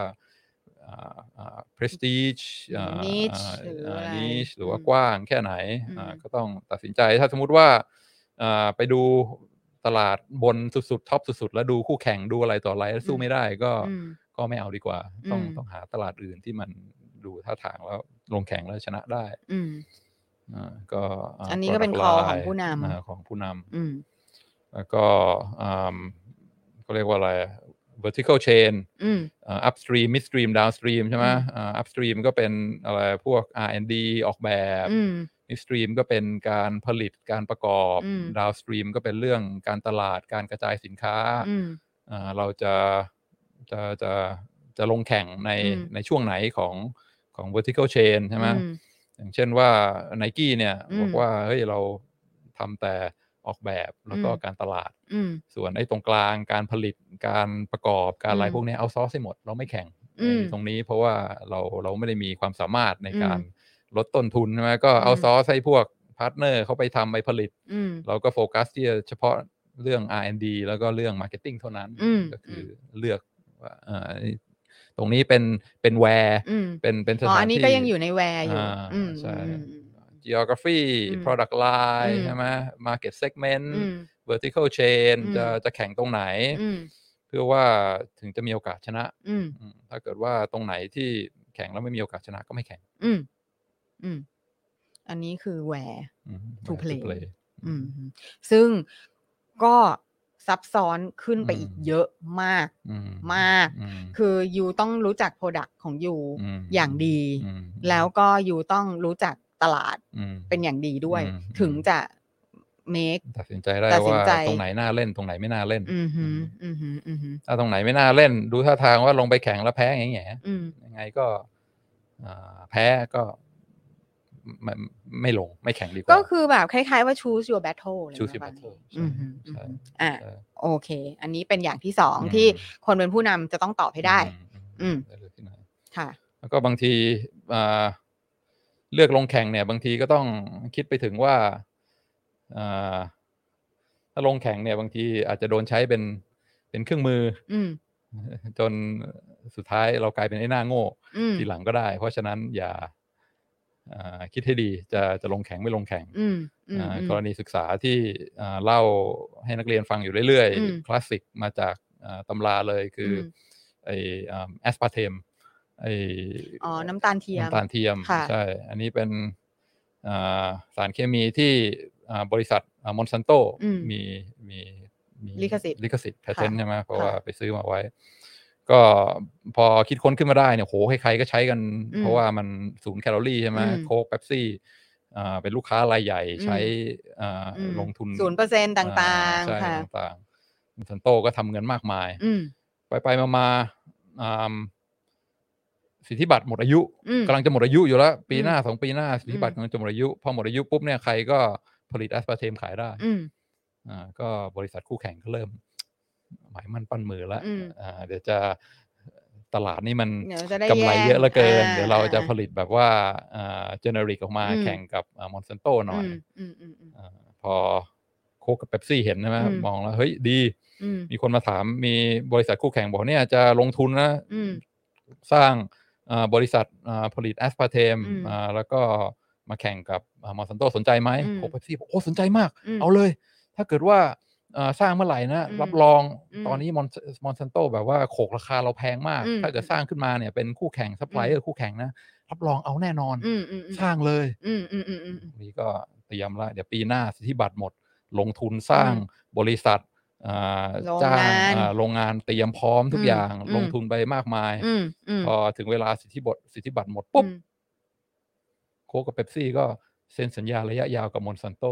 อ่าอ่า prestige อ่า
Niche
อ่า
หรืออะ
อ่า
ไร
niche หรือว่า
อืม
กว้างแค่ไหนอ่า
อืม
ก็ต้องตัดสินใจถ้าสมมุติว่าอ่าไปดูตลาดบนสุดๆท็อปสุดๆ แล้วดูคู่แข่งดูอะไรต่ออะไรแล้วสู้ไม่ได้ก็
อืม
ก็ไม่เอาดีกว่า ต้อง
อืม
ต้องหาตลาดอื่นที่มันดูท่าทางแล้วลงแข่งแล้วชนะได้
อืม
อ่าก็า
อันนี้ก็เป็น call ของ
product line
ผู้นำ
อ่าของผู้น
อืม
ำแล้วก็อืมเขาเรียกว่าอะไร vertical chain
อืม
อ่า upstream midstream downstream ใช่ไหม
อืม
อ่า upstream ก็เป็นอะไรพวก R&D ออกแบบ
อืม
midstream ก็เป็นการผลิตการประกอบ
อืม
downstream ก็เป็นเรื่องการตลาดการกระจายสินค้า
อืม
อ่าเราจะจะจะจะลงแข่งใน
อืม
ในช่วงไหนของของ vertical chain ใช่ไหม
อืม
อย่างเช่นว่า n i กี้เนี่ย
อืม
บอกว่า เฮ้ย เราทำแต่ออกแบบแล้วก็
อืม
การตลาด
อืม
ส่วนไอ้ตรงกลางการผลิตการประกอบการอะไร
อืม
พวกเนี้เอาซอสให้หมด เราไม่แข่ง
อืม
ไอ้ตรงนี้เพราะว่าเราเราไม่ได้มีความสามารถใน
อืม
การลดต้นทุนใช่ไหมก็
อืม
เอาซอสให้พวก พาร์ทเนอร์เขาไปทำไปผลิต
อืม
เราก็โฟกัสที่จะเฉพาะเรื่อง R&D แล้วก็เรื่อง Marketing เท่านั้น
อืม
ก็คือเลือกว่าเอ่อตรงนี้เป็นเป็นแวร์
อืม
เป็นเป็นส
อ๋อ
ถาน
อันนี้
ที่
ก็ยังอยู่ในแวร์อยู่
า
อืม
ใช่
อืม
geography
อืม
product line
อืม
ใช่ไหม market segment
อืม
vertical chain
อืม
จะจะแข่งตรงไหน
อืม
เพื่อว่าถึงจะมีโอกาสชนะ
อืม
อืมถ้าเกิดว่าตรงไหนที่แข่งแล้วไม่มีโอกาสชนะก็ไม่แข่ง
อืมอืมอันนี้คือแวร์
อืม
To play
play
อื
อื
ม
ม
ซึ่งก็ซับซ้อนขึ้นไป
อืม
อีกเยอะมาก
อื
มาก
อืม
คือยูต้องรู้จักโปรดักต์ของยู
ม
อย่างดี
อืม
แล้วก็ยูต้องรู้จักตลาด
อืม
เป็นอย่างดีด้วย
อืม
ถึงจะ make
ตัดสินใจได้
ตัดสิน
ว่า
ใจ
ตรงไหนน่าเล่นตรงไหนไม่น่าเล่น
อืมฮึอืมฮึอืมฮึ
ถ้าตรงไหนไม่น่าเล่น ดูท่าทางว่าลงไปแข่งแล้วแพ้อย่างเงี้ย
อืม
ยังไงก็อ่าแพ้ก็ไม่ไม่ลงไม่แข่งดีกว่า
ก็คือแบบคล้ายๆว่า choose your battle เลย
Choose
นะ
your
ปะ
battle
อืมฮึ
ใช่
อืมฮึอ่ะ
เออ
โอเค อันนี้เป็นอย่างที่สอง
อืม
ที่คนเป็นผู้นำจะต้องตอบให้ได้ อืม
ได้เลยที่ไหน
ค่ะ
แล้วก็บางทีอ่าเลือกลงแข่งเนี่ย บางทีก็ต้องคิดไปถึงว่าอ่าถ้าลงแข่งเนี่ย บางทีอาจจะโดนใช้เป็นเป็นเครื่องมือ
อืม
จนสุดท้ายเรากลายเป็นไอ้หน้าโง่
อืม
ทีหลังก็ได้ เพราะฉะนั้นอย่าอ่าคิดให้ดีจะจะลงแข่งไม่ลงแข่ง
อืมอืม
อ่า
อืม
กรณีศึกษาที่อ่าเล่าให้นักเรียนฟังอยู่เรื่อย
อืม
ๆ คลาสสิกมาจากอ่าตำราเลยคืออ
ม
ไอแอสปาร์เทมไอ
อ๋อ น้ำตาลเทียม
น้ำตาลเทียม
ค่ะ
ใช่ อันนี้เป็นอ่าสารเคมีที่อ่าบริษัทมอนซันโต
อืม
มีมีมี
ลิขสิทธิ์
ลิขสิทธิ์แพทเทน
ค่ะ
ใช่ไหมเพราะ
ค่ะ
ว่าไปซื้อมาไว้ ก็พอคิดค้นขึ้นมาได้เนี่ยโหใครๆก็ใช้กัน
อืม
เพราะว่ามันศูนย์แคลอรี่ใช่ไหม
อืม
โค้กเป๊ปซี่อ่าเป็นลูกค้ารายใหญ่
อืม
ใช้อ่า
อืม
ลงทุน
ศูนย์เปอร์เซ็นต์ต่าง
อ่
ๆ
ใช่
ค่ะ
ต่างๆมอนซันโตก็ทำเงินมากมาย
อืม
ไปไปมามาอ่าสิทธิบัตรหมดอายุ
อืม
กำลังจะหมดอายุอยู่แล้ว ปี
อืม
หน้าสองปีหน้าสิทธิบัตร
อืม
กำลังจะหมดอายุ พอหมดอายุปุ๊บเนี่ยใครก็ผลิตแอสปาร์เทมขายได้
อืม
อ่าก็บริษัทคู่แข่งก็เริ่ม หมายมั่นปั้นมือแล้ว
อืม
อ่าเดี๋ยวจะตลาดนี่มัน
เดี๋ยวจะได้
กำไรเยอะเหลือเกิน
แง
เดี๋ยวเราจะ
อ่
ผลิตแบบว่าอ่าเจเนริกออกมา
อืม
แข่งกับมอนซันโตหน่อย
อืมอืมอืม
อาพอโคกกับเป๊ปซี่เห็นใช่ไหม
อืม
มองแล้วเฮ้ยดี
อืม
มีคนมาถามมีบริษัทคู่แข่งบอกเนี่ยจะลงทุนนะ
อืม
สร้างเอ่อบริษัทเอ่อผลิตแอสพาร์เทม
อืม
แล้วก็มาแข่งกับมอสันโตสนใจไหม
อืม
โคเปปซี่บอกโอ้สนใจมาก
อืม
เอาเลย ถ้าเกิดว่าเอ่อสร้างเมื่อไหร่นะ
อืม
รับรอง
อืม
ตอนนี้มอนมอนซันโตแบบว่าโขกราคาเราแพงมาก
อืม
ถ้าเกิดสร้างขึ้นมาเนี่ยเป็นคู่แข่งซัพพลายเออร์คู่แข่งนะ รับรองเอาแน่นอน
อืมอืมอืม
สร้างเลย
อืมอืมอืมอืมอืม
นี่ก็เตรียมละเดี๋ยวปีหน้าสิทธิบัตรหมด ลงทุนสร้างบริษัทเอ่อ
โรง
จ้าง
งาน
เอ่อโรงงานเตรียมพร้อมทุก
อืม
อย่าง
อืม
ลงทุนไปมากมาย
อืมอืม
พอถึงเวลาสิทธิบทสิทธิบัตรหมดปุ๊บ
อืม
โคกกับเป๊ปซี่ก็เซ็นสัญญาระยะยาวกับมอนซันโต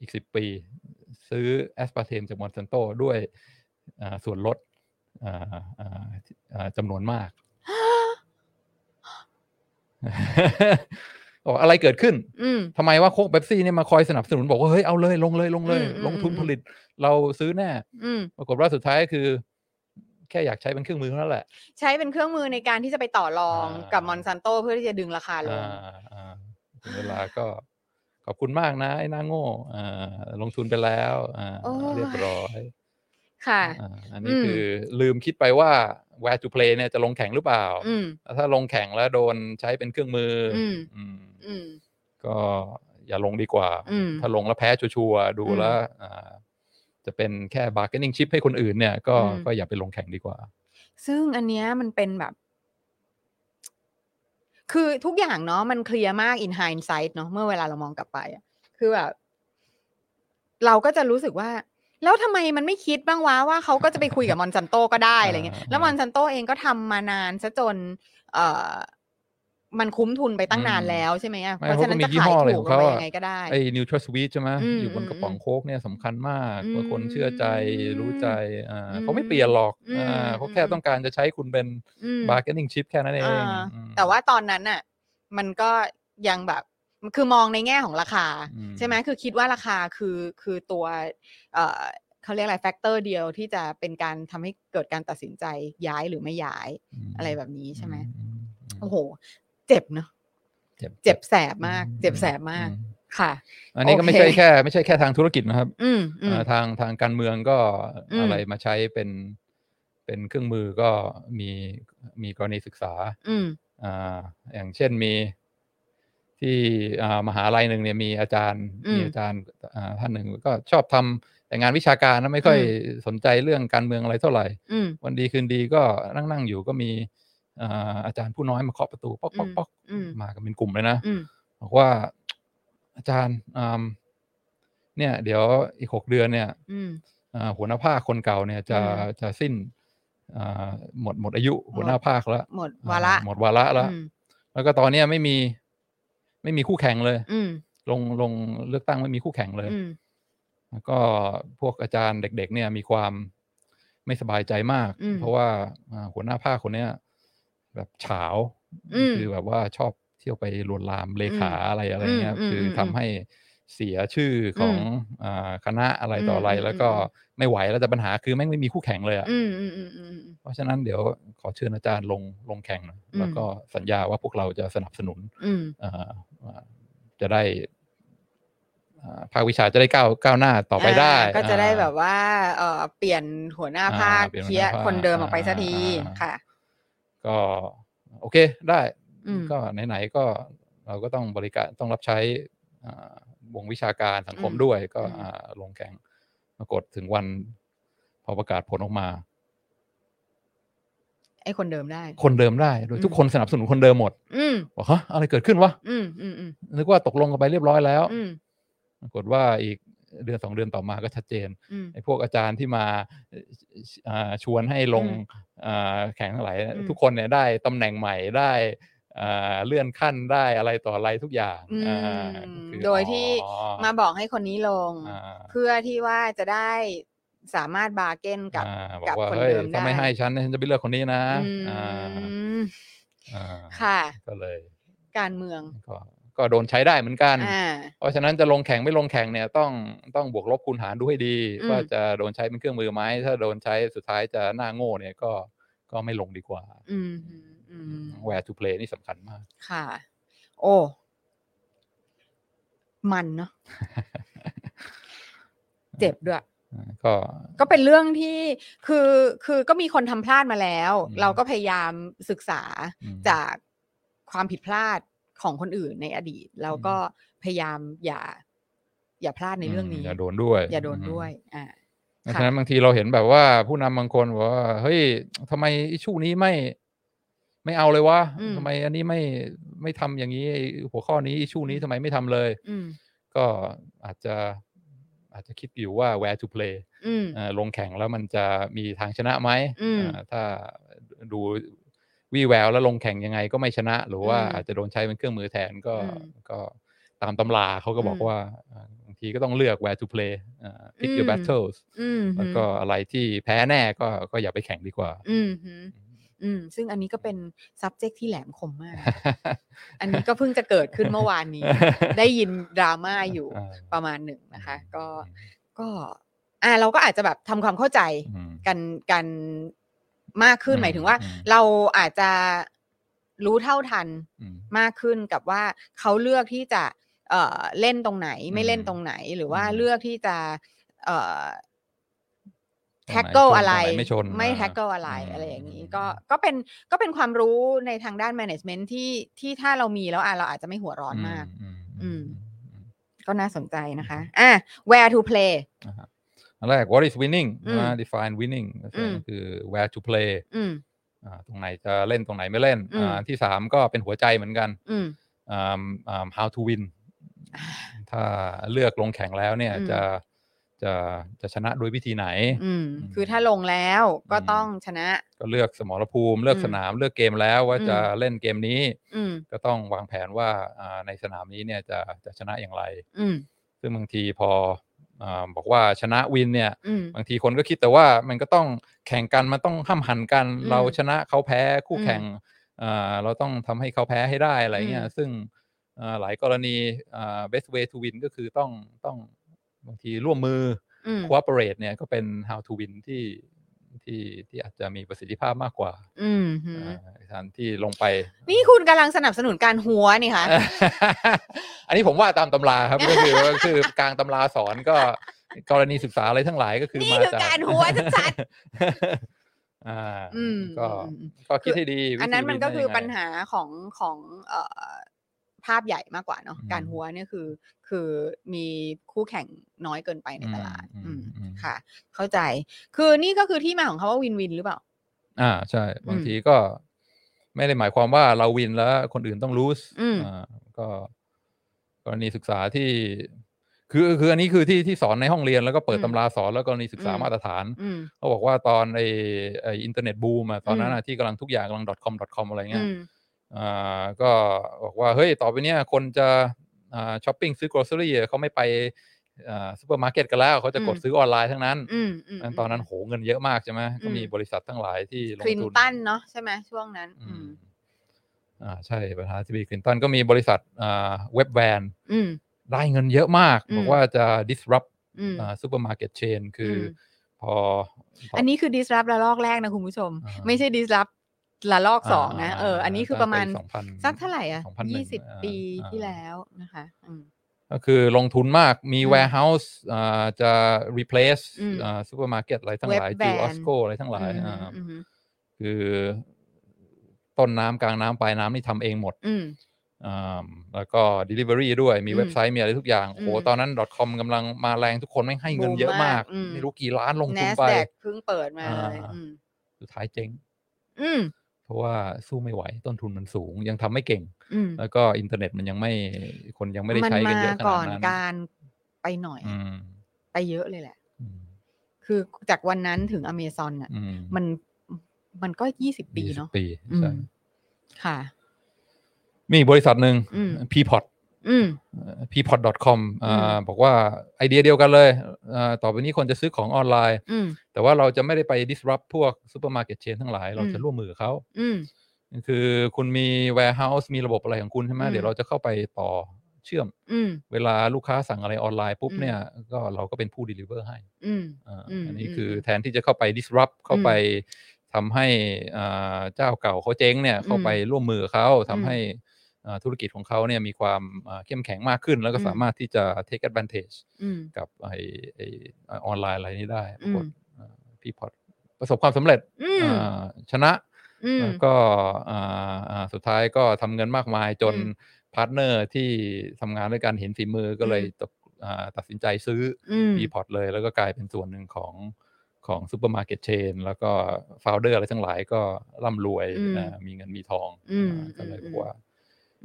อีกสิบปี ซื้อแอสปาร์เทมจากมอนซันโตด้วยอ่าส่วนลดอ่าอ่าอ่าจำนวนมาก บอกอะไรเกิดขึ้น
อืม
ทำไมว่าโคกเป๊ปซี่เนี่ยมาคอยสนับสนุนบอกว่า เฮ้ย เอาเลยลงเลยลงเลย
อืมอืม
ลงทุน
อืม
ผลิต เราซื้อแน่
อืม
ปรากฏว่าสุดท้ายก็คือ แค่อยากใช้เป็นเครื่องมือเท่านั้นแหละ
ใช้เป็นเครื่องมือในการที่จะไปต่อรอง
อ่า
กับมอนซันโตเพื่อที่จะดึงราคาลง
อ่าอ่าถึงเวลาก็ขอบคุณมากนะ ไอ้หน้าโง่อ่าลงทุนไปแล้วอ่า
โอ้ย
เรียบร้อย
ค่ะ
อ่าอันนี้
อืม
คือลืมคิดไปว่า where to play เนี่ยจะลงแข่งหรือเปล่า
อืม
ถ้าลงแข่งแล้วโดนใช้เป็นเครื่องมืออ
ม
อืม
อืม
ก็อย่าลงดีกว่า
อืม
ถ้าลงแล้วแพ้ชัวร์ๆดู
อืม
แล้วอ่าจะเป็นแค่ bargaining chip ให้คนอื่นเนี่ย ก็
อืม
ก็อย่าไปลงแข่งดีกว่า
ซึ่งอันเนี้ยมันเป็นแบบ คือทุกอย่างเนาะมันเคลียร์มากอินไฮน์ไซ h ์เนาะเมื่อเวลาเรามองกลับไปอะคือแบบ เราก็จะรู้สึกว่า แล้วทำไมมันไม่คิดบ้างวะว่าเขาก็จะไปคุยกับมอนซันโตก็ได้อะไรเงี้ย
อ่า
แล้วมอนซันโตเองก็ทำมานานซะจน เอ่อ มันคุ้มทุนไปตั้งนาน
อืม
แล้วใช่ไหมอะ
ไม่
เพราะฉะนั้นจะขาย
เขาก็มียี่ห้ออะไร
ถู
ข
กลง
องเขา
ไป
อะ
ยังไงก็ได้
ไอ้นิวทรัสวีทใช่ไหม
อืม
อยู่บนกระป๋องโค้กเนี่ยสำคัญมาก
อืม
ว่าคนเชื่อใจรู้ใจอ่าเขาไม่
อืม
เปลี่ยนหรอก
อืม
อ่าเขา
อืม
แค่ต้องการจะใช้คุณเป็น
อืม
บาร์เก็ตติ้งชิพแค่นั้นเอง
อ่า
อืม
แต่ว่าตอนนั้นน่ะ มันก็ยังแบบคือมองในแง่ของราคา
อืม
ใช่ไหมคือคิดว่าราคาคือคือตัว เอ่อเขาเรียกอะไรแฟกเตอร์เดียวที่จะเป็นการทำให้เกิดการตัดสินใจย้ายหรือไม่ย้าย
ม
อะไรแบบนี้ใช่ไหม
อืมอืม
โอ้โห เจ็บเนอะ เจ็บแสบมาก เจ็บแสบมาก
อื
ค่ะ
อันนี้ก็ไม่
โอเค
ใช่แค่ ไม่ใช่แค่ทางธุรกิจนะครับ
อืมอืม
เอ่อทางทางการเมืองก็
อืม
อะไรมาใช้เป็นเป็นเครื่องมือก็มีมีกรณีศึกษา
อืม
อ่าอย่างเช่นมีที่อ่ามหาลัยหนึ่งเนี่ยมีอาจารย์
อืม
มีอาจารย์อ่าท่านหนึ่งก็ชอบทำแต่งานวิชาการนะไม่ค่อย
อื
สนใจเรื่องการเมืองอะไรเท่าไหร่
อืม
วันดีคืนดีก็นั่งนั่งอยู่ก็มีอ่าอาจารย์ผู้น้อยมาเคาะประตูป๊อกป๊อกป๊อก
อืม
มากันเป็นกลุ่มเลยนะ
อืม
บอกว่าอาจารย์อืมเนี่ย เดี๋ยวอีกหกเดือนเนี่ย
อืม
อ่าหัวหน้าภาคคนเก่าเนี่ยจะ
อืม
จะสิ้นอ่าหมดหมดอายุ หัวหน้าภาคแล้ว
หมดวาระ
อ่หมดวาระแล้ว
อืม
แล้วก็ตอนเนี้ยไม่มี ไม่มีคู่แข่งเลย
อืม
ลงลงเลือกตั้งไม่มีคู่แข่งเลย
อืม
แล้วก็พวกอาจารย์เด็ก ๆ เนี่ยมีความไม่สบายใจมาก
อืม
เพราะว่าอ่าหัวหน้าภาคคนเนี้ย แบบเฉาว
อืม
คือแบบว่าชอบเที่ยวไปลวนลามเลขาอะไรอะไรเงี้ย
อืม
คือ
มอืม
ทำให้เสียชื่อของอาคณะอะไรต่ออะไร
อืมอืม
แล้วก็
อืม
ไม่ไหวแล้วแต่ปัญหาคือแม่งไม่มีคู่แข่งเลยอะ
อืมอืมอืมอืม
เพราะฉะนั้นเดี๋ยวขอเชิญอาจารย์ลงลงแข่งหนะ
อืม
แล้วก็สัญญาว่าพวกเราจะสนับสนุน
อืม
เอ่อเอ่อจะได้เอ่อภาควิชาจะได้ก้าวก้าวหน้าต่อไปได้
อ่าก็จะได้
อ่า
แบบว่าเออเปลี่ยนหัวหน้าภาค
อ่าเปลี่ยนหัวหน้า
เคีย
ภาค
คนเดิมออกไปสักที
อ่า
ค่ะ
ก็โอเคได้
อืม
ก็ไหนๆก็เราก็ต้องบริการต้องรับใช้อ่าวงวิชาการสังคม
อืม
ด้วยก็
อืม
อ่าลงแข่งปรากฏถึงวันพอประกาศผลออกมา
ไอ้คนเดิมได้
คนเดิมได้โดยทุก
อืม
คนสนับสนุนคนเดิมหมด
อืม
บอกฮะอะไรเกิดขึ้นวะ
อืมอืมอืม
นึกว่าตกลงกันไปเรียบร้อยแล้ว
อืม
ปรากฏว่าอีกเดือนสองเดือนต่อมาก็ชัดเจน
อืม
ไอ้พวกอาจารย์ที่มาเอ่ออ่าชวนให้ลง
อืม
อ่าแข่งทั้งหลาย
อืม
ทุกคนเนี่ยได้ตำแหน่งใหม่ได้อ่าเลื่อนขั้นได้อะไรต่ออะไรทุกอย่าง
อืม
อ่าคือ
โดยที่
อ๋อ
มาบอกให้คนนี้ลง
อ่า
เพื่อที่ว่าจะได้สามารถบาร์เกนกับ
อ่าบอ
กับ
กว่า
คน
เฮ้ย
เดิม
ถ้าไม่
ได้
ให้ฉันเนี่ยฉันจะไปเลือกคนนี้นะ
อืม
อ่าอ่า
ค่ะ
ก็เลย
การเมือง
ก็ก็โดนใช้ได้เหมือนกัน
อ่า
เพราะฉะนั้นจะลงแข่งไม่ลงแข่งเนี่ยต้องต้องบวกลบคูณหารดูให้ดี
อืม
ว่าจะโดนใช้เป็นเครื่องมือไหมถ้าโดนใช้สุดท้ายจะหน้าโง่เนี่ยก็ก็ไม่ลงดีกว่า
อืมอืมอืม
where to play นี่สำคัญมาก
ค่ะ โอ้ มัน เนาะเจ็บด้วย
ก็
ก็เป็นเรื่องที่คือคือก็มีคนทำพลาดมาแล้ว
อืม
เราก็พยายามศึกษา
อืม
จากความผิดพลาดของคนอื่นในอดีต แล้วก็พยายามอย่า อย่าพลาดในเรื่องนี้
อย่าโดนด้วย
อย่าโดน
อืม
ด้วย อ่า
เพราะ
ค่ะ
ฉะนั้นบางทีเราเห็นแบบว่าผู้นำบางคนบอกว่าเฮ้ยทำไมไอ้ชู้นี้ไม่ ไม่เอาเลยวะ
อืม
ทำไมอันนี้ไม่ไม่ทำอย่างนี้ไอ้หัวข้อนี้ไอ้ชู้นี้ทำไมไม่ทำเลย
อืม
ก็อาจจะอาจจะคิดอยู่ว่า where to play
อืม
เอ่อลงแข่งแล้วมันจะมีทางชนะไหม
อืม
เอ่อถ้าดูวี่แววแล้วลงแข่งยังไงก็ไม่ชนะ หรือว่า
อืม
อาจจะโดนใช้เป็นเครื่องมือแทนก็
อืม
ก็ตามตำราเขาก็บอก
อืม
ว่าเอ่อบางทีก็ต้องเลือก where to play เอ่อ pick
อื
your
ม
battles
อืม
แล้วก็อะไรที่แพ้แน่ก็ก็อย่าไปแข่งดีกว่า
อืมอืมอืม ซึ่งอันนี้ก็เป็น subject ที่แหลมคม มาก อันนี้ก็เพิ่งจะเกิดขึ้นเมื่อวานนี้ ได้ยินดราม่าอยู่
อ่า
ประมาณหนึ่งนะคะ ก็ก็อ่าเราก็อาจจะแบบทำความเข้าใจ
อืม
กันกันมากขึ้น
อืม
หมายถึงว่า
อืม
เราอาจจะรู้เท่าทัน
อืม
มากขึ้นกับว่าเขาเลือกที่จะ เอ่อเล่นตรงไหนไม่เล่นตรงไหน หรือว่า
อืม
เลือกที่จะ เอ่อ
ตรงไหน
แท็กเกิล
ชน
อะไร
ตรงไหนไม่ชน
ไม่
อ่า
แท็กเกิลอะไรอะไร
อืม
อย่างนี้
อืม
ก็ก็เป็นก็เป็นความรู้ในทางด้าน management ที่ที่ถ้าเรามีแล้วอ่ะเราอาจจะไม่หัวร้อนมาก
อืม
อื
อื
ม
ม
ก็น่าสนใจนะคะ อ่ะ where to play
นะครับอันแรก what is winning
อืม
นะ define winning ก็
อืม
คือ where to play
อืม
อ่าตรงไหนจะเล่นตรงไหนไม่เล่น
อืม
อ่าอันที่สามก็เป็นหัวใจเหมือนกัน
อืม
อ่าอ่า how to win ถ้าเลือกลงแข่งแล้วเนี่ย
อืม
จะจะจะชนะด้วยวิธีไหน
อืม
อืม
คือถ้าลงแล้วก็
อืม
ต้องชนะ
ก็เลือกสมรภูมิ เลือก
อืม
สนามเลือกเกมแล้วว่า
อืม
จะเล่นเกมนี้
อืม
ก็ต้องวางแผนว่าอ่าในสนามนี้เนี่ยจะจะชนะอย่างไร
อืม
ซึ่งบางทีพออาบอกว่าชนะวินเนี่ย
อืม
บางทีคนก็คิดแต่ว่ามันก็ต้องแข่งกันมันต้องห้ามหันกัน
อืม
เราชนะเขาแพ้คู่
อืม
แข่งเอ่อเราต้องทำให้เขาแพ้ให้ได้อะไรเงี้
อื
ย
ม
ซึ่งเอ่อหลายกรณีเอ่อ best way to win ก็คือต้องต้องบางทีร่วมมือ
อืม
cooperate เนี่ยก็เป็น how to win ที่ ที่ที่อาจจะมีประสิทธิภาพมากกว่า
อืมหือ
อ่าสถานที่ลงไป
นี่คุณกำลังสนับสนุนการหัวนี่คะ
อันนี้ผมว่าตามตำราครับ ก็คือ ก็คือกลางตำราสอนก็กรณีศึกษาอะไรทั้งหลายก็คือ
นี่
มา
คือ
จาก
การหัวชัด
อ่า
ๆอืม
ก็
อืมอืม
ก็คิดให้ดี
อันนั้น
วิธี
มันก็คือ
วิจาร
ปัญ
ณ์ยังไง
หาของของเอ่อภาพใหญ่มากกว่าเนาะ
อืม
การหัวเนี่ยคือ คือมีคู่แข่งน้อยเกินไปในตลาด
อืม
อืม
อืม
ค่ะ เข้าใจ คือนี่ก็คือที่มาของคาว่าวินวินหรือเปล่า
อ่าใช่บาง
อืม
ทีก็ไม่ได้หมายความว่าเราวินแล้วคนอื่นต้องรู้
อืม
อ่าก็กรณีศึกษาที่ คือคืออันนี้คือที่ที่สอนในห้องเรียนแล้วก็เปิดตำราสอนแล้วกรณีศึกษามาตรฐาน
อืม
เขาบอกว่าตอนไอไออินเทอร์เน็ตบูมอะตอนนั้น
อืม
อะที่กำลังทุกอย่างกำลัง .com .com อะไร
อื
เงี้ย
ม
อ่าก็บอกว่าเฮ้ยต่อไปเนี้ยคนจะอ่าช้อปปิ้งซื้อ grocery อะเขาไม่ไปอ่าซูเปอร์มาร์เก็ตกันแล้ว เขาจะกด
อืม
ซื้อออนไลน์ทั้งนั้น
อืมม
งั้นตอนนั้นโหเงินเยอะมากใช่ไหมก็มี
อืม
บริษัททั้งหลายที่ลง
คลิน
ทุน
ตันเนาะใช่ไหมช่วงนั้น
อื
อืม
มอ่าใช่ประธานาธิบดีคลินตันก็มีบริษัทอ่าเว็บแวน
อืม
ได้เงินเยอะมาก
อืม
บอกว่าจะ disrupt
อืม
อ่าซูเปอร์มาร์เก็ตเชนคืออ
ม
พอพ
อันนี้คือ disrupt ระลอกแรกนะคุณผู้ชม
อ่า
ไม่ใช่ disrupt ระลอกสองนะ เออ อันนี้คือประมาณ
ตั้งแต่ปี2000
สักเท่าไหร่อ่ะ
2001
ยี่สิบ
อ่า
ปี
อ่า
ที่แล้วนะคะ อืม
ก็คือลงทุนมาก มี
อืม
warehouse อ่าจะ replace
อืม
อ่า supermarket อะไรทั้งหลาย
Web
จิว
ban
ออสโกอะไรทั้งหลาย
อื
อ่าม
อืม
คือต้นน้ำกลางน้ำปลายน้ำนี่ทำเองหมด
อืม
อ่าแล้วก็ delivery ด้วยมี
อืม
เว็บไซต์มีอะไรทุกอย่าง โอ้โห
อืม
ตอนนั้น .com กำลังมาแรงทุกคนไม่งให้เงิน
บูม
เยอะมาม
าก กอืม
ไม่รู้กี่ล้านลง
เน
ทุน
ส
ไป
แดกเพิ่งเปิดมาเลย
อ่า
อืม
สุดท้ายเจ๊ง
อืม
เพราะว่าสู้ไม่ไหว ต้นทุนมันสูง ยังทำไม่เก่ง
อืม
แล้วก็อินเทอร์เน็ตมันยังไม่คนยังไม่ได้
มัน
ใช้กัน
มา
เยอะข
ก่
นา
อ
ด
น
นั้น
การไปหน่อย
อืม
ไปเยอะเลยแหละ
อืม
คือจากวันนั้นถึงอเมซอนอ่ะ
อืม
มันมันก็ยี่สิบปี
20
เนาะ
ปี
อื
ใช่
มค่ะ
มีอีกบริษัทหนึ่ง
อืม
Ppot
อืม
เอ่อ ppot.com อ่า
อืม
บอกว่าไอเดียเดียวกันเลยอ่าต่อไปนี้คนจะซื้อของออนไลน์
อืม
แต่ว่าเราจะไม่ได้ไป disrupt พวกซูเปอร์มาร์เก็ตเชนทั้งหลาย เรา
อืม
จะร่วมมือกับเขา
อืม
คือคุณมี warehouse มีระบบอะไรของคุณใช่ไหม
อืม
เดี๋ยวเราจะเข้าไปต่อเชื่อม
อืม
เวลาลูกค้าสั่งอะไรออนไลน์ปุ๊บ
อืม
เนี่ย ก็เราก็เป็นผู้ deliver ให้
อืม
อ่า
อืม
อันนี้
อืม
คืออ
ม
แทนที่จะเข้าไป disrupt เข้า
อืม
ไปทำให้อ่าเจ้าเก่าเขาเจ๊งเนี่ย เข้า
อืม
ไปร่วมมือกับเขาทำ
อืม
ให้อ่าธุรกิจของเขาเนี่ยมีความอ่าเข้มแข็งมากขึ้น แล้วก็
อืม
สามารถที่จะ take advantage
อืม
กับไอไอ้ไอ้ออนไลน์อะไรนี้ได้
อืม
พี่พอดประสบความสำเร็จ
อืม
อ่าชนะ
อืม
แล้วก็อ่าอ่าสุดท้ายก็ทำเงินมากมายจน
อืม
พาร์ทเนอร์ที่ทำงานด้วยกันเห็นฝีมือก็เลย
อืม
ตกอ่าตัดสินใจซื้อ
อืม
มีพอร์ตเลยแล้วก็กลายเป็นส่วนหนึ่งของของซูเปอร์มาร์เก็ตเชนแล้วก็โฟลเดอร์อะไรทั้งหลายก็ร่ำรวย
อืม
อ่ามีเงินมีทอง
อืม
อ่าก็เลย
อืม
บอกว่า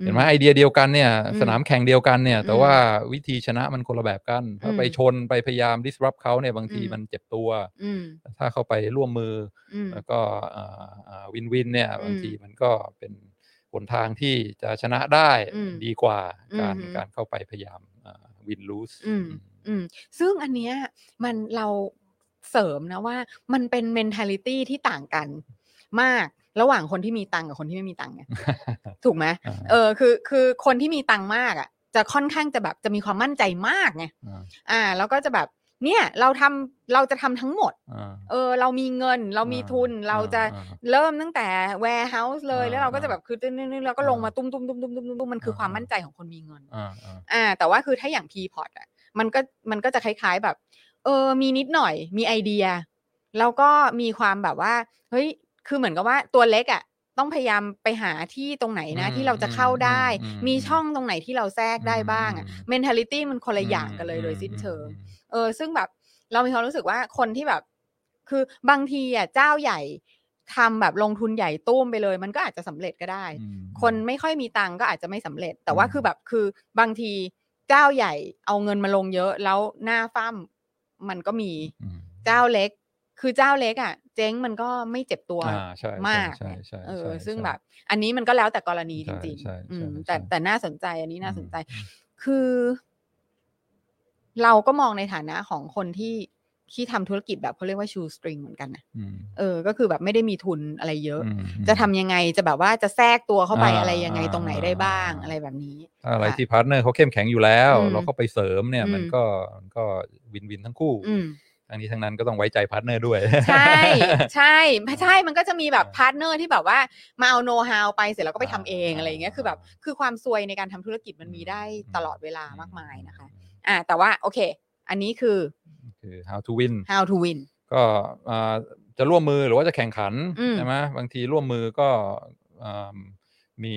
เห็นไหมไอเดียเดียวกันเนี่ย
อืม
สนามแข่งเดียวกันเนี่ย แต่
อืม
ว่าวิธีชนะมันคนละแบบกัน ถ้าไป
อืม
ชนไปพยายาม disrupt เขาเนี่ยบางที
อืม
มันเจ็บตัว
อืม
ถ้าเข้าไปร่วมมือ
อื
อ
ม
แล้วก็วินวินเนี่ยบางทีมันก็เป็นหนทางที่จะชนะได้
อืม
ดีกว่าการ
อืม
การเข้าไปพยายามวินลูส
อืม อืมซึ่งอันเนี้ยมันเราเสริมนะว่า มันเป็น mentality ที่ต่างกันมากระหว่างคนที่มีตังค์กับคนที่ไม่มีตังค์ไง ถูกไหมเออคือคือคนที่มีตังค์มากอ่ะ จะค่อนข้างจะแบบจะมีความมั่นใจมากไงอ่า แล้วก็จะแบบ เนี่ยเราทำเราจะทำทั้งหมด เออ เรามีเงิน เรามีทุนเราจะเริ่มตั้งแต่ warehouse เลยแล้วเราก็จะแบบคือนึงๆแล้วก็ลงมาตุ้มตุ้มตุ้มตุ้มตุ้มตุ้มมันคือความมั่นใจของคนมีเงิน
อ่าอ่า
อ่าแต่ว่าคือถ้าอย่าง p p o t อ่ะมันก็มันก็จะคล้ายๆแบบ เออมีนิดหน่อยมีไอเดีย แล้วก็มีความแบบว่า เฮ้ย คือเหมือนกับว่าตัวเล็กอ่ะต้องพยายามไปหาที่ตรงไหนนะ
อืม
ที่เราจะเข้าได้
อืมอืม
มีช่องตรงไหนที่เราแทรกได้บ้างอ่ะ
อืม
mentality มันคนละอย่างกันเลยโดยสิ้นเชิง เออซึ่งแบบเรามีความรู้สึกว่าคนที่แบบ คือบางทีอ่ะเจ้าใหญ่ทำแบบลงทุนใหญ่ตุ้มไปเลย มันก็อาจจะสำเร็จก็ได้
อืม
คนไม่ค่อยมีตังค์ก็อาจจะไม่สำเร็จ แต่ว่า
อืม
คือแบบคือบางทีเจ้าใหญ่เอาเงินมาลงเยอะแล้วหน้าฟ้ามมันก็มี
อืม
เจ้าเล็ก คือเจ้าเล็กอ่ะ เจ๊งมันก็ไม่เจ็บตัว
อ่าใช่ใช่
มาก
ใช่ใช่
เออ
ใช่
ซึ่ง
ใช่
แบบ อันนี้มันก็แล้วแต่กรณี
ใช่
จริง
ใช่
ๆอื
ใช่
มแต่
ใช่
แต่น่าสนใจอันนี้น่าสนใจ
อืม
คือ เราก็มองในฐานะของคนที่ที่ทำธุรกิจแบบเขาเรียกว่าชูสตริงเหมือนกันนะ
อืม
เออ ก็คือแบบไม่ได้มีทุนอะไรเยอะ
อืม
จะทำยังไงจะแบบว่าจะแทรกตัวเข้าไปอะไรยังไง
อ่า
ตรงไหนได้บ้าง
อ่า
อะไรแบบนี้
ถ้าอะไร
ค่ะ
ที่พาร์ทเนอร์เขาเข้มแข็งอยู่แล้ว
อืม
เราก็ไปเสริมเนี่ย มัน
อืม
ก็มันก็วินวินทั้งคู่
อืม
ทั้งนี้ทั้งนั้นก็ต้องไว้ใจพาร์ทเนอร์ด้วย
ใช่ ใช่ใช่มันก็จะมีแบบพาร์ทเนอร์ที่แบบว่ามาเอาโน้ตฮาวไปเสร็จแล้วก็ไปทำเองอะไรอย่างเงี้ยคือแบบคือความซวยในการทำธุรกิจมันมีได้ตลอดเวลามากมายนะคะ อ่าแต่ว่าโอเค อันนี้คือ
คือ how to win
how to win
ก็อ่าจะร่วมมือหรือว่าจะแข่งขัน
อืม
ใช่ไหมบางทีร่วมมือก็อ่ามี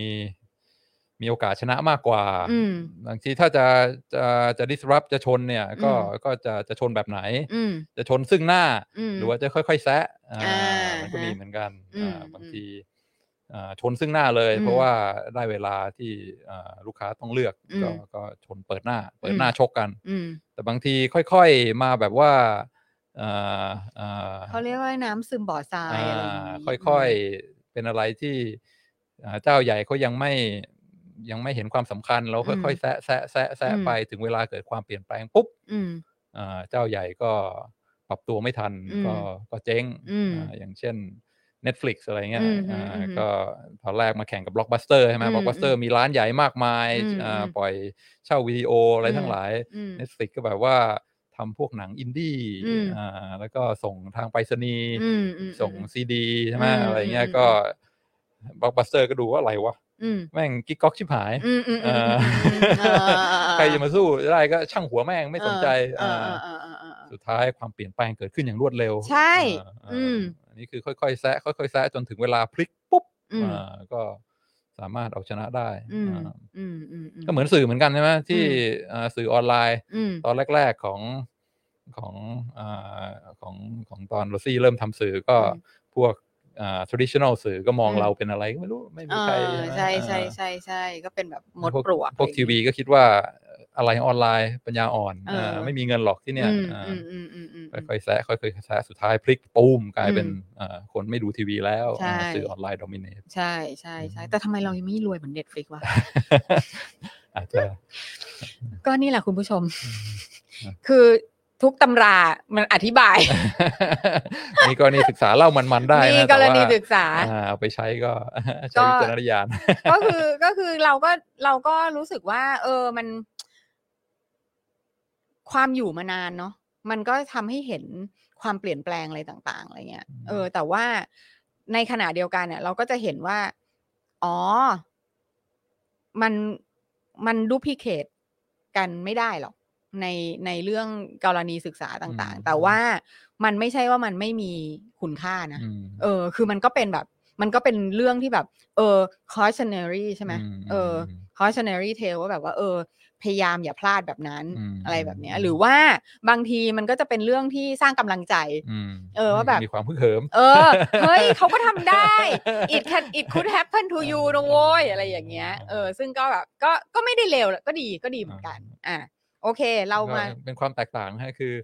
มีโอกาสชนะมากกว่า
อืม
บางทีถ้าจะจะจะ disrupt จะชนเนี่ยก็ก็จะจะชนแบบไหน
อืม
จะชนซึ่งหน้า
อืม
หรือว่าจะค่อยๆแซะอ่า
อ่ามั
มันก็มีเหมือนกัน
อืม
อ่าบางทีอ่าชนซึ่งหน้าเลย
อืม
เพราะว่าได้เวลาที่อ่าลูกค้าต้องเลือก
อืม
ก็ก็ชนเปิดหน้า เปิ
อื
ด
ม
หน้าชกกัน
อืม
แต่บางทีค่อยๆมาแบบว่าอ่าอ่า
เขาเรียกว่าน้ำซึมบ่อทรายอะไรอย่างงี้
อ่าค่อยๆเป็นอะไรที่อ่าเจ้าใหญ่เขายังไม่ยังไม่เห็นความสำคัญแล้วค่อยๆแซะแซะแซะแซะไปถึงเวลาเกิดความเปลี่ยนแปลงปุ๊บ
อืม
อ่าเจ้าใหญ่ก็ปรับตัวไม่ทัน
อืม
ก็ก็เจ๊ง
อืม
อาอย่างเช่น Netflix อะไรเงี้ย
อืมอืม
อ่า
อืม
ก็ตอนแรกมาแข่งกับบล็อกบัสเตอร์ใช่ไหม
อืม
บล็อกบัสเตอร์มีร้านใหญ่มากมาย
อืม
อ่า
อืม
ปล่อยเช่าวิดีโออะไรทั้
อื
ง
ม
หลาย
อืม
Netflix ก็แบบว่าทำพวกหนังอินดี้
อืม
อ่าแล้วก็ส่งทางไปรษณีย์
อืมอืม
ส่งซีดีใช่ไหม
อืม
อะไรเงี้
อื
ย
ม
ก็บล็อกบัสเตอร์ก็ดูว่าอะไรวะ
อืม
แม่งกิ๊กก๊อกชิบหาย
อืมอืมอื
อ่าม
อืม
ใครจะมาสู้ได้ก็ช่างหัวแม่งไม่สนใจ
เออเอา อเออเออเออเออ
สุดท้ายความเปลี่ยนแปลงเกิดขึ้นอย่างรวดเร็ว
ใช่
อ่า
อืม
าอันนี้คือค่อยๆแซะค่อยๆแซะจนถึงเวลาพลิกปุ๊บ
อืม
อ่าก็สามารถเอาชนะได้
อืม
อ่า
อืมอืมอืม
ก็เหมือนสื่อเหมือนกันใช่ไหมที่อ่าสื่อออนไลน์
อืม
ตอนแรก ๆของของอาของของตอนโรซี่เริ่มทำสื่อก็
อืม
พวกอ่า traditional สื่อก็มอง
อืม
เราเป็นอะไรก็ไม่รู้ไม่มี
เอ
ใคร
อ
นะ
ใช่ใช่
อ่า
ใช่ใช่ก็เป็นแบบมด
พวก
ปลวก
พวก
อะไรอย่าง
ที
เงี้ย
วีก็คิดว่าอะไรออนไลน์ปัญญาอ่อน
เออ
าไม่มีเงินหรอกที่เนี่ย
อืม
อ่า
อืมอืมอืมอืมอืม
ค่อยๆแซะค่อยๆแซะสุดท้ายพลิกปุ้มกลายเป็น
อืม
เอ่อคนไม่ดูทีวีแล้ว
ใช่
อ่าสื่อออนไลน์ดอมิเนต
ใช่ใช่ใช่แต่ทำไมเรายังไม่รวยเหมือนเน็ตฟลิกวะ
อาจจะ
ก็นี่แหละคุณผู้ชม
อืม
คือทุกตำรามันอธิบาย
มีกรณีศึกษาเล่ามันๆได้
มี
นะ
ก
แต่
ร
ว่า
ณีศึกษา
อ่าเอาไปใช้ก็
ก็
ใช้วิจารณญาณ
ก็คือก็คือเราก็เราก็รู้สึกว่า เออมัน ความอยู่มานานเนาะมันก็ทำให้เห็นความเปลี่ยนแปลงอะไรต่าง ๆอะไรเงี้ยเออ แต่ว่าในขณะเดียวกันเนี่ย เราก็จะเห็นว่า อ๋อ มันมันดูพิเคตกันไม่ได้หรอก ในในเรื่องกรณีศึกษาต่าง
อื
ๆ
ม
แต่ว่ามันไม่ใช่ว่ามันไม่มีคุณค่านะ
อืม
เออ คือมันก็เป็นแบบ มันก็เป็นเรื่องที่แบบ เออ cautionary ใช่ไหม
อืม
เออ
อืม
cautionary tale ว่าแบบว่า เออ พยายามอย่าพลาดแบบนั้น
ม
อะไรแบบเนี้ย หรือว่าบางทีมันก็จะเป็นเรื่องที่สร้างกำลังใจ
อืม
เออว่าแบบ
มีความพึกเหิม
เออ เฮ้ย เขาก็ทำได้ it can it could happen to you นะโว้ย อะไรอย่างเงี้ย เออ ซึ่งก็แบบ ก็ ก็ไม่ได้เลวก็ดี ก็ดีเหมือนกัน อ่ะ โอเค เรามา
ก็เป็นความแตกต่างนะฮะคือ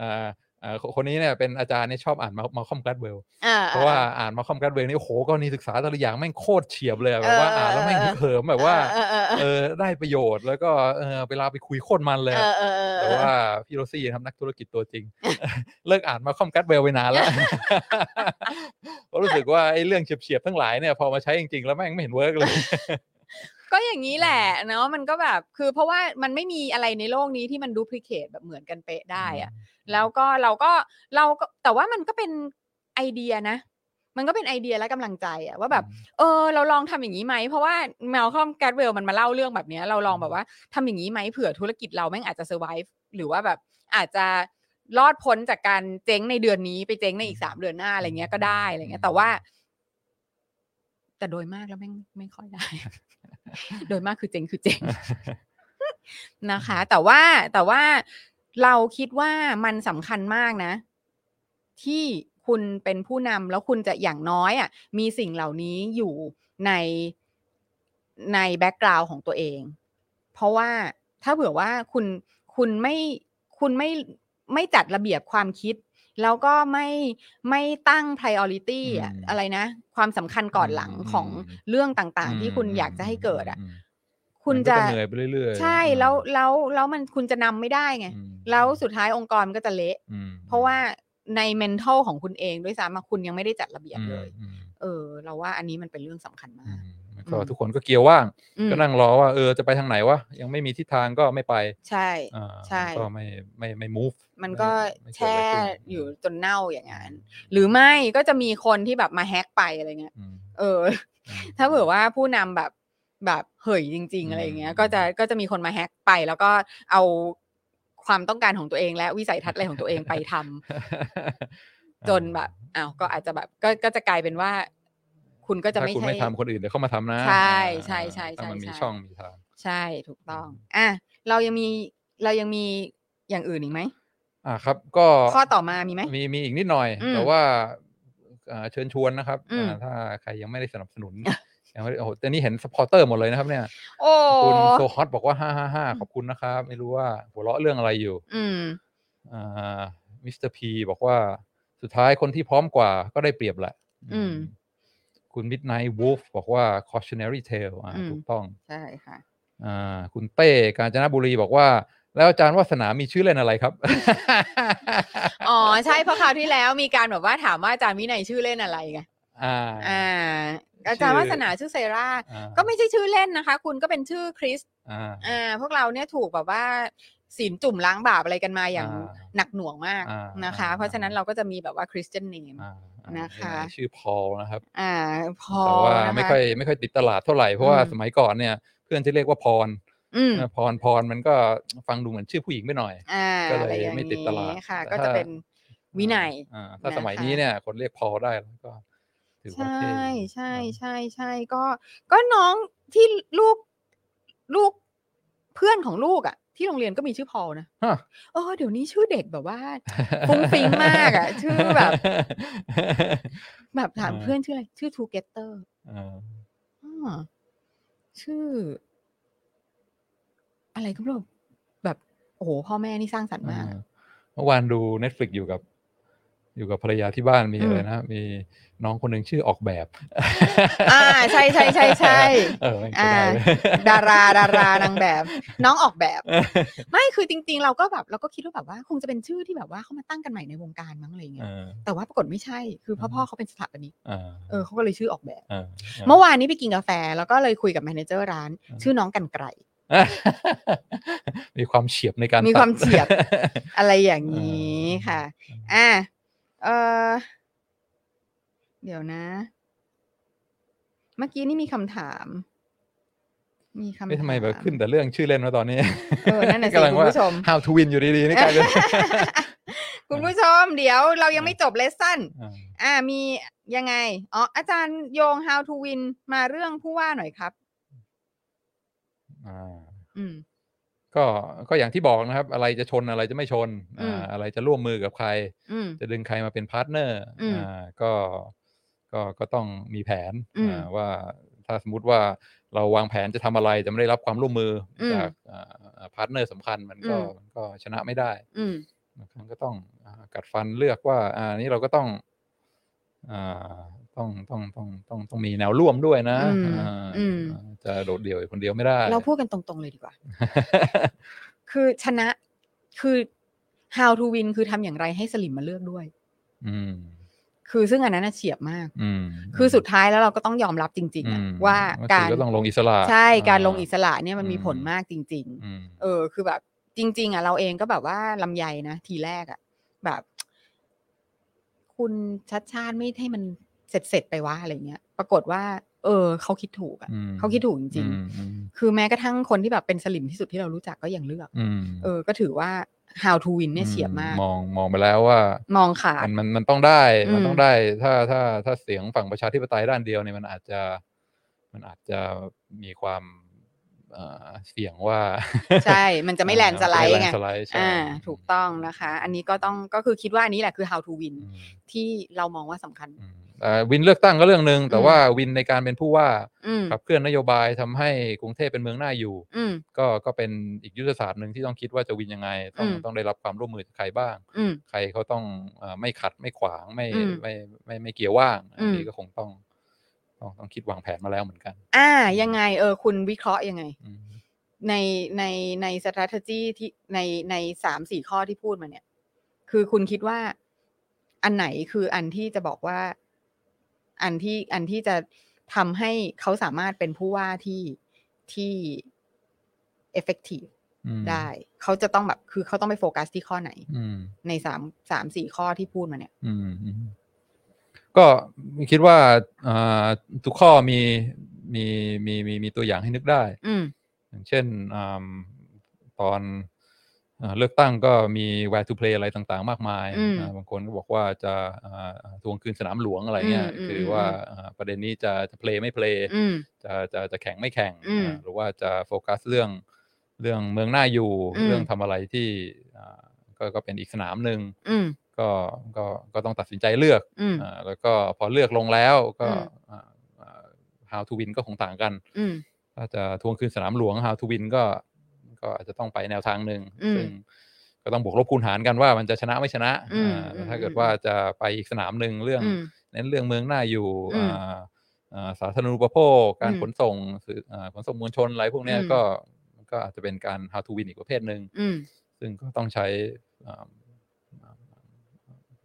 อ่าอ่าคนนี้เนี่ยเป็นอาจารย์เนี่ยชอบอ่านมาคอมแกลดเวล
อ่า
เพราะว่าอ่านมาคอมแกลดเวลนี่โอ้โหกรณีศึกษาแต่ละอย่างแม่งโคตรเฉียบเลยอะแบบว่า
เอออ่
อ่านแล้วแม่ง
เออ
ฮึกเหิมแบบว่า
เออเออ
เออได้ประโยชน์แล้วก็เออเวลาไปคุยโคตรมันเลย
เอ
อะ
อเออเออ
แต่ว่าพี่โรซี่นะครับนักธุรกิจตัวจริง เลิกอ่านมาคอมแกตเวลไปนานแล้วเพราะรู้สึกว่าไอ้เรื่องเฉียบๆทั้งหลายเนี่ยพอมาใช้จริงๆแล้วแม่งไม่เห็นเวิร์กเลย
ก็อย่างนี้แหละเนาะ มันก็แบบ คือเพราะว่ามันไม่มีอะไรในโลกนี้ที่มันดูพลิเคตแบบเหมือนกันเป๊ะได้อะ แล้วก็เราก็เราก็แต่ว่ามันก็เป็นไอเดียนะ มันก็เป็นไอเดียและกำลังใจอะว่าแบบ เออ เราลองทำอย่างนี้ไหม เพราะว่าแมวคอมแกดเวลมันมาเล่าเรื่องแบบเนี้ยเราลองแบบว่าทำอย่างนี้ไหมเผื่อธุรกิจเราแม่งอาจจะเซอร์ไวหรือว่าแบบอาจจะรอดพ้นจากการเจ๊งในเดือนนี้ไปเจ๊งในอีกสามเดือนหน้าอะไรเงี้ยก็ได้อะไรเงี้ยแต่ว่า แต่โดยมากแล้วแม่งไม่ค่อยได้ โดยมากคือเจ๊งคือเจ๊ง นะคะ แต่ว่าแต่ว่าเราคิดว่ามันสำคัญมากนะ ที่คุณเป็นผู้นำแล้วคุณจะอย่างน้อยอ่ะ มีสิ่งเหล่านี้อยู่ในในแบ็กกราวของตัวเอง เพราะว่าถ้าเผื่อว่าคุณคุณไม่คุณไม่ไม่จัดระเบียบความคิด แล้วก็ไม่ไม่ตั้ง priority อะ
อืม
อะไรนะ ความสำคัญก่อนหลังของเรื่องต่างๆ ที่คุณอยากจะให้เกิดอ่ะ
อืม
คุณ
มันก็
จะ
เหนื่อยไปเรื่อยๆ
ใช่
อืม
แล้วแล้วแล้วมันคุณจะนำไม่ได้ไง
อืม
แล้วสุดท้ายองค์กรมันก็จะเละ
อืม
เพราะว่าใน mental ของคุณเองด้วยซ้ำอะคุณยังไม่ได้จัดระเบียบเลย
อืม
เออ เราว่าอันนี้มันเป็นเรื่องสำคัญ
อื
มาก
ม แล้วก็
อืม
ทุกคนก็เกียวว่าง
อืม
ก็นั่งรอว่าเออจะไปทางไหนวะยังไม่มีทิศทางก็ไม่ไป
ใช่
อ่า
ใช่
มันก็ไม่ไม่ไม่ move
มันก็
ไม่เกิด
แช่
อะไรขึ้น
อยู่จนเน่าอย่างนั้น หรือไม่ก็จะมีคนที่แบบมาแฮกไปอะไรเงี้ย
อืม
เออ
อืม
ถ้าเผื่อว่าผู้นำแบบแบบเหยจริง ๆ อะไรอย่างเงี้ย
อืม
ก็จะก็จะมีคนมาแฮกไป แล้วก็เอาความต้องการของตัวเอง และวิสัยทัศน์อะไรของตัวเองไปทำ จนแบบอ้าวก็อาจจะแบบก็ก็จะกลายเป็นว่า คุณก็จะ
ถ้า
ไม่
คุณ
ใช่
ไม่ทำคนอื่นเดี๋ยวเข้ามาทำนะ
ใช่
อ่า
ใช่ใช่
ถ้ามัน
ใช่
มี
ใช่
ช่องมีทาง
ใช่ถูกต้อง อ่ะเรายังมีเรายังมีอย่างอื่นอีกไหม
อ่าครับก็
ข้อต่อมามีไหม
มีมีอีกนิดหน่อย
อืม
แต่ว่าอ่าเชิญชวนนะครับ
อืม
อ่าถ้าใครยังไม่ได้สนับสนุนยังไม่ได้โอ้โหแต่นี่เห็นสปอร์เตอร์หมดเลยนะครับเนี่ย
โอ้
คุณโซฮอตบอกว่าห้าห้าห้าขอบคุณนะครับ ไม่รู้ว่าหัวเราะเรื่องอะไรอยู่
อืม
อ่ามิสเตอร์พีบอกว่าสุดท้ายคนที่พร้อมกว่าก็ได้เปรียบแหละ
อืม
คุณมิดไนท์วูฟบอกว่า cautionary tale อ่า
อืม
ถูกต้อง
ใช่ค่ะ
อ่าคุณเต้กาญจนบุรีบอกว่า แล้วอาจารย์วาสนามีชื่อเล่นอะไรครับ
อ๋อใช่เพราะคราวที่แล้วมีการแบบว่าถามว่าอาจารย์วินัยชื่อเล่นอะไรไง
อ่า
อ่า อาจารย์
ชื่อ
วาสนาชื่อเซรา
อ่า
ก็ไม่ใช่ชื่อเล่นนะคะ คุณก็เป็นชื่อคริส
อ่า
อ่าพวกเราเนี่ยถูกแบบว่าศีลจุ่มล้างบาปอะไรกันมาอย่าง
อ่า
หนักหน่วงมาก
อ่า
นะคะ
อ่า
เพราะฉะนั้นเราก็จะมีแบบว่าคริสเตียนเนม
อ่าอ่า
นะคะ
มีชื่อพอลนะครับ
อ่าพอ
แต่ว่า
นะคะ
ไม่ค่อยไม่ค่อยติดตลาดเท่าไหร่ เพราะว่า
อืม
สมัยก่อนเนี่ย เพื่อนจะเรียกว่าพร
อืม
นะพรพรมันก็ฟังดูเหมือนชื่อผู้หญิงไปหน่อย
อ่า
ก็เลย
อะไรอย่าง
ไม่ติดตลาด
นี้ค่ะ
แต่
ก็จะ
ถ้า
เป็นวินัย
อ่าถ้า
นะคะ
สมัยนี้เนี่ย คนเรียกพอลได้แล้วก็ ถือ
ใช
ว่า
่
เท่
ใช่
อืม
ใช่ใช่ก็ก็น้องที่ลูกลูกเพื่อนของลูกอ่ะ ที่โรงเรียนก็มีชื่อพอลนะ
ฮะ
เออเดี๋ยวนี้ชื่อเด็กแบบว่า ฟุ้งฟิ้งมากอะชื่อแบบ แบบถาม
อ่า
เพื่อนชื่ออะไร ชื่อ Together
อ่า
อ้อชื่อ อะไรก็ไม่รู้แบบโอ้โหพ่อแม่นี่สร้างสรรค์มาก
อ่าเมื่อวานดู Netflix อยู่กับ อยู่กับภรรยาที่บ้านมี
อืม
อะไรนะ มีน้องคนหนึ่งชื่อออกแบบ
อ่าใช่ใช่ใช่ใช่
เออใช่ได้เลย
ดาราดารานางแบบ น้องออกแบบ ไม่คือจริง ๆ เราก็แบบเราก็คิดว่าแบบว่า คงจะเป็นชื่อที่แบบว่าเขามาตั้งกันใหม่ในวงการมั้งอะไรเงี้
เอย อ
แต่ว่าปรากฏไม่ใช่ คือพ่อ
อ่า
พ่อเขาเป็นสถาปนิก
อ่า
เออเขาก็เลยชื่อออกแบบ
อ่า
เมื่อวานนี้ไปกินกาแฟ แล้วก็เลยคุยกับแมเนเจอร์ร้าน
อ่า
ชื่อน้องกันไกร
มีความเฉียบในการ
มี
ตัด
ความเฉียบ อะไรอย่างนี้
อ่า
ค่ะ อ่ะเออเดี๋ยวนะ เมื่อกี้นี่มีคำถาม มีคำถาม
ไม่ทำไมแบบขึ้นแต่เรื่องชื่อเล่นมาตอนนี้
เออนั่นน่ะสิ
กำลัง
คุณ
ว่า
ผู้ชม
How to win อยู่ดีๆนี่กลายเป็น
คุณผู้ชม เดี๋ยวเรายังไม่จบเลสสั้น
อ่า
อ่ามียังไง อ๋อ อาจารย์โยง how to win มาเรื่องผู้ว่าหน่อยครับ
อ่า
อืม
ก็ก็อย่างที่บอกนะครับ อะไรจะชนอะไรจะไม่ชน
อืม
อ่าอะไรจะร่วมมือกับใคร
อืม
จะดึงใครมาเป็นพาร์ทเนอร์
อืม
อ่าก็ก็ก็ต้องมีแผน
อืม
อ่าว่าถ้าสมมติว่าเราวางแผนจะทำอะไรแต่ไม่ได้รับความร่วมมืออ
ม
จากพาร์ทเนอร์สำคัญมันก็
อืม
มันก็ชนะไม่ได้
อืม
มันก็ต้องอ่ากัดฟันเลือกว่าอ่านี่เราก็ต้องอ่าต้องต้องต้องต้องต้องมีแนวร่วมด้วยนะ
อืม
อ่า
อืม
จะโดดเดี่ยวอยู่คนเดียว ไม่ได้
เราพูดกันตรงๆเลยดีกว่า คือชนะ คือ how to win คือทำอย่างไรให้สลิมมาเลือกด้วย
อืม
คือซึ่งอันนั้นน่ะเฉียบมาก
อืม
คือสุดท้ายแล้วเราก็ต้องยอมรับจริง ๆอะ
อืม
ว่า
สื่
การ
ก็ต้องลงอิสระ
ใช่การลงอิ
า
สระเนี่ยมันมี
อืม
ผลมากจริง ๆ
อืม
เออคือแบบจริง ๆอ่ะเราเองก็แบบว่าลำไยนะทีแรกอ่ะ แบบ คุณชัดชาติไม่ให้มันเสร็จเสร็จๆไปว่าอะไรเงี้ย ปรากฏว่า เออเขาคิดถูกอ่ะ
อืม
เขาคิดถูกจริง
อืมอืม
ๆ คือแม้กระทั่งคนที่แบบเป็นสลิมที่สุดที่เรารู้จักก็ยังเลือก
อืม
เออ ก็ถือว่า how to win เนี่ยเฉียบมาก
มองมองไปแล้วว่าม
องขาด
มันมันมันต้องได้
อืม
มันต้องได้ ถ้าถ้าถ้าเสียงฝั่งประชาธิปไตยด้านเดียวเนี่ยมันอาจจะ มันอาจจะมีความเอ่อเสี่ยงว่า
ใช่ มัน จะไม่แลนสไลด์
ม่แล
ไง
นสไลด์ใช่
อ่า ถูกต้องนะคะ อันนี้ก็ต้องก็คือคิดว่าอันนี้แหละคือ how to win
อืม
ที่เรามองว่าสำคัญ
อืมเอ่อวินเลือกตั้งก็เรื่องหนึ่งแต่
อืม
ว่าวินในการเป็นผู้ว่า
อืม
ขับเคลื่อนนโยบายทำให้กรุงเทพเป็นเมืองน่าอยู่
อืม
ก็ก็เป็นอีกยุทธศาสตร์หนึ่งที่ต้องคิดว่าจะวินยังไง ต้อง
อืม
ต้องได้รับความร่วมมือจากใครบ้าง
อืม
ใครเขาต้องเออไม่ขัดไม่ขวางไม่
อืม
ไม่ไม่ไม่ไม่เกี่ยวว่างอัน
อื
นี้
ม
ก็คงต้องต้องต้องคิดวางแผนมาแล้วเหมือนกัน
อ่า ยังไง เออ คุณวิเคราะห์ยังไง
อืม
ในในใน strategy ที่ในในสามสี่ข้อที่พูดมาเนี่ย คือคุณคิดว่า อันไหนคืออันที่จะบอกว่า อันที่อันที่จะ ทำให้เขาสามารถเป็นผู้ว่าที่ที่ effective
อืม
ได้ เขาจะต้องแบบคือเขาต้องไปโฟกัสที่ข้อไหน
อืม
ในสามสามสี่ข้อที่พูดมาเนี่ย
อืมอืมก็คิดว่าอ่าทุกข้อมีมีมีมีมีตัวอย่างให้นึกได้
อืม
อย่างเช่นอ่าตอนอ่าเลือกตั้งก็มี where to play อะไรต่างๆ มากมาย
อืม
อ่าบางคนก็บอกว่าจะอ่าทวงคืนสนามหลวงอะไรเงี้ย
อืมอืม
คืออ
ม
ว่าอ่าประเด็นนี้จะจะ play ไม่ play
อืม
จะจะจะแข่งไม่แข่ง
อืม
อ่าหรือว่าจะโฟกัสเรื่องเรื่องเมืองหน้าอยู่
อืม
เรื่องทำอะไรที่อ่าก็ก็เป็นอีกสนามหนึ่ง
อืม
ก็ก็ก็ต้องตัดสินใจเลือก
อืม
อ่าแล้วก็พอเลือกลงแล้วก็
อืม
อ่าอ่า how to win ก็คงต่างกัน
อืม
ถ้าจะทวงคืนสนามหลวง how to win ก็ก็อาจจะต้องไปแนวทางหนึ่ง
อืม
ซึ่งก็ต้องบวกลบคูณหารกันว่ามันจะชนะไม่ชนะ
อืม
อ่าแล้วถ้า
อืม
เกิดว่าจะไปอีกสนามหนึ่งเรื่อง
อืม
เน้นเรื่องเมืองหน้าอยู่
อืม
อ่าอ่าสาธารณูปโภค การ
อืม
ขนส่งสื่ออ่าขนส่งมวลชนอะไรพวกเนี้ย
อืม
ก็ก็อาจจะเป็นการ how to win อีกประเภทหนึ่ง
อืม
ซึ่งก็ต้องใช้อ่า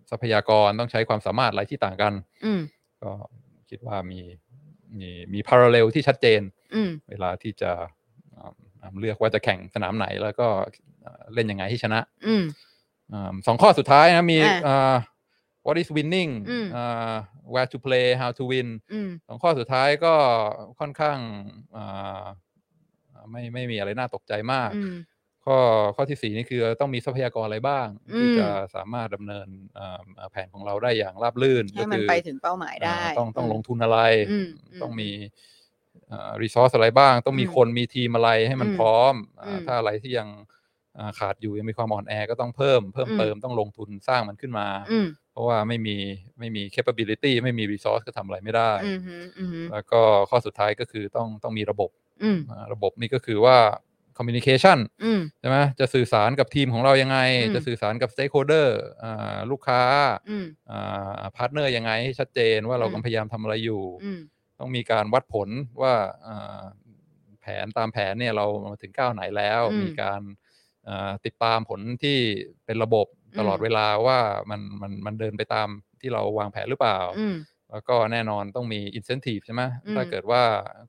ทรัพยากรต้องใช้ความสามารถอะไรที่ต่างกัน
อืม
ก็คิดว่ามีมีมีพาราเ e ลที่ชัดเจน
อืม
เวลาที่จะอ่าอ่าเลือกว่าจะแข่งสนามไหน แล้วก็อ่าเล่นยังไงให้ชนะ
อืม
อ่าสองข้อสุดท้ายนะมี
อ่า
อ่า what is winning
อืม
อ่า where to play how to win
อืม
สองข้อสุดท้ายก็ค่อนข้างอ่าไม่ไม่มีอะไรน่าตกใจมาก
อืม
ข้อข้อที่สี่นี่คือต้องมีทรัพยากรอะไรบ้าง ที่
อืม
จะสามารถดำเนินเอ่อเอ่อแผนของเราได้อย่างราบรื่น
ให้
ก็
มัน
คือ
ไปถึงเป้าหมายได้
อ่าต้องต้องลงทุนอะไร
อืมอืม
ต้องมีรีซอสอะไรบ้าง ต้องมี
อืม
คนมีทีมอะไรให้มัน
อืม
พร้อมอ่า
อืม
ถ้าอะไรที่ยังอ่าขาดอยู่ยังมีความอ่อนแอก็ต้องเพิ่มเพิ่ม
อืม
เติมต้องลงทุนสร้างมันขึ้นมา
อืม
เพราะว่าไม่มีไม่มี capability ไม่มี resource ก็ทำอะไรไม่ได้
อืมอืม
แล้วก็ข้อสุดท้ายก็คือต้องต้องมีระบบ
อืม
อ่าระบบนี่ก็คือว่า communication
อืม
ใช่ไหมจะสื่อสารกับทีมของเรายังไง
อืม
จะสื่อสารกับ stakeholder อ่าลูกค้า
อืม
พาร์ทเนอร์ยังไงให้ชัดเจนว่าเรา
อืม
กำลังพยายามทำอะไรอยู่
อืม
ต้องมีการวัดผลว่าอ่าแผนตามแผนเนี่ยเรามาถึงก้าวไหนแล้ว
อืม
มีการอ่าติดตามผลที่เป็นระบบตลอด
อืม
เวลาว่ามันมันมันเดินไปตามที่เราวางแผนหรือเปล่า
อืม
แล้วก็แน่นอนต้องมี incentive ใช่ไหม
อืม
ถ้าเกิดว่า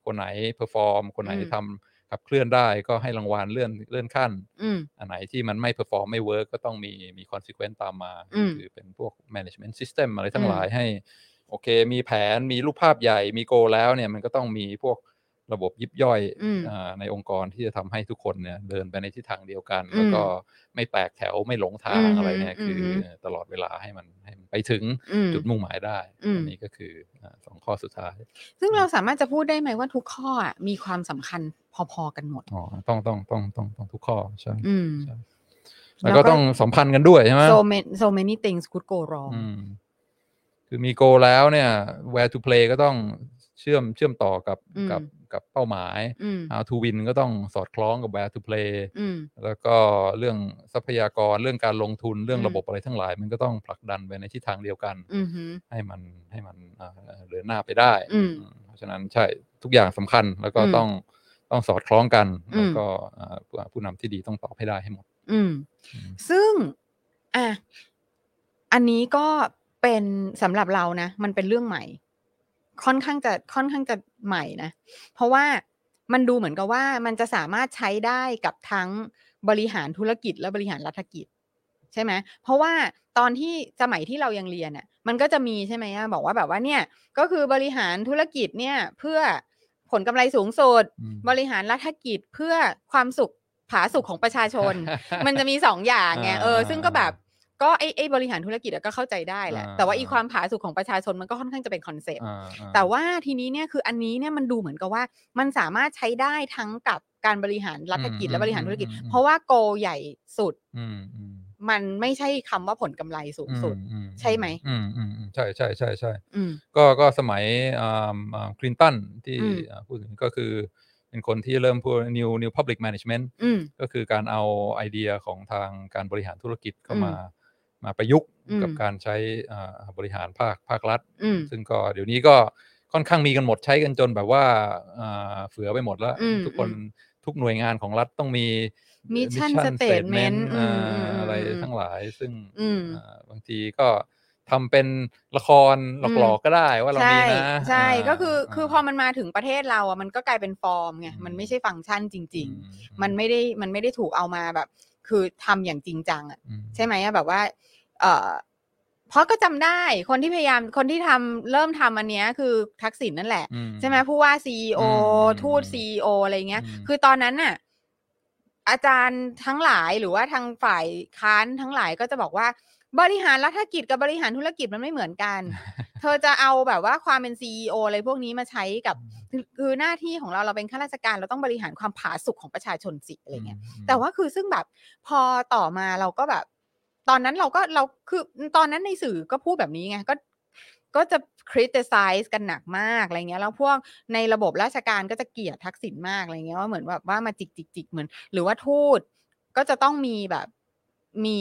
คนไหน perform คนไหน
อืม
ทำขับเคลื่อนได้ก็ให้รางวัลเลื่อนเลื่อนขั้น
อืม
อันไหนที่มันไม่เพอร์ฟอร์มไม่เวิร์กก็ต้องมีมีคอนซิเควนต์ตามมา
อืม
คือเป็นพวก management system อะไรทั้
อืม
งหลายให้ โอเค มีแผนมีรูปภาพใหญ่มีโกแล้วเนี่ยมันก็ต้องมีพวกระบบยิบย่อย
อืม
อ่าในองค์กรที่จะทำให้ทุกคนเนี่ยเดินไปในทิศทางเดียวกัน แล้วก็ไม่แตกแถวไม่หลงทาง
อืม
อะไรเนี่ยคืออ
ม
ตลอดเวลาให้มันให้มันไปถึง
อืม
จุดมุ่งหมายได้
อืม
อันนี้ก็คืออ่าสองข้อสุดท้าย
ซึ่งเราสามารถจะพูดได้ไหมว่าทุกข้ออะมีความสำคัญพอๆกันหมด
อ๋อต้องต้องต้องต้องต้องทุกข้อใช่
อืม
ใช่แล้ว
แล้ว
ก็
ก็
ต้องสัมพันธ์กันด้วยใช่ไหม
so many so many things could go wrong
อืมคือมีโกลแล้วเนี่ย where to play ก็ต้องเชื่อมเชื่อมต่อกับ
อืม
กับกับเป้าหมาย
อืม
how to win ก็ต้องสอดคล้องกับ where to play
อืม
แล้วก็เรื่องทรัพยากรเรื่องการลงทุนเรื่อง
อืม
ระบบอะไรทั้งหลาย มันก็ต้องผลักดันไปในทิศทางเดียวกัน
อืมฮึ
ให้มันให้มันเอ่อเดินหน้าไปได้
อืม
อืมเพราะฉะนั้นใช่ทุกอย่างสำคัญแล้วก็
อืม
ต้องต้องสอดคล้องกัน
อืม
แล้วก็เอ่อผู้ผู้นำที่ดีต้องตอบให้ได้ให้หมด
อืม
อืม
ซึ่ง อ่ะ อันนี้ก็เป็นสำหรับเรานะ มันเป็นเรื่องใหม่ ค่อนข้างจะค่อนข้างจะใหม่นะ เพราะว่ามันดูเหมือนกับว่ามันจะสามารถใช้ได้กับทั้งบริหารธุรกิจและบริหารรัฐกิจ ใช่ไหม เพราะว่าตอนที่สมัยที่เรายังเรียนอ่ะ มันก็จะมีใช่ไหมอะบอกว่าแบบว่าเนี่ย ก็คือบริหารธุรกิจเนี่ย เพื่อผลกำไรสูงสุด
อืม
บริหารรัฐกิจเพื่อความสุขผาสุขของประชาช น มันจะมีสองอย่างไงเออ
อ่า
ซึ่งก็แบบก็ไอ้ไอ้บริหารธุรกิจอะก็เข้าใจได้แหละ
อ่า
แต่ว่า
อ่า
อีความผาสุขของประชาชนมันก็ค่อนข้างจะเป็นคอนเซปต์
อ่าอ่า
แต่ว่าทีนี้เนี่ยคืออันนี้เนี่ยมันดูเหมือนกับว่า มันสามารถใช้ได้ทั้งกับการบริหารรัฐกิจ
อืม
และบริหารธุรกิจ
อืมอืม
เพราะว่าโกใหญ่สุด
อืมอืม
มันไม่ใช่คำว่าผลกำไรสูงสุด
อือื
ใช่ไหม
อืมอืมอืมใช่ใช่ใช่ใช่
อืม
ก็ก็สมัยอ่าอ่าคลินตันที่
อืม
อ่าพูดถึงก็คือเป็นคนที่เริ่มพูด new new public management
อืม
ก็คือการเอาไอเดียของทางการบริหารธุรกิจเข้า
อืม
มามาประยุกต์
อืม
กับการใช้อ่าบริหารภาคภาครัฐ
อืม
ซึ่งก็เดี๋ยวนี้ก็ค่อนข้างมีกันหมดใช้กันจนแบบว่าอ่าเฟือไปหมดแล้ว
อืม
ทุกคน
อื
ทุกหน่วยงานของรัฐต้องมี
Mission
Mission
Statement
Statement
อืม
อ่า
อืมอืม
อะไร
อืม
ทั้งหลายซึ่ง
อืม
อ่าบางทีก็ ทำเป็นละครหลอกๆก็ได้ว่าเรา
ใช่
มีนะ
ใช่
า
ก็คือคือพอมันมาถึงประเทศเราอ่ะมันก็กลายเป็นฟอร์มไง
อืม
มันไม่ใช่ฟังก์ชันจริง
อื
ๆ มันไม่ได้มันไม่ได้ถูกเอามาแบบ คือทำอย่างจริงจังอ่ะ
อืม
ใช่ไหมอะแบบว่า เออเพราะก็จำได้คนที่พยายามคนที่ทำเริ่มทำอันเนี้ยคือทักษิณนั่นแหละ
อื
ใช่ไหมผู้ว่าซีอ
อืม
ทูตซีออะไรเงี้ย
อืม
คือตอนนั้นน่ะ อาจารย์ทั้งหลายหรือว่าทางฝ่ายค้านทั้งหลายก็จะบอกว่า บริหารรัฐกิจกับบริหารธุรกิจมันไม่เหมือนกัน เธอจะเอาแบบว่าความเป็นซีออะไรพวกนี้มาใช้กับคือคือหน้าที่ของเราเราเป็นข้าราชการเราต้องบริหารความผาสุกของประชาชนสิอะไรเงี้ย
อืม
แต่ว่าคือซึ่งแบบพอต่อมาเราก็แบบ ตอนนั้นเราก็เราคือตอนนั้นในสื่อก็พูดแบบนี้ไงก็ ก็จะ criticize กันหนักมากอะไรเงี้ยแล้วพวกในระบบราชการก็จะเกลียดทักษิณมากอะไรเงี้ยว่าเหมือนแบบว่ามาจิกจิกจิกเหมือน หรือว่าทูตก็จะต้องมีแบบมี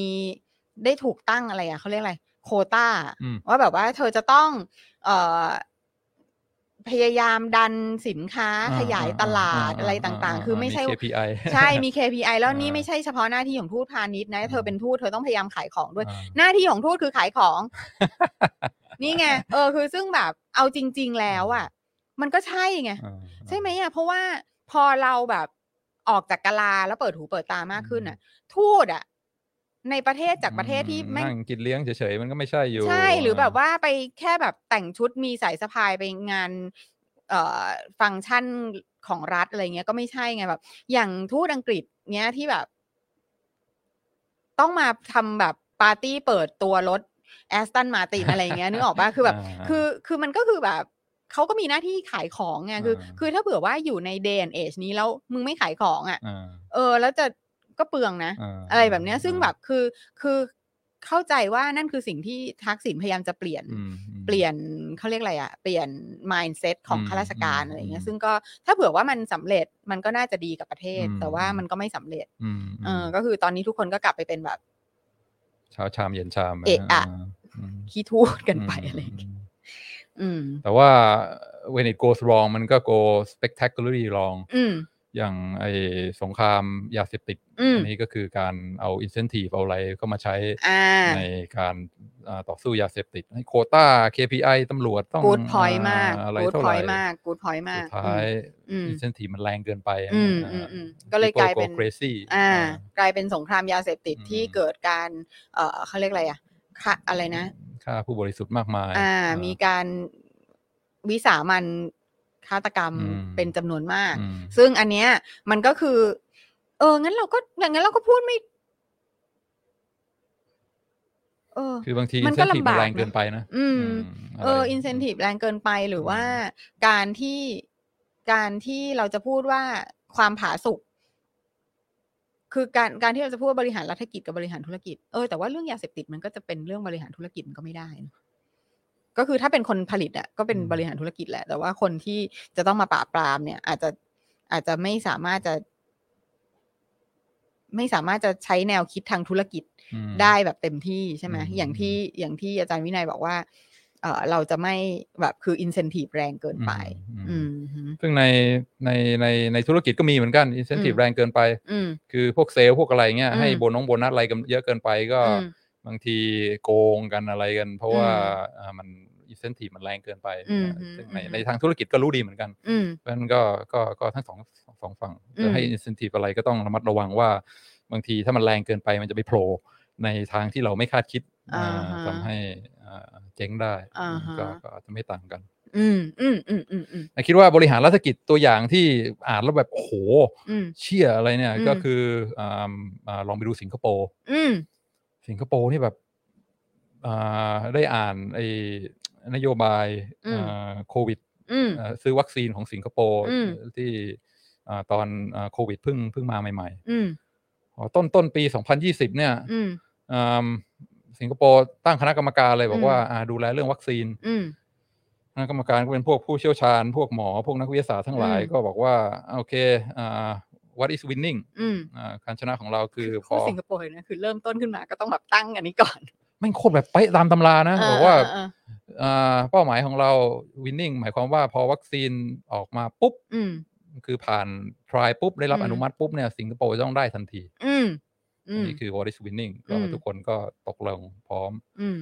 ได้ถูกตั้งอะไรอะเขาเรียกอะไรโคต้า
อืม
ว่าแบบว่าเธอจะต้อง เอ่อพยายามดันสินค้า
อ่
ขยายตลาด
อ่
อะไรต่าง ๆ คือไม่ใช่
มี KPI
ใช่ มี KPI แล้วนี่
อ่า
ไม่ใช่เฉพาะหน้าที่ของทูตพาณิชย์นะ เธอ
ม
เป็นทูตเธอต้องพยายามขายของด้วย
อ่า
หน้าที่ของทูตคือขายของ นี่ไง เออ คือซึ่งแบบเอาจริง ๆ แล้วอ่ะ มันก็ใช่ไง
อ่า
ใช่ไหมอ่ะ เพราะว่าพอเราแบบออกจากกะลาแล้วเปิดหูเปิดตามากขึ้นอ่ะ ทูตอ่ะ ในประเทศจากประเทศที่
อื
ไม่ง
นั่งกินเลี้ยงเฉยๆ มันก็ไม่ใช่อยู่
ใช่หรือแบบ
า
ว่าไปแค่แบบแต่งชุดมีสายสะพายไปงานเอ่อฟังก์ชันของรัฐอะไรเงี้ยก็ไม่ใช่ไงแบบ อย่างทูตอังกฤษเนี้ยที่แบบ ต้องมาทำแบบปาร์ตี้เปิดตัวรถแอสตันมาตินอะไรเงี้ยนึกออกปะคือแบบ
อ่า
คือคือมันก็คือแบบเขาก็มีหน้าที่ขายของไงคือ
อ่า
คือถ้าเผื่อว่าอยู่ใน day and age นี้แล้วมึงไม่ขายของอ่ะ
อ่า
เออ แล้วจะก็เปลืองนะ
า
อะไรแบบเนี้ยซึ่ง
อ่า
แบบคือคือเข้าใจว่านั่นคือสิ่งที่ทักษิณพยายามจะเปลี่ยน
อืมอืม
เปลี่ยนเขาเรียกอะไรอะเปลี่ยน mindset ของ
อืม
ข้าราชการ
อืม
อะไรเงี้ย
อืม
ซึ่งก็ถ้าเผื่อว่ามันสำเร็จมันก็น่าจะดีกับประเทศ
อืม
แต่ว่ามันก็ไม่สำเร็จ
อืม
เออก็คือตอนนี้ทุกคนก็กลับไปเป็นแบบ
เช้าชามเย็นชาม
เอะอะ
าอืม
ขี้ทูดกันไปอะไรอย่างเงี้ย
ม
อืม
แต่ว่า when it goes wrong มันก็ go spectacularly wrong
อืม
อย่างไอสงครามยาเสพติด
อืม
อันี้ก็คือการเอา incentive เอาอะไรเข้ามาใช้
อ่า
ในการอ่าต่อสู้ยาเสพติดให้โควต้า KPI ตำรวจต้อง
good point มาก
อ่อะไร
good
เท่าไหร่
point มาก good point มาก
สุดท้าย
อืม
อินเซนทีมันแรงเกินไป
อืมอืมอืมก็เลยกลายเป็น
เ r รซี่
อ่ากลายเป็นสงครามยาเสพติดที่
อืม
เกิดการเออเขาเรียกอะไรอะค่ะอะไรนะ
ค่าผู้บริสุทธิ์มากมาย
อ่า
อ่า
มีการวิสามันฆาตกรรม
อืม
เป็นจำนวนมาก
อืม
ซึ่งอันเนี้ย มันก็คือ เออ งั้นเราก็งั้นเราก็พูดไม่ เออ
คือบางที
มั
อิ
น
นเซ
ก็
นที
ลำบาก
มันแรงเกิน
นะ
ไปนะ
อืม
ะไร
เอออินเซนティブแรงเกินไปหรือ
ม
ว่าการที่การที่เราจะพูดว่าความผาสุกคือการการที่เราจะพูดว่าบริหารรัฐกิจกับบริหารธุรกิจเออแต่ว่าเรื่องยาเสพติดมันก็จะเป็นเรื่องบริหารธุรกิจมันก็ไม่ได้นะก็คือถ้าเป็นคนผลิตอ่ะก็เป็นบริหารธุรกิจแหละ แต่ว่าคนที่จะต้องมาปราบปรามเนี่ย อาจจะอาจจะไม่สามารถจะ ไม่สามารถจะใช้แนวคิดทางธุรกิจ
อืม
ได้แบบเต็มที่ใช่ไหม
อืม
อย่าง
อืม
ที่อย่างที่อาจารย์วินัยบอกว่า เออเราจะไม่แบบคืออินเซนティブแรงเกินไป
อื
อื
ม
มฮึ
ซึ่งในในในในธุรกิจก็มีเหมือนกันอินเซนทีฟ
อืม
แรงเกินไป
อืม
คือพวกเซลล์พวกอะไรเงี้ย
อืม
ให้โบนงโบนัสอะไรกันเยอะเกินไปก็
อืม
บางทีโกงกันอะไรกัน เพราะ
อืม
ว่าอ่ามันอินเซนทีมันแรงเกินไป
อืม
อ่าซึ่ง
อืม
ใน
อืม
ในทางธุรกิจก็รู้ดีเหมือนกัน
อืม
เพราะฉะนั้นก็ก็ก็ทั้งสองสองฝั่ง
อืม
จะให้อินเซนティブอะไรก็ต้องระมัดระวังว่า บางทีถ้ามันแรงเกินไปมันจะไปโผล่ในทางที่เราไม่คาดคิด
อ่าฮะ
ทำให้อ่าเจ๊งได้
อ่าฮะ
ก็ก็อาจจะไม่ต่างกัน
อืมอืมอืมอืมอืม
แต่คิดว่าบริหารรัฐกิจตัวอย่างที่อ่านแล้วแบบโอ้โห
อืม
เชี่ยอะไรเนี่ย
อืม
ก็คืออ่าอ่าลองไปดูสิงคโปร์
อืม
สิงคโปร์นี่แบบอ่าได้อ่านไอ้นโยบาย
อืม
อ่าโควิด
อืม
เอ่อซื้อวัคซีนของสิงคโปร์
อืม
ที่อ่าตอนอ่าโควิดเพิ่งเพิ่งมาใหม่
อืม
ๆอ๋อต้นต้นปี 2020 เนี่ย
อืม
อืมสิงคโปร์ตั้งคณะกรรมการเลยบอ
อื
ก
ม
ว่าอ่าดูแลเรื่องวัคซีน
อืม
คณะกรรมการก็เป็นพวกผู้เชี่ยวชาญ พวกหมอ พวกนักวิทยาศาสตร์ทั้งหลาย
อืม
ก็บอกว่าอ่าโอเคอ่า what is winning
อืม
อ่าการชนะของเราคือพ
พู
อ
ดสิงคโปร์เลยนะคือเริ่มต้นขึ้นมาก็ต้องแบบตั้งอันนี้ก่อน
ไม่งโคตรแบบเป๊ะตามตำรานะ
เ
บอกว่า
เออ
อ่าเป้าหมายของเราวินนิ่งหมายความว่าพอวัคซีนออกมาปุ๊บ
อืม
คือผ่าน t r i ปุ๊บ ได้รับ
อืม
อนุมัติปุ๊บเนี่ยสิงคโปร์จะต้องได้ทันที
อืมอื
อั
ม
นนี่คือ what is winning
อื
ก็
ม
ทุกคนก็ตกลงพร้อม
อืม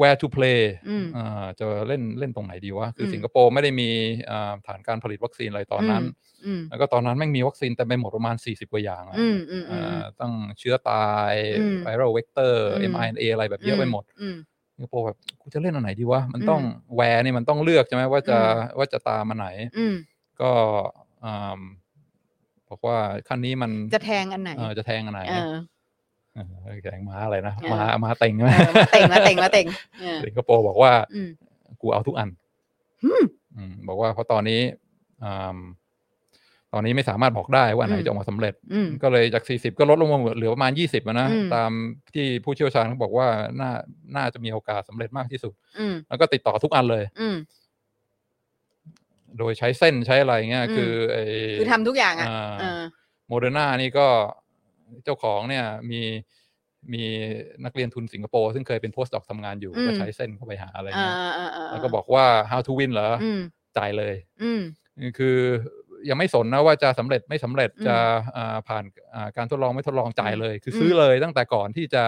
where to play
อืม
อ่าจะเล่นเล่นตรงไหนดีวะ คืออ
ม
สิงคโปร์ไม่ได้มีอ่าฐานการผลิตวัคซีนอะไรตอนนั้น
ม อืม
แล้วก็ตอนนั้นแม่งมีวัคซีนแต่ไปหมดประมาณ 40 กว่าอย่างอะ
อืมอืมอืม
อ่าตั้งเชื้อตาย
อืม
ไวรัลเวกเตอร์
อืม
mRNA อะไรแบบเยอะไปหมด
อืม
สิงคโปร์แบบกูจะเล่นอันไหนดีวะ มันต้อง
อื
แวร์นี่มันต้องเลือกใช่ไหมว่าจะ
อื
ว่าจะตามอันไหน
อืม
ก็อ่าบอกว่าขั้นนี้มัน
จะแทงอันไหน
เออจะแทงอันไหน
เออ
เออแทงม้าอะไรนะ
เออ
ม้าม้าเต็งใช่ไหม
เออมาเต่งมาเต่งมาเต่งเออ
สิงคโปร์บอกว่า
อืม
กูเอาทุกอัน
หืม
อืมบอกว่าเพราะตอนนี้อ่าตอนนี้ไม่สามารถบอกได้ว่าอันไหน
อืม
จะออกมาสำเร็จ
อืม
ก็เลยจาก 40 ก็ลดลงมาเหลือประมาณ 20อะนะ
อืม
ตามที่ผู้เชี่ยวชาญเขาบอกว่าน่าน่าจะมีโอกาสสำเร็จมากที่สุด
อืม
แล้วก็ติดต่อทุกอันเลย
อืม
โดยใช้เส้นใช้อะไรเงี้ย
อืม
คือไอ้
คือทำทุกอย่างอ่ะ
อ่า
เออ
โมเดอร์นานี่ก็เจ้าของเนี่ยมีมีนักเรียนทุนสิงคโปร์ซึ่งเคยเป็นโพสต์ดอกทำงานอยู่
อืม
ก็ใช้เส้นเข้าไปหาอะไร
อ่า
เงี้ย
อ่าา
แล้วก็บอกว่า how to win เหรออ
อืม
จ่ายเลย
อืม
คือยังไม่สนนะว่าจะสำเร็จไม่สำเร็จ
อืม
จะอ่าผ่านอ่าการทดลองไม่ทดลองจ่ายเลย คืออ
ม
ซื้อเลยตั้งแต่ก่อนที่จะ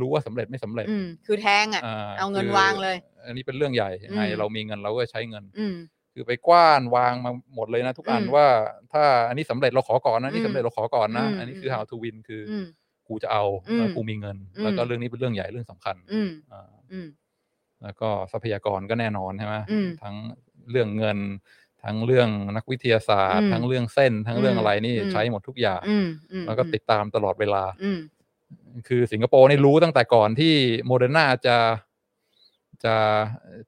รู้ว่าสำเร็จไม่สำเร็จ
อืม คือแทงอ่ะ เอาเงิน
คื
วางเลย
อันนี้เป็นเรื่องใหญ่ยังไง
อืม
เรามีเงินเราก็ใช้เงิน
อืม
คือไปกว้านวางมาหมดเลยนะทุกอัน
อืม
ว่าถ้าอันนี้สำเร็จเราขอก่อนนะอันนี้
อืม
สำเร็จเราขอก่อนนะ
อืม
อันนี้คือ
ม
how to win คืออ
อืม
กูจะเอา
อืม
แล้วกูมีเงิน
อืม
แล้วก็เรื่องนี้เป็นเรื่องใหญ่เรื่องสำคัญ
อืม
อ่า
อืม
แล้วก็ทรัพยากรก็แน่นอนใช่ไหม
อืม
ทั้งเรื่องเงิน ทั้งเรื่องนักวิทยาศาสตร์
อืม
ทั้งเรื่องเส้น ทั้งเรื่อง
อืม
อะไรนี่
อืม
ใช้หมดทุกอย่าง
อืมอืม
แล้วก็ติดตามตลอดเวลา
อืม
คือสิงคโปร์นี่รู้ตั้งแต่ก่อนที่โมเดอร์นาจะจะ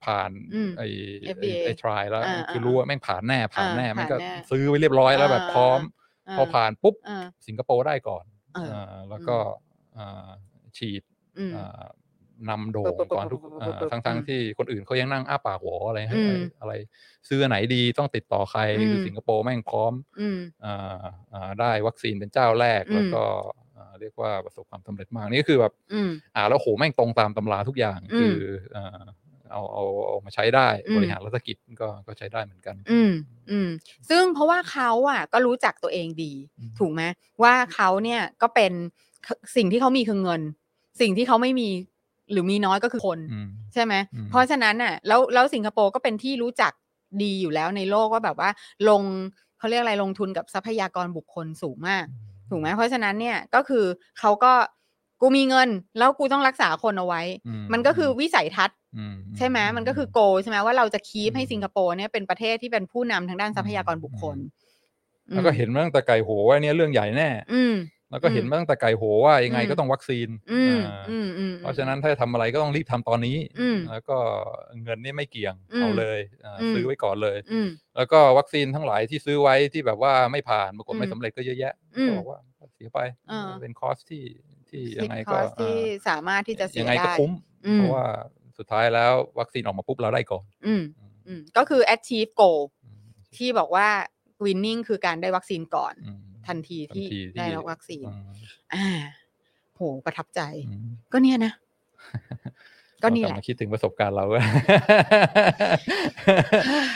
ผ่าน
อืม
ไอ้
FDA
ไอ้ทรายแล้ว
อ่า
คือ
อ่า
รู้ว่าแม่งผ่านแน่ผ่านแน่
อ่า
แม่งก็
ผ่านแน่
ซื้อไว้เรียบร้อยแล้วแบบ
อ่า
พร้อม พอผ่านปุ๊บ
อ่า
สิงคโปร์ได้ก่อน
เอออ่
าแล้วก็อ่าฉีด
อืม
อ่านำโด่ง
ปุ๊บปุ๊บ
ก่อนทุก
ปุ๊บปุ๊บ
อ่า
ปุ๊บ
ทั้งทั้ง
อืม
ที่คนอื่นเขายังนั่งอ้าปากหวออะไรให้
อืม
อะไร ซื้ออันไหนดีต้องติดต่อใคร
อืม
คือสิงคโปร์แม่งพร้อม
อืม
อ่าอ่าได้วัคซีนเป็นเจ้าแรก
อืม
แล้วก็อ่าเรียกว่าประสบความสำเร็จมากนี่ก็คือแบบ
อืม
อ่านแล้วโหแม่งตรงตามตำราทุกอย่าง
อืม
คืออ่าเอาเอาเอามาใช้ได้
อืม
บริหารรัฐกิจก็ก็ใช้ได้เหมือนกัน
อืมอืมซึ่งเพราะว่าเขาอ่ะ ก็รู้จักตัวเองดี
อืม
ถูกไหมว่าเขาเนี่ยก็เป็นสิ่งที่เขามีคือเงิน สิ่งที่เขาไม่มีหรือมีน้อยก็คือคน
อืม
ใช่ไหม
อืม
เพราะฉะนั้นน่ะ แล้วแล้วสิงคโปร์ก็เป็นที่รู้จักดีอยู่แล้วในโลกว่าแบบว่า ลงเขาเรียกอะไรลงทุนกับทรัพยากรบุคคลสูงมาก ถูกไหมเพราะฉะนั้นเนี่ยก็คือเขาก็กูมีเงิน แล้วกูต้องรักษาคนเอาไว้
อืม
มันก็คือวิสัยทัศน์
อือื
ใช่ไหมมันก็คือโกใช่ไหมว่าเราจะคีปให้
อืม
สิงคโปร์เนี่ยเป็นประเทศที่เป็นผู้นำทางด้านทรัพยากรบุคคล
อื แล้วก็เห็นมาตั้งแต่ไก่โหว่าเนี่ยเรื่องใหญ่แน่
อืม
แล้วก็เห็นมาตั้งแต่ไก่โหว่ายังไง
อืม
ก็ต้องวัคซีน
อืม
อ่า
อืมอืม
เพราะฉะนั้นถ้าจะทำอะไรก็ต้องรีบทำตอนนี้
อืม
แล้วก็เงินนี่ไม่เกี่ยง
อืม
เอาเลยอ่า
อืม
ซื้อไว้ก่อนเลย
อืม
แล้วก็วัคซีนทั้งหลายที่ซื้อไว้ที่แบบว่าไม่ผ่านปรากฏ
อืม
ไม่สำเร็จก็เยอะแยะ
อืม
ก็บอกว่าเสียไป
เออ
เป็นคอสที่ที่ยังไง
ค
ก็
อสที่
อ่
สามารถที่จะเสี
ยั
ย
งไงก็
ได้
คุ้ม
อืม
เพราะว่าสุดท้ายแล้ววัคซีนออกมาปุ๊บเราได้ก่อน
อืม อืมก็คือ achieve goal
อืม
ที่บอกว่า winning คือการได้วัคซีนก่อน
อืม
ทันที
ทัน
ที่
ทีที่
ได้รับวัคซีน
อืม
อ่า โห ประทับใจ
อืม
ก็เนี่ยนะ ก็เนี่ย
รา
แห
ลับ
ละ
มาคิดถึงประสบการณ์เรา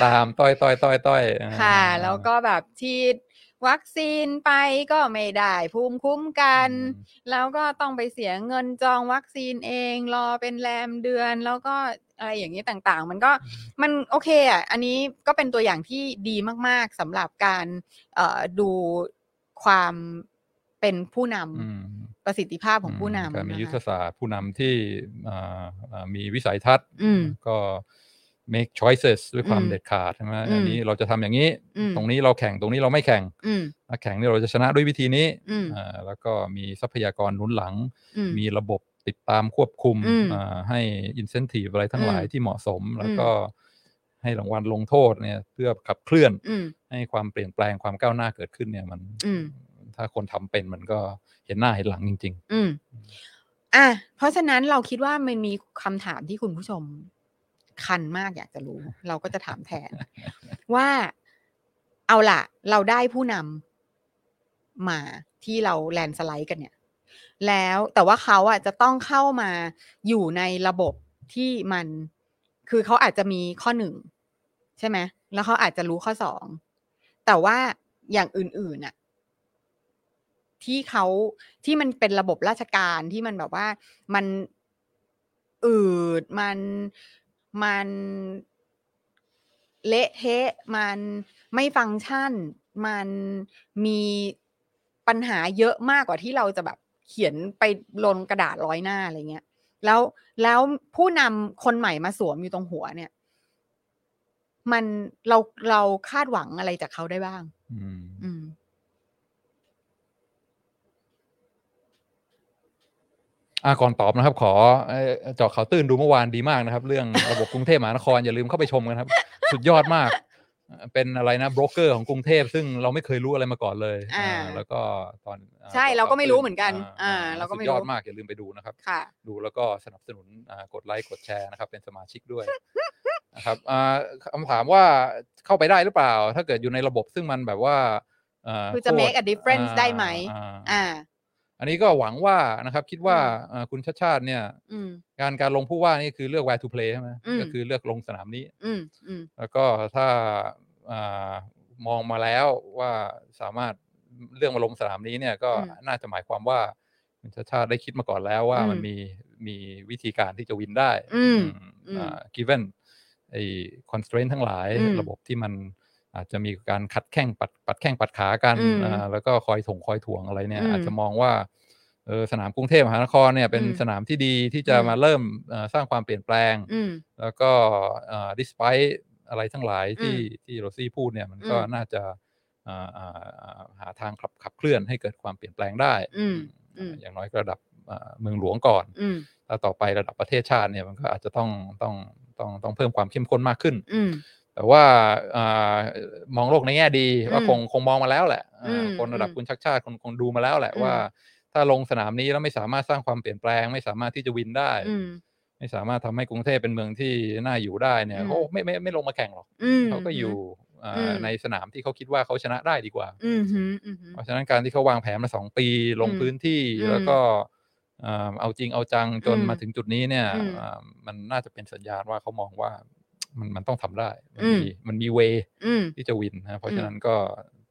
ตามต้อยต้อยต้อยต้อยอ่า
ค่ะ แล้วก็แบบฉีดวัคซีนไปก็ไม่ได้ ภูมิคุ้มกัน แล้วก็ต้องไปเสียเงินจองวัคซีนเอง รอเป็นแรมเดือน แล้วก็อะไรอย่างนี้ต่างๆ มันก็มันโอเคอ่ะ อันนี้ก็เป็นตัวอย่างที่ดีมากๆสำหรับการเอ่อดูความเป็นผู้น
อืม
ำประสิทธิภาพของผู้นำ
การมี
นะคะ
ยุทธศาสตร์ผู้นำที่อ่าอ่ามีวิสัยทัศน์
อืม
ก็ make choices ด้วยความ
อืม
เด็ดขาดใช่ไหม
อืม
อันนี้เราจะทำอย่างนี้
อืม
ตรงนี้เราแข่งตรงนี้เราไม่แข่ง
อืม
ถ้าแข่งเนี่ยเราจะชนะด้วยวิธีนี้
อืม
อ่าแล้วก็มีทรัพยากรหนุนหลัง
อืม
มีระบบติดตามควบคุม
อืม
อ่าให้ incentive อะไรทั้งหลาย
อืม
ที่เหมาะสม แล้ว
อืม
ก็ให้รางวัลลงโทษเนี่ยเพื่อขับเคลื่อน
อืม
ให้ความเปลี่ยนแปลงความก้าวหน้าเกิดขึ้นเนี่ยมัน
อืม
ถ้าคนทำเป็นมันก็เห็นหน้าเห็นหลังจริง ๆ
อืม อ่ะ เพราะฉะนั้นเราคิดว่ามันมีคำถามที่คุณผู้ชมคันมากอยากจะรู้ เราก็จะถามแทน ว่าเอาล่ะ เราได้ผู้นำมาที่เราแลนด์สไลด์กันเนี่ย แล้วแต่ว่าเขาอ่ะจะต้องเข้ามาอยู่ในระบบที่มัน คือเขาอาจจะมีข้อหนึ่งใช่ไหมแล้วเขาอาจจะรู้ข้อสองแต่ว่าอย่างอื่นๆอ่ะ ที่เขาที่มันเป็นระบบราชการที่มันแบบว่ามัน อืดมันมันเละเทะ มันไม่ฟังก์ชัน มันมีปัญหาเยอะมากกว่าที่เราจะแบบเขียนไปลงกระดาษร้อยหน้าอะไรเงี้ย แล้วแล้วผู้นำคนใหม่มาสวมอยู่ตรงหัวเนี่ย มันเราเราคาดหวังอะไรจากเขาได้บ้าง
อืม
อืม
อ่ะก่อนตอบนะครับ ขอเอ่อเจาะข่าวตื้นดูเมื่อวานดีมากนะครับ เรื่องระบบกรุงเทพมหานครอย่าลืมเข้าไปชมกันครับ สุดยอดมาก เป็นอะไรนะโบรกเกอร์ของกรุงเทพซึ่งเราไม่เคยรู้อะไรมาก่อนเลย
อ่า
แล้วก็ตอนอ่
ใช่เราก็ไม่รู้เหมือนกันอ่าเราก็ไม่รู้
สุดยอดมากอย่าลืมไปดูนะครับ
ค่ะ
ดูแล้วก็สนับสนุนอ่ากดไลค์กดแชร์นะครับ เป็นสมาชิก ด้วย นะครับอ่าคำถามว่าเข้าไปได้หรือเปล่า ถ้าเกิดอยู่ในระบบซึ่งมันแบบว่าอ่า
คือจะ
โตร
make a difference
อ่า
ได้ไหม
อ่า
อ่า
อันนี้ก็หวังว่านะครับ คิดว่าอ่าคุณชาติชาติเนี่ย
อืม
การการลงผู้ว่านี่คือเลือก where to play ใช่ไหม
อืม
ก็คือเลือกลงสนามนี้
อืมอืม
แล้วก็ถ้าอามองมาแล้วว่าสามารถเรื่องมาลงสนามนี้เนี่ยก็
อืม
น่าจะหมายความว่าคุณชาติชาติได้คิดมาก่อนแล้วว่า
อืม
มันมีมีวิธีการที่จะวินได้
อืม
อืมอ่า given ไอ้ constraint ทั้งหลาย
อืม
ระบบที่มันอาจจะมีการขัดแข้งปัดปัดแข้งปัดขากัน
อืม
อ่าแล้วก็คอยถงคอยถ่วงอะไรเนี่ย
อืม
อาจจะมองว่าเออสนามกรุงเทพมหานครเนี่ยเป็น
อืม
สนามที่ดีที่จะ
อืม
มาเริ่มเอ่อสร้างความเปลี่ยนแปลง
อืม
แล้วก็ดิส i พ e อะไรทั้งหลาย
อืม
ที่ที่โรซี่พูดเนี่ยมันก็
อืม
น่าจะอ่าอ่าอ่าหาทางขับขับเคลื่อนให้เกิดความเปลี่ยนแปลงได้
อืมอืม
อ่าอย่างน้อยก็ระดับอ่าเมืองหลวงก่อน
อืม
แล้วต่อไประดับประเทศชาติเนี่ยมันก็อาจจะต้องต้องต้องต้องเพิ่มความเข้มข้นมากขึ้น
อืม
แต่ว่าอามองโลกในแง่ดีว่า
อืม
คงคงมองมาแล้วแหละอ่า
อืม
คนระดับ
อืม
คุณชักชาติคนคงดูมาแล้วแหละ
อืม
ว่า ถ้าลงสนามนี้แล้วไม่สามารถสร้างความเปลี่ยนแปลง ไม่สามารถที่จะวินได้
อืม
ไม่สามารถทำให้กรุงเทพเป็นเมืองที่น่าอยู่ได้เนี่ย
อืม
เขาไม่ไม่ไม่ลงมาแข่งหรอก
อืม
เขาก็อยู่อ่า
อืม
ในสนามที่เขาคิดว่าเขาชนะได้ดีกว่า
อืมหืมอืมหืม
เพราะฉะนั้นการที่เขาวางแผนมาสองปีลง
อืม
พื้นที่
อืม
แล้วก็อ่าเอาจริงเอาจังจน
อืม
มาถึงจุดนี้เนี่ย
อืม
อ่ามันน่าจะเป็นสัญญาณว่าเขามองว่ามันมันต้องทำได้ มัน
อืม
มีมันมีเว
อืม
ที่จะวินนะเพราะ
อื
ฉะ
ม
นั้นก็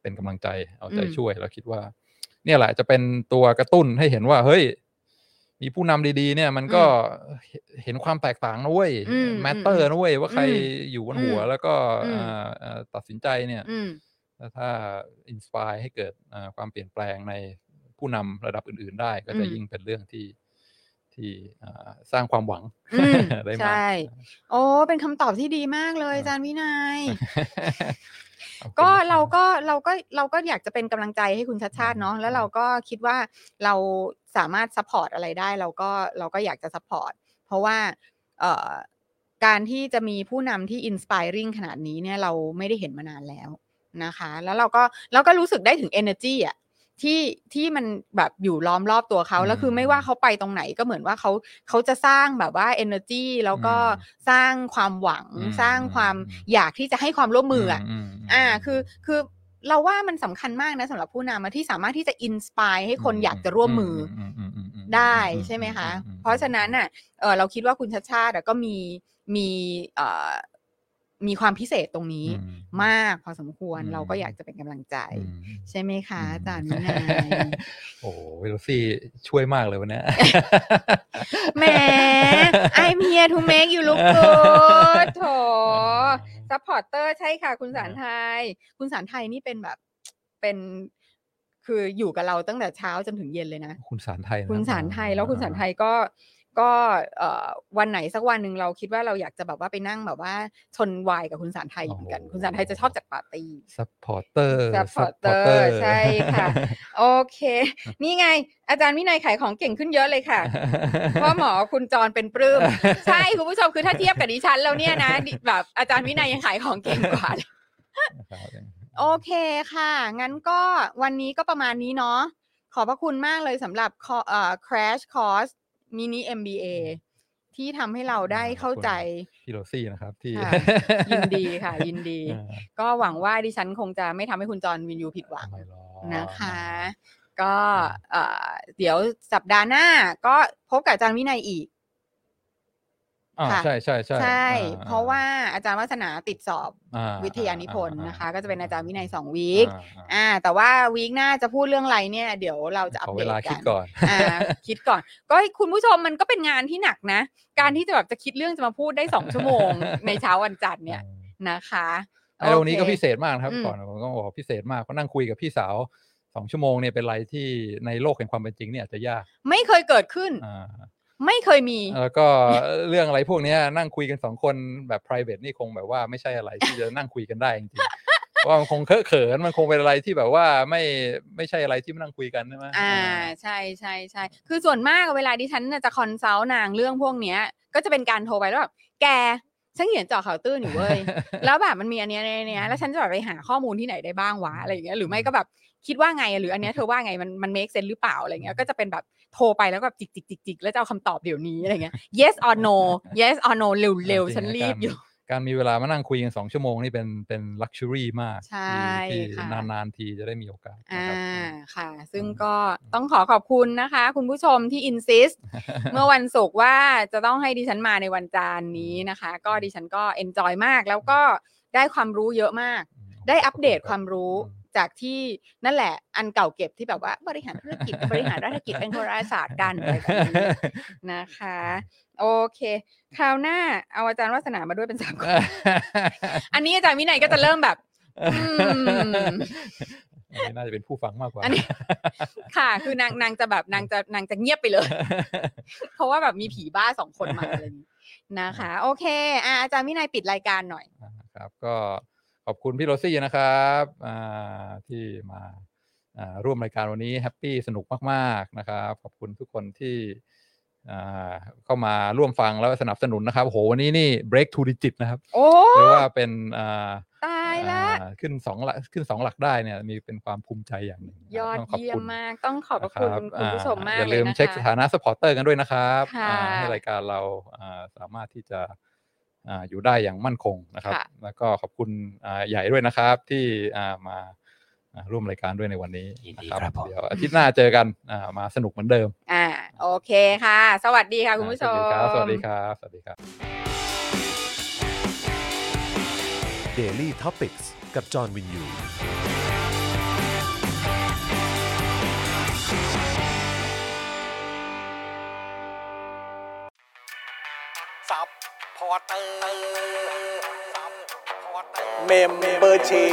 เป็นกำลังใจเอาใจ
อืม
ช่วยแล้วคิดว่า เนี่ยแหละจะเป็นตัวกระตุ้นให้เห็นว่าเฮ้ย มีผู้นำดีๆ เนี่ย มันก็เห็นเห็นความแตกต่างนะเว้ย
อืม
แมตเตอ
อื
ร์
ม
นะเว้ยว่าใครอยู่บนหัว
อืม
แล้วก็
อืม
อ่าเอ่อตัดสินใจเนี่ย
อืม
แล้วถ้าอินสปายให้เกิดอ่าความเปลี่ยนแปลงในผู้นำระดับอื่น ๆ ได้ ก็จะ
อืม
ยิ่งเป็นเรื่องที่ที่อ่าสร้างความหวัง
อืม
ได้
ใช่
มาก
โอ้เป็นคำตอบที่ดีมากเลย
อ่า
อาจารย์วินัย
ขอบคุณ
ก็
ม
เราก็เราก็เราก็อยากจะเป็นกำลังใจให้คุณชัดชาติเนาะ
อืม
แล้วเราก็คิดว่าเราสามารถซัพพอร์ตอะไรได้เราก็เราก็อยากจะซัพพอร์ตเพราะว่าเอ่อการที่จะมีผู้นำที่อินสป r ริงขนาดนี้เนี่ยเราไม่ได้เห็นมานานแล้วนะคะ แล้วเราก็เราก็รู้สึกได้ถึง energy อ่ะที่ที่มันแบบอยู่ล้อมรอบตัวเขาแล้วคือ
ม
ไม่ว่าเขาไปตรงไหนก็เหมือนว่าเขาเขาจะสร้างแบบว่า energy แล้วก็
อืม
สร้างความหวัง
อืม
สร้างความ
อืม
อยากที่จะให้ความร่วมมืออ่ะ
มม
อ่าคือคือเราว่ามันสำคัญมากนะสำหรับผู้นำอะที่สามารถที่จะอินสปายให้คนอยากจะร่วมมืออ
มอืมอืมอืมอืม
ได้
อืม
ใช่ไหมคะ
อืมอืมอืม
เพราะฉะนั้นน่ะเออเราคิดว่าคุณชาชาติอะก็มีมีเอ่อมีความพิเศษตรงนี้
อืม
มากพอสมควร
อืม
เราก็อยากจะเป็นกำลังใจ
อืม
ใช่ไหมคะ
อืม
อาจารย์วินัย
โอ้เวลซี่ช่วยมากเลยวันเนี้ย
แหม I'm here to make you look good โถ ซัพพอร์เตอร์ใช่ค่ะ คุณสารไทย คุณสารไทยนี่เป็นแบบเป็นคืออยู่กับเราตั้งแต่เช้าจนถึงเย็นเลยนะ
คุณสารไทยนะ
คุณสารไทยแล้วคุณสารไทยก็ก็เอ่อวันไหนสักวันหนึ่งเราคิดว่าเราอยากจะแบบว่าไปนั่งแบบว่าชนวายกับคุณสารไทยอยู่เหมือนกัน คุณสารไทยจะชอบจัดปาร์ตี้
ซัพพอร์เตอร์
supporter ใช่ค่ะ โอเค นี่ไง อาจารย์วินัยขายของเก่งขึ้นเยอะเลยค่ะ เพ่อหมอคุณจรเป็นป ลื้ม ใช่คุณผู้ชมคือถ้าเทียบกับดิฉันแล้วเนี่ยนะดิแบบอาจารย์วินัยยังขายของเก่งกว่าเลย โอเคค่ะ งั้นก็วันนี้ก็ประมาณนี้เนาะ ขอบพระคุณมากเลยสำหรับคอเอ่อ crash course mini MBA ที่ทำให้เราได้เข้าใจ
พี่โรซี่นะครับที่
ค่ะ ยินดีค่ะ ยินดี
อ่า
ก็หวังว่าดิฉันคงจะไม่ทำให้คุณจรวินยูผิดหวัง
ไม่หรอก
นะคะ ก็เอ่อเดี๋ยวสัปดาห์หน้า ก็พบกับอาจารย์วินัยอีก
อ่า
ค่ะ
ใช่ใช่ใช่
ใช่
อ่
เพราะว่าอาจารย์วัฒนาติดสอบ
อ่
วิทยานิพนธ์นะคะ ก็จะเป็นอาจารย์วินัยสองวี
อี
คอ่า แต่ว่าวีคหน้าจะพูดเรื่องอะไรเนี่ย เดี๋ยวเราจะอัป
ขอ
เด
เว
ต
ลา
กั
คิ
น
ดก่อน
อ่าคิดก่อนก็คุณผู้ชมมันก็เป็นงานที่หนักนะ การที่จะแบบจะคิดเรื่องจะมาพูดได้ สองชั่วโมง ในเช้าวันจันทร์เนี่ยนะคะ
ไอ้เราวันนี้ก็
โอเค
พิเศษมากนะครับ
อืม
ก่อนผมก็บอกพิเศษมากเพราะนั่งคุยกับพี่สาวสองชั่วโมงเนี่ยเป็นอะไรที่ในโลกแห่งความเป็นจริงเนี่ยอาจจะยาก
ไม่เคยเกิดขึ้น
อ่า
ไม่เคยมี
แล้วก็ เรื่องอะไรพวกเนี้ยนั่งคุยกันสองคนแบบ p r i v a t e นี่คงแบบว่าไม่ใช่อะไรที่จะนั่งคุยกันได้จริง ๆ เพราะว่ามันคงเคอะเขินมันคงเป็นอะไรที่แบบว่าไม่ไม่ใช่อะไรที่มานั่งคุยกันใช่ไหม
อ่าใช่ใช่ใช่คือส่วนมากเวลาดิฉันน่ะจะคอนซัลท์นางเรื่องพวกเนี้ย ก็จะเป็นการโทรไปแล้วแบบแกฉันเขียนเจาะข่าวตื้นอยู่เว้ย แล้วแบบมันมีอันเนี้ยในเนี้ยแล้วฉันจะแบบไปหาข้อมูลที่ไหนได้บ้างวะอะไรอย่างเงี้ยหรือไม่ก็แบบคิดว่าไงหรืออันเนี้ยเธอว่าไงมันมัน make sense หรือเปล่าอะไรเงี้ยก็จะเป็นแบบโทรไปแล้วแบบจิกจิกจิกจิกแล้วจะเอาคำตอบเดี๋ยวนี้อะไรเงี้ย yes or no yes or no เร็วเร็ว
จงๆ
ฉันรีบอยู่
การการมีเวลามานั่งคุยกันสองชั่วโมงนี่เป็นเป็นลักชัวรี่มาก
ใช่
ที่
ค่ะ
ที่นานๆทีจะได้มีโอกาสนะ
อ่า
ครับ
ค่ะ ซึ่งก็ต้องขอขอบคุณนะคะ คุณผู้ชมที่ insist เมื่อวันศุกร์ว่าจะต้องให้ดิฉันมาในวันจันทร์นี้นะคะ ก็ดิฉันก็ enjoy มากแล้วก็ได้ความรู้เยอะมาก
อืม
ได้
ข
อั
บ
ป
ณ
เดต
รับ
ความรู้
อืม
จากที่นั่นแหละ อันเก่าเก็บที่แบบว่าบริหารธุรกิจ บริหารรัฐกิจเป็นโหราศาสตร์กันอะไรแบบนี้นะคะ โอเค คราวหน้าเอาอาจารย์วัฒนามาด้วยเป็นสามคนอันนี้อาจารย์วินัยก็จะเริ่มแบบ อืม
อันนี้น่าจะเป็นผู้ฟังมากกว่า
อันนี้ ค่ะ คือนางนางจะแบบนางจะนางจะเงียบไปเลย เพราะว่าแบบมีผีบ้าสองคนมาอะไรอย่างนี้นะคะ โอเคอ่ะอาจารย์วินัยปิดรายการหน่อย
ครับก็ขอบคุณพี่โรซี่นะครับอ่าที่มาอ่าร่วมรายการวันนี้แฮปปี้สนุกมากๆนะครับ ขอบคุณทุกคนที่อ่าเข้ามาร่วมฟังแล้วสนับสนุนนะครับโอ้โหวันนี้นี่ break to digit นะครับ
โอ้
หรือว่าเป็นอ่า
ตายละ
อ่าขึ้นสองหลักขึ้นสองหลักได้เนี่ยมีเป็นความภูมิใจอย่างหนึ่งนะ
ยอด
ต้องขบ
เยี่ยม
คุณ
มากต้องขอบพระคุณ
นะ
คุณผู้ชมมาก
อย่า
เล
ลื
ย
ม
นะ
เช็คสถา
คะ
นะสปอร์เตอร์กันด้วยนะครับ
ค่ะ
อ่าให้รายการเราอ่าสามารถที่จะอ่าอยู่ได้อย่างมั่นคงนะครับ
ค่ะ
แล้วก็ขอบคุณอ่าใหญ่ด้วยนะครับที่อ่ามาอ่าร่วมรายการด้วยในวันนี้
ยิน
นะ
ดี
ครับ
ครับผม
เดี๋ยวอาทิตย์หน้าเจอกันอ่ามาสนุกเหมือนเดิม
อ่าโอเคค่ะ สวัสดีค่ะคุณผู้ช
อ่าม สวัสดีครับ สวัสดีครับ
Daily Topics กับจอห์นวินยู
ซับพอร์เตอร์ซับพอร์เตอร์
เมมเบอร์ชี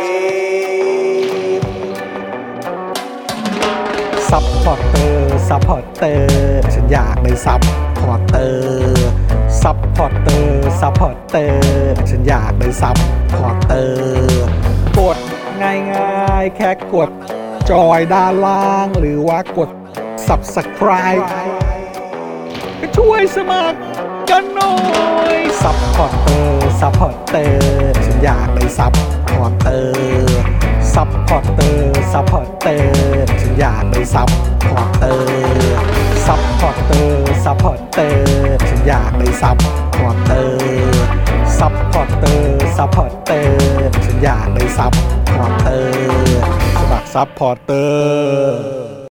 ซัพพอร์เตอร์ซัพพอร์เตอร์ฉันอยากเป็นซัพพอร์เตอร์ซัพพอร์เตอร์ซัพพอร์เตอร์ฉันอยากเป็นซัพพอร์เตอร์กดง่ายๆ แค่กดจอยด้านล่าง หรือว่ากด subscribe ก็ช่วยสมัคร กันหน่อยซัพพอร์เตอร์ซัพพอร์เตอร์ฉันอยากเป็นซัพพอร์เตอร์ซัพพอร์เตอร์ซัพพอร์เตอร์ฉันอยากเป็นซัพพอร์เตอร์ซัพพอร์เตอร์ซัพพอร์เตอร์ฉันอยากเป็นซัพพอร์เตอร์ซัพพอร์เตอร์ซัพพอร์เตอร์ฉันอยากเป็นซัพพอร์เตอร์สมัครซัพพอร์เตอร์